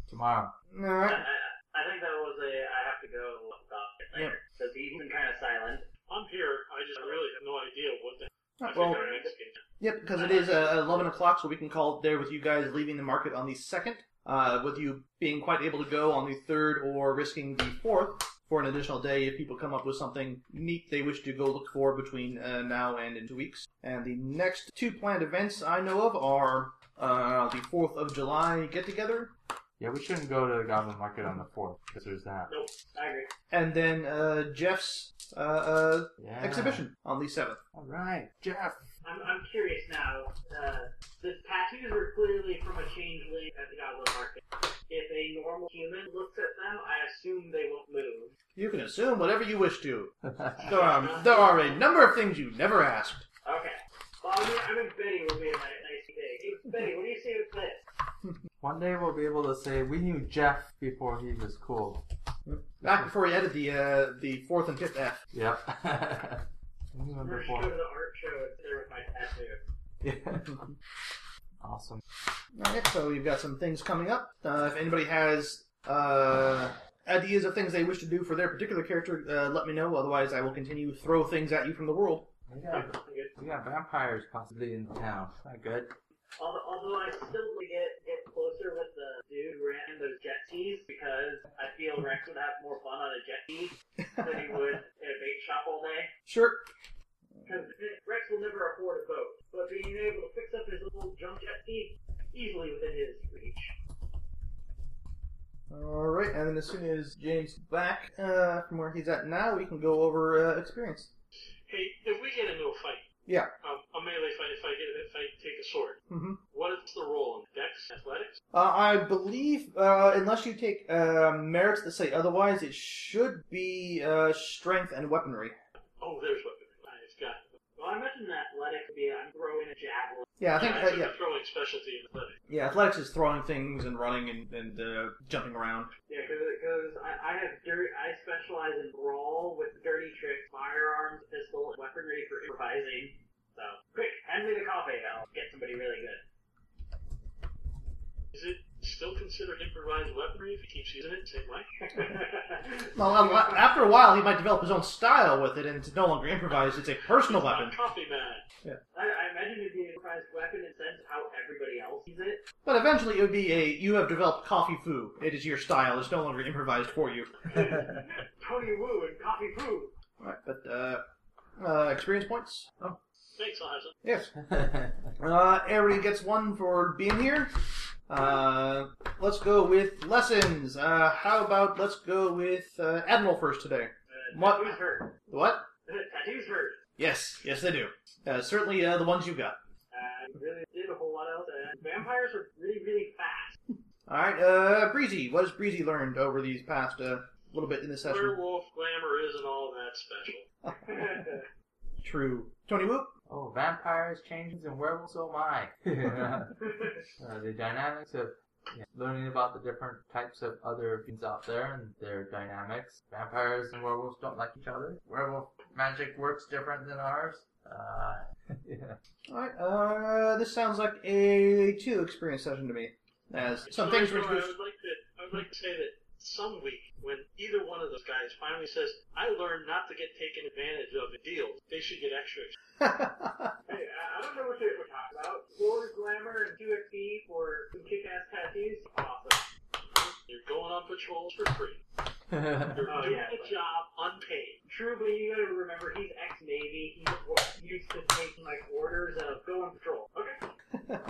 Speaker 5: tomorrow.
Speaker 4: All
Speaker 1: I,
Speaker 4: right.
Speaker 1: I, I think that was a I have to go docket
Speaker 4: Yep.
Speaker 1: later. Because he's been kind of silent.
Speaker 2: I'm here. I just really have no idea what the. I think
Speaker 4: Oh, Well,
Speaker 2: our next game.
Speaker 4: yep, because it is uh, eleven o'clock, so we can call it there with you guys leaving the market on the second, uh, with you being quite able to go on the third, or risking the fourth for an additional day if people come up with something neat they wish to go look for between uh, now and in two weeks. And the next two planned events I know of are uh, the Fourth of July get together
Speaker 5: Yeah, we shouldn't go to the Goblin Market on the fourth because there's that.
Speaker 1: I agree.
Speaker 4: and then uh, Jeff's uh, uh,
Speaker 5: Yeah.
Speaker 4: exhibition on the seventh.
Speaker 5: All right, Jeff. <laughs>
Speaker 1: I'm, I'm curious now. Uh, the tattoos are clearly from a changeling at the Goblin Market. If a normal human looks at them, I assume they won't move.
Speaker 4: You can assume whatever you wish to. There are, there are a number of things you never asked.
Speaker 1: Okay. Well, I mean, I mean Betty will be a nice, nice thing. Hey, Betty, what do you see with this?
Speaker 5: One day we'll be able to say we knew Jeff before he was cool.
Speaker 4: Back before you added the uh, the fourth and fifth F.
Speaker 5: Yep. <laughs> We knew him
Speaker 1: Or should go
Speaker 5: before.
Speaker 1: to the art show and there with my tattoo.
Speaker 5: <laughs> awesome.
Speaker 4: All right, so you've got some things coming up. Uh, if anybody has uh, ideas of things they wish to do for their particular character, uh, let me know. Otherwise, I will continue to throw things at you from the world.
Speaker 5: We got, we got vampires possibly in town. Not good.
Speaker 1: Although, although I still would get get closer with the dude who ran those jet skis because I feel Rex would have more fun on a jet ski than he would in a bait shop all day.
Speaker 4: Sure.
Speaker 1: Because Rex will never afford a boat, but being able to fix up his little jump jet ski easily within his reach.
Speaker 4: All right, and then as soon as James back uh, from where he's at now, we can go over uh, experience.
Speaker 2: Hey, if we get into a fight,
Speaker 4: Yeah.
Speaker 2: um, a melee fight, if I get if I take a sword,
Speaker 4: Mm-hmm.
Speaker 2: what is the role on Dex, athletics?
Speaker 4: Uh, I believe, uh, unless you take uh, merits that say otherwise, it should be uh, strength and weaponry.
Speaker 2: Oh, there's weapon. I've got.
Speaker 1: Well, I imagine athletic would be I'm throwing a javelin.
Speaker 4: Yeah, I think.
Speaker 2: Yeah,
Speaker 4: Uh,
Speaker 2: took
Speaker 4: yeah,
Speaker 2: a throwing specialty in athletics.
Speaker 4: yeah. Athletics is throwing things and running and, and uh, jumping around.
Speaker 1: Yeah, because I, I have dirt. I specialize in brawl with dirty tricks, firearms, pistol, and weaponry for improvising. So quick, hand me the coffee. I'll get somebody really good.
Speaker 2: Is it still considered improvised weaponry if he keeps using it? Same way.
Speaker 1: <laughs>
Speaker 4: Well, a lot- after a while, he might develop his own style with it, and it's no longer improvised. It's a personal weapon.
Speaker 2: I'm coffee man.
Speaker 1: I, I imagine it'd be an improvised weapon in sense of how everybody else sees
Speaker 4: <laughs>
Speaker 1: it.
Speaker 4: But eventually, it would be a you have developed coffee foo. It is your style. It's no longer improvised for <laughs> you.
Speaker 1: Tony Wu and Coffee Poo.
Speaker 4: All right, but uh, uh, experience points.
Speaker 2: Thanks, I'll have some.
Speaker 4: Yes.
Speaker 5: <laughs>
Speaker 4: Uh, everybody gets one for being here. Uh, let's go with lessons. Uh, how about let's go with uh, Admiral first today?
Speaker 1: Uh,
Speaker 4: What-
Speaker 1: Tattoos hurt. <laughs>
Speaker 4: What?
Speaker 1: tattoos hurt.
Speaker 4: Yes, yes, they do. Uh, certainly uh, the ones you got.
Speaker 1: I really did a whole lot else. And vampires are really, really fast.
Speaker 4: All right, uh, Breezy. What has Breezy learned over these past uh, little bit in this session?
Speaker 2: Werewolf glamour isn't all that
Speaker 4: <laughs>
Speaker 2: special.
Speaker 4: True. Tony Whoop.
Speaker 5: oh, <laughs> vampires, changes, and werewolves, oh my. uh, the dynamics of yeah, learning about the different types of other fiends out there and their dynamics. Vampires and werewolves don't like each other. Werewolf magic works different than ours. Uh, yeah.
Speaker 4: Alright, uh, this sounds like a two experience session to me. As some things which
Speaker 2: I
Speaker 4: we've.
Speaker 2: would like to, I would like to say that some week when either one of those guys finally says, "I learned not to get taken advantage of in deals," they should get extra.
Speaker 1: Hey, I I don't know what shit we're talking about. Lord Glamour and 2XP for some kick-ass tattoos. Awesome.
Speaker 2: You're going on patrols for free. You're
Speaker 1: Oh,
Speaker 4: <laughs>
Speaker 2: doing
Speaker 1: yeah,
Speaker 2: a
Speaker 1: but-
Speaker 2: job unpaid.
Speaker 1: True, but you gotta remember he's ex-Navy. He's used to taking like orders of go on patrol. Okay.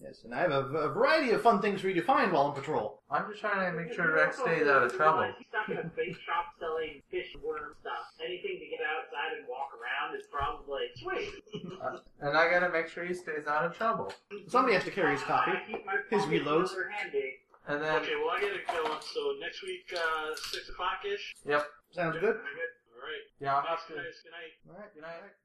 Speaker 4: yes, and I have a, a variety of fun things for you to find while on patrol.
Speaker 5: I'm just trying to make sure
Speaker 1: You
Speaker 5: Rex
Speaker 1: also
Speaker 5: stays out of
Speaker 1: realize
Speaker 5: trouble.
Speaker 1: He's stuck in a bait shop selling fish and worm stuff. Anything to get outside and walk around is probably sweet.
Speaker 5: And I gotta make sure he stays out of trouble.
Speaker 4: Somebody has to carry his copy.
Speaker 1: I keep my
Speaker 4: His
Speaker 1: pocket
Speaker 4: reloads. Um,
Speaker 1: filler handy.
Speaker 5: And then,
Speaker 2: Okay, well I gotta go. So next week, uh, six o'clock ish.
Speaker 4: Sounds good? Uh-huh.
Speaker 2: All right.
Speaker 5: yeah, I'm
Speaker 2: Thanks,
Speaker 5: just gonna.
Speaker 2: guys. Good night.
Speaker 4: Alright.
Speaker 5: Good night.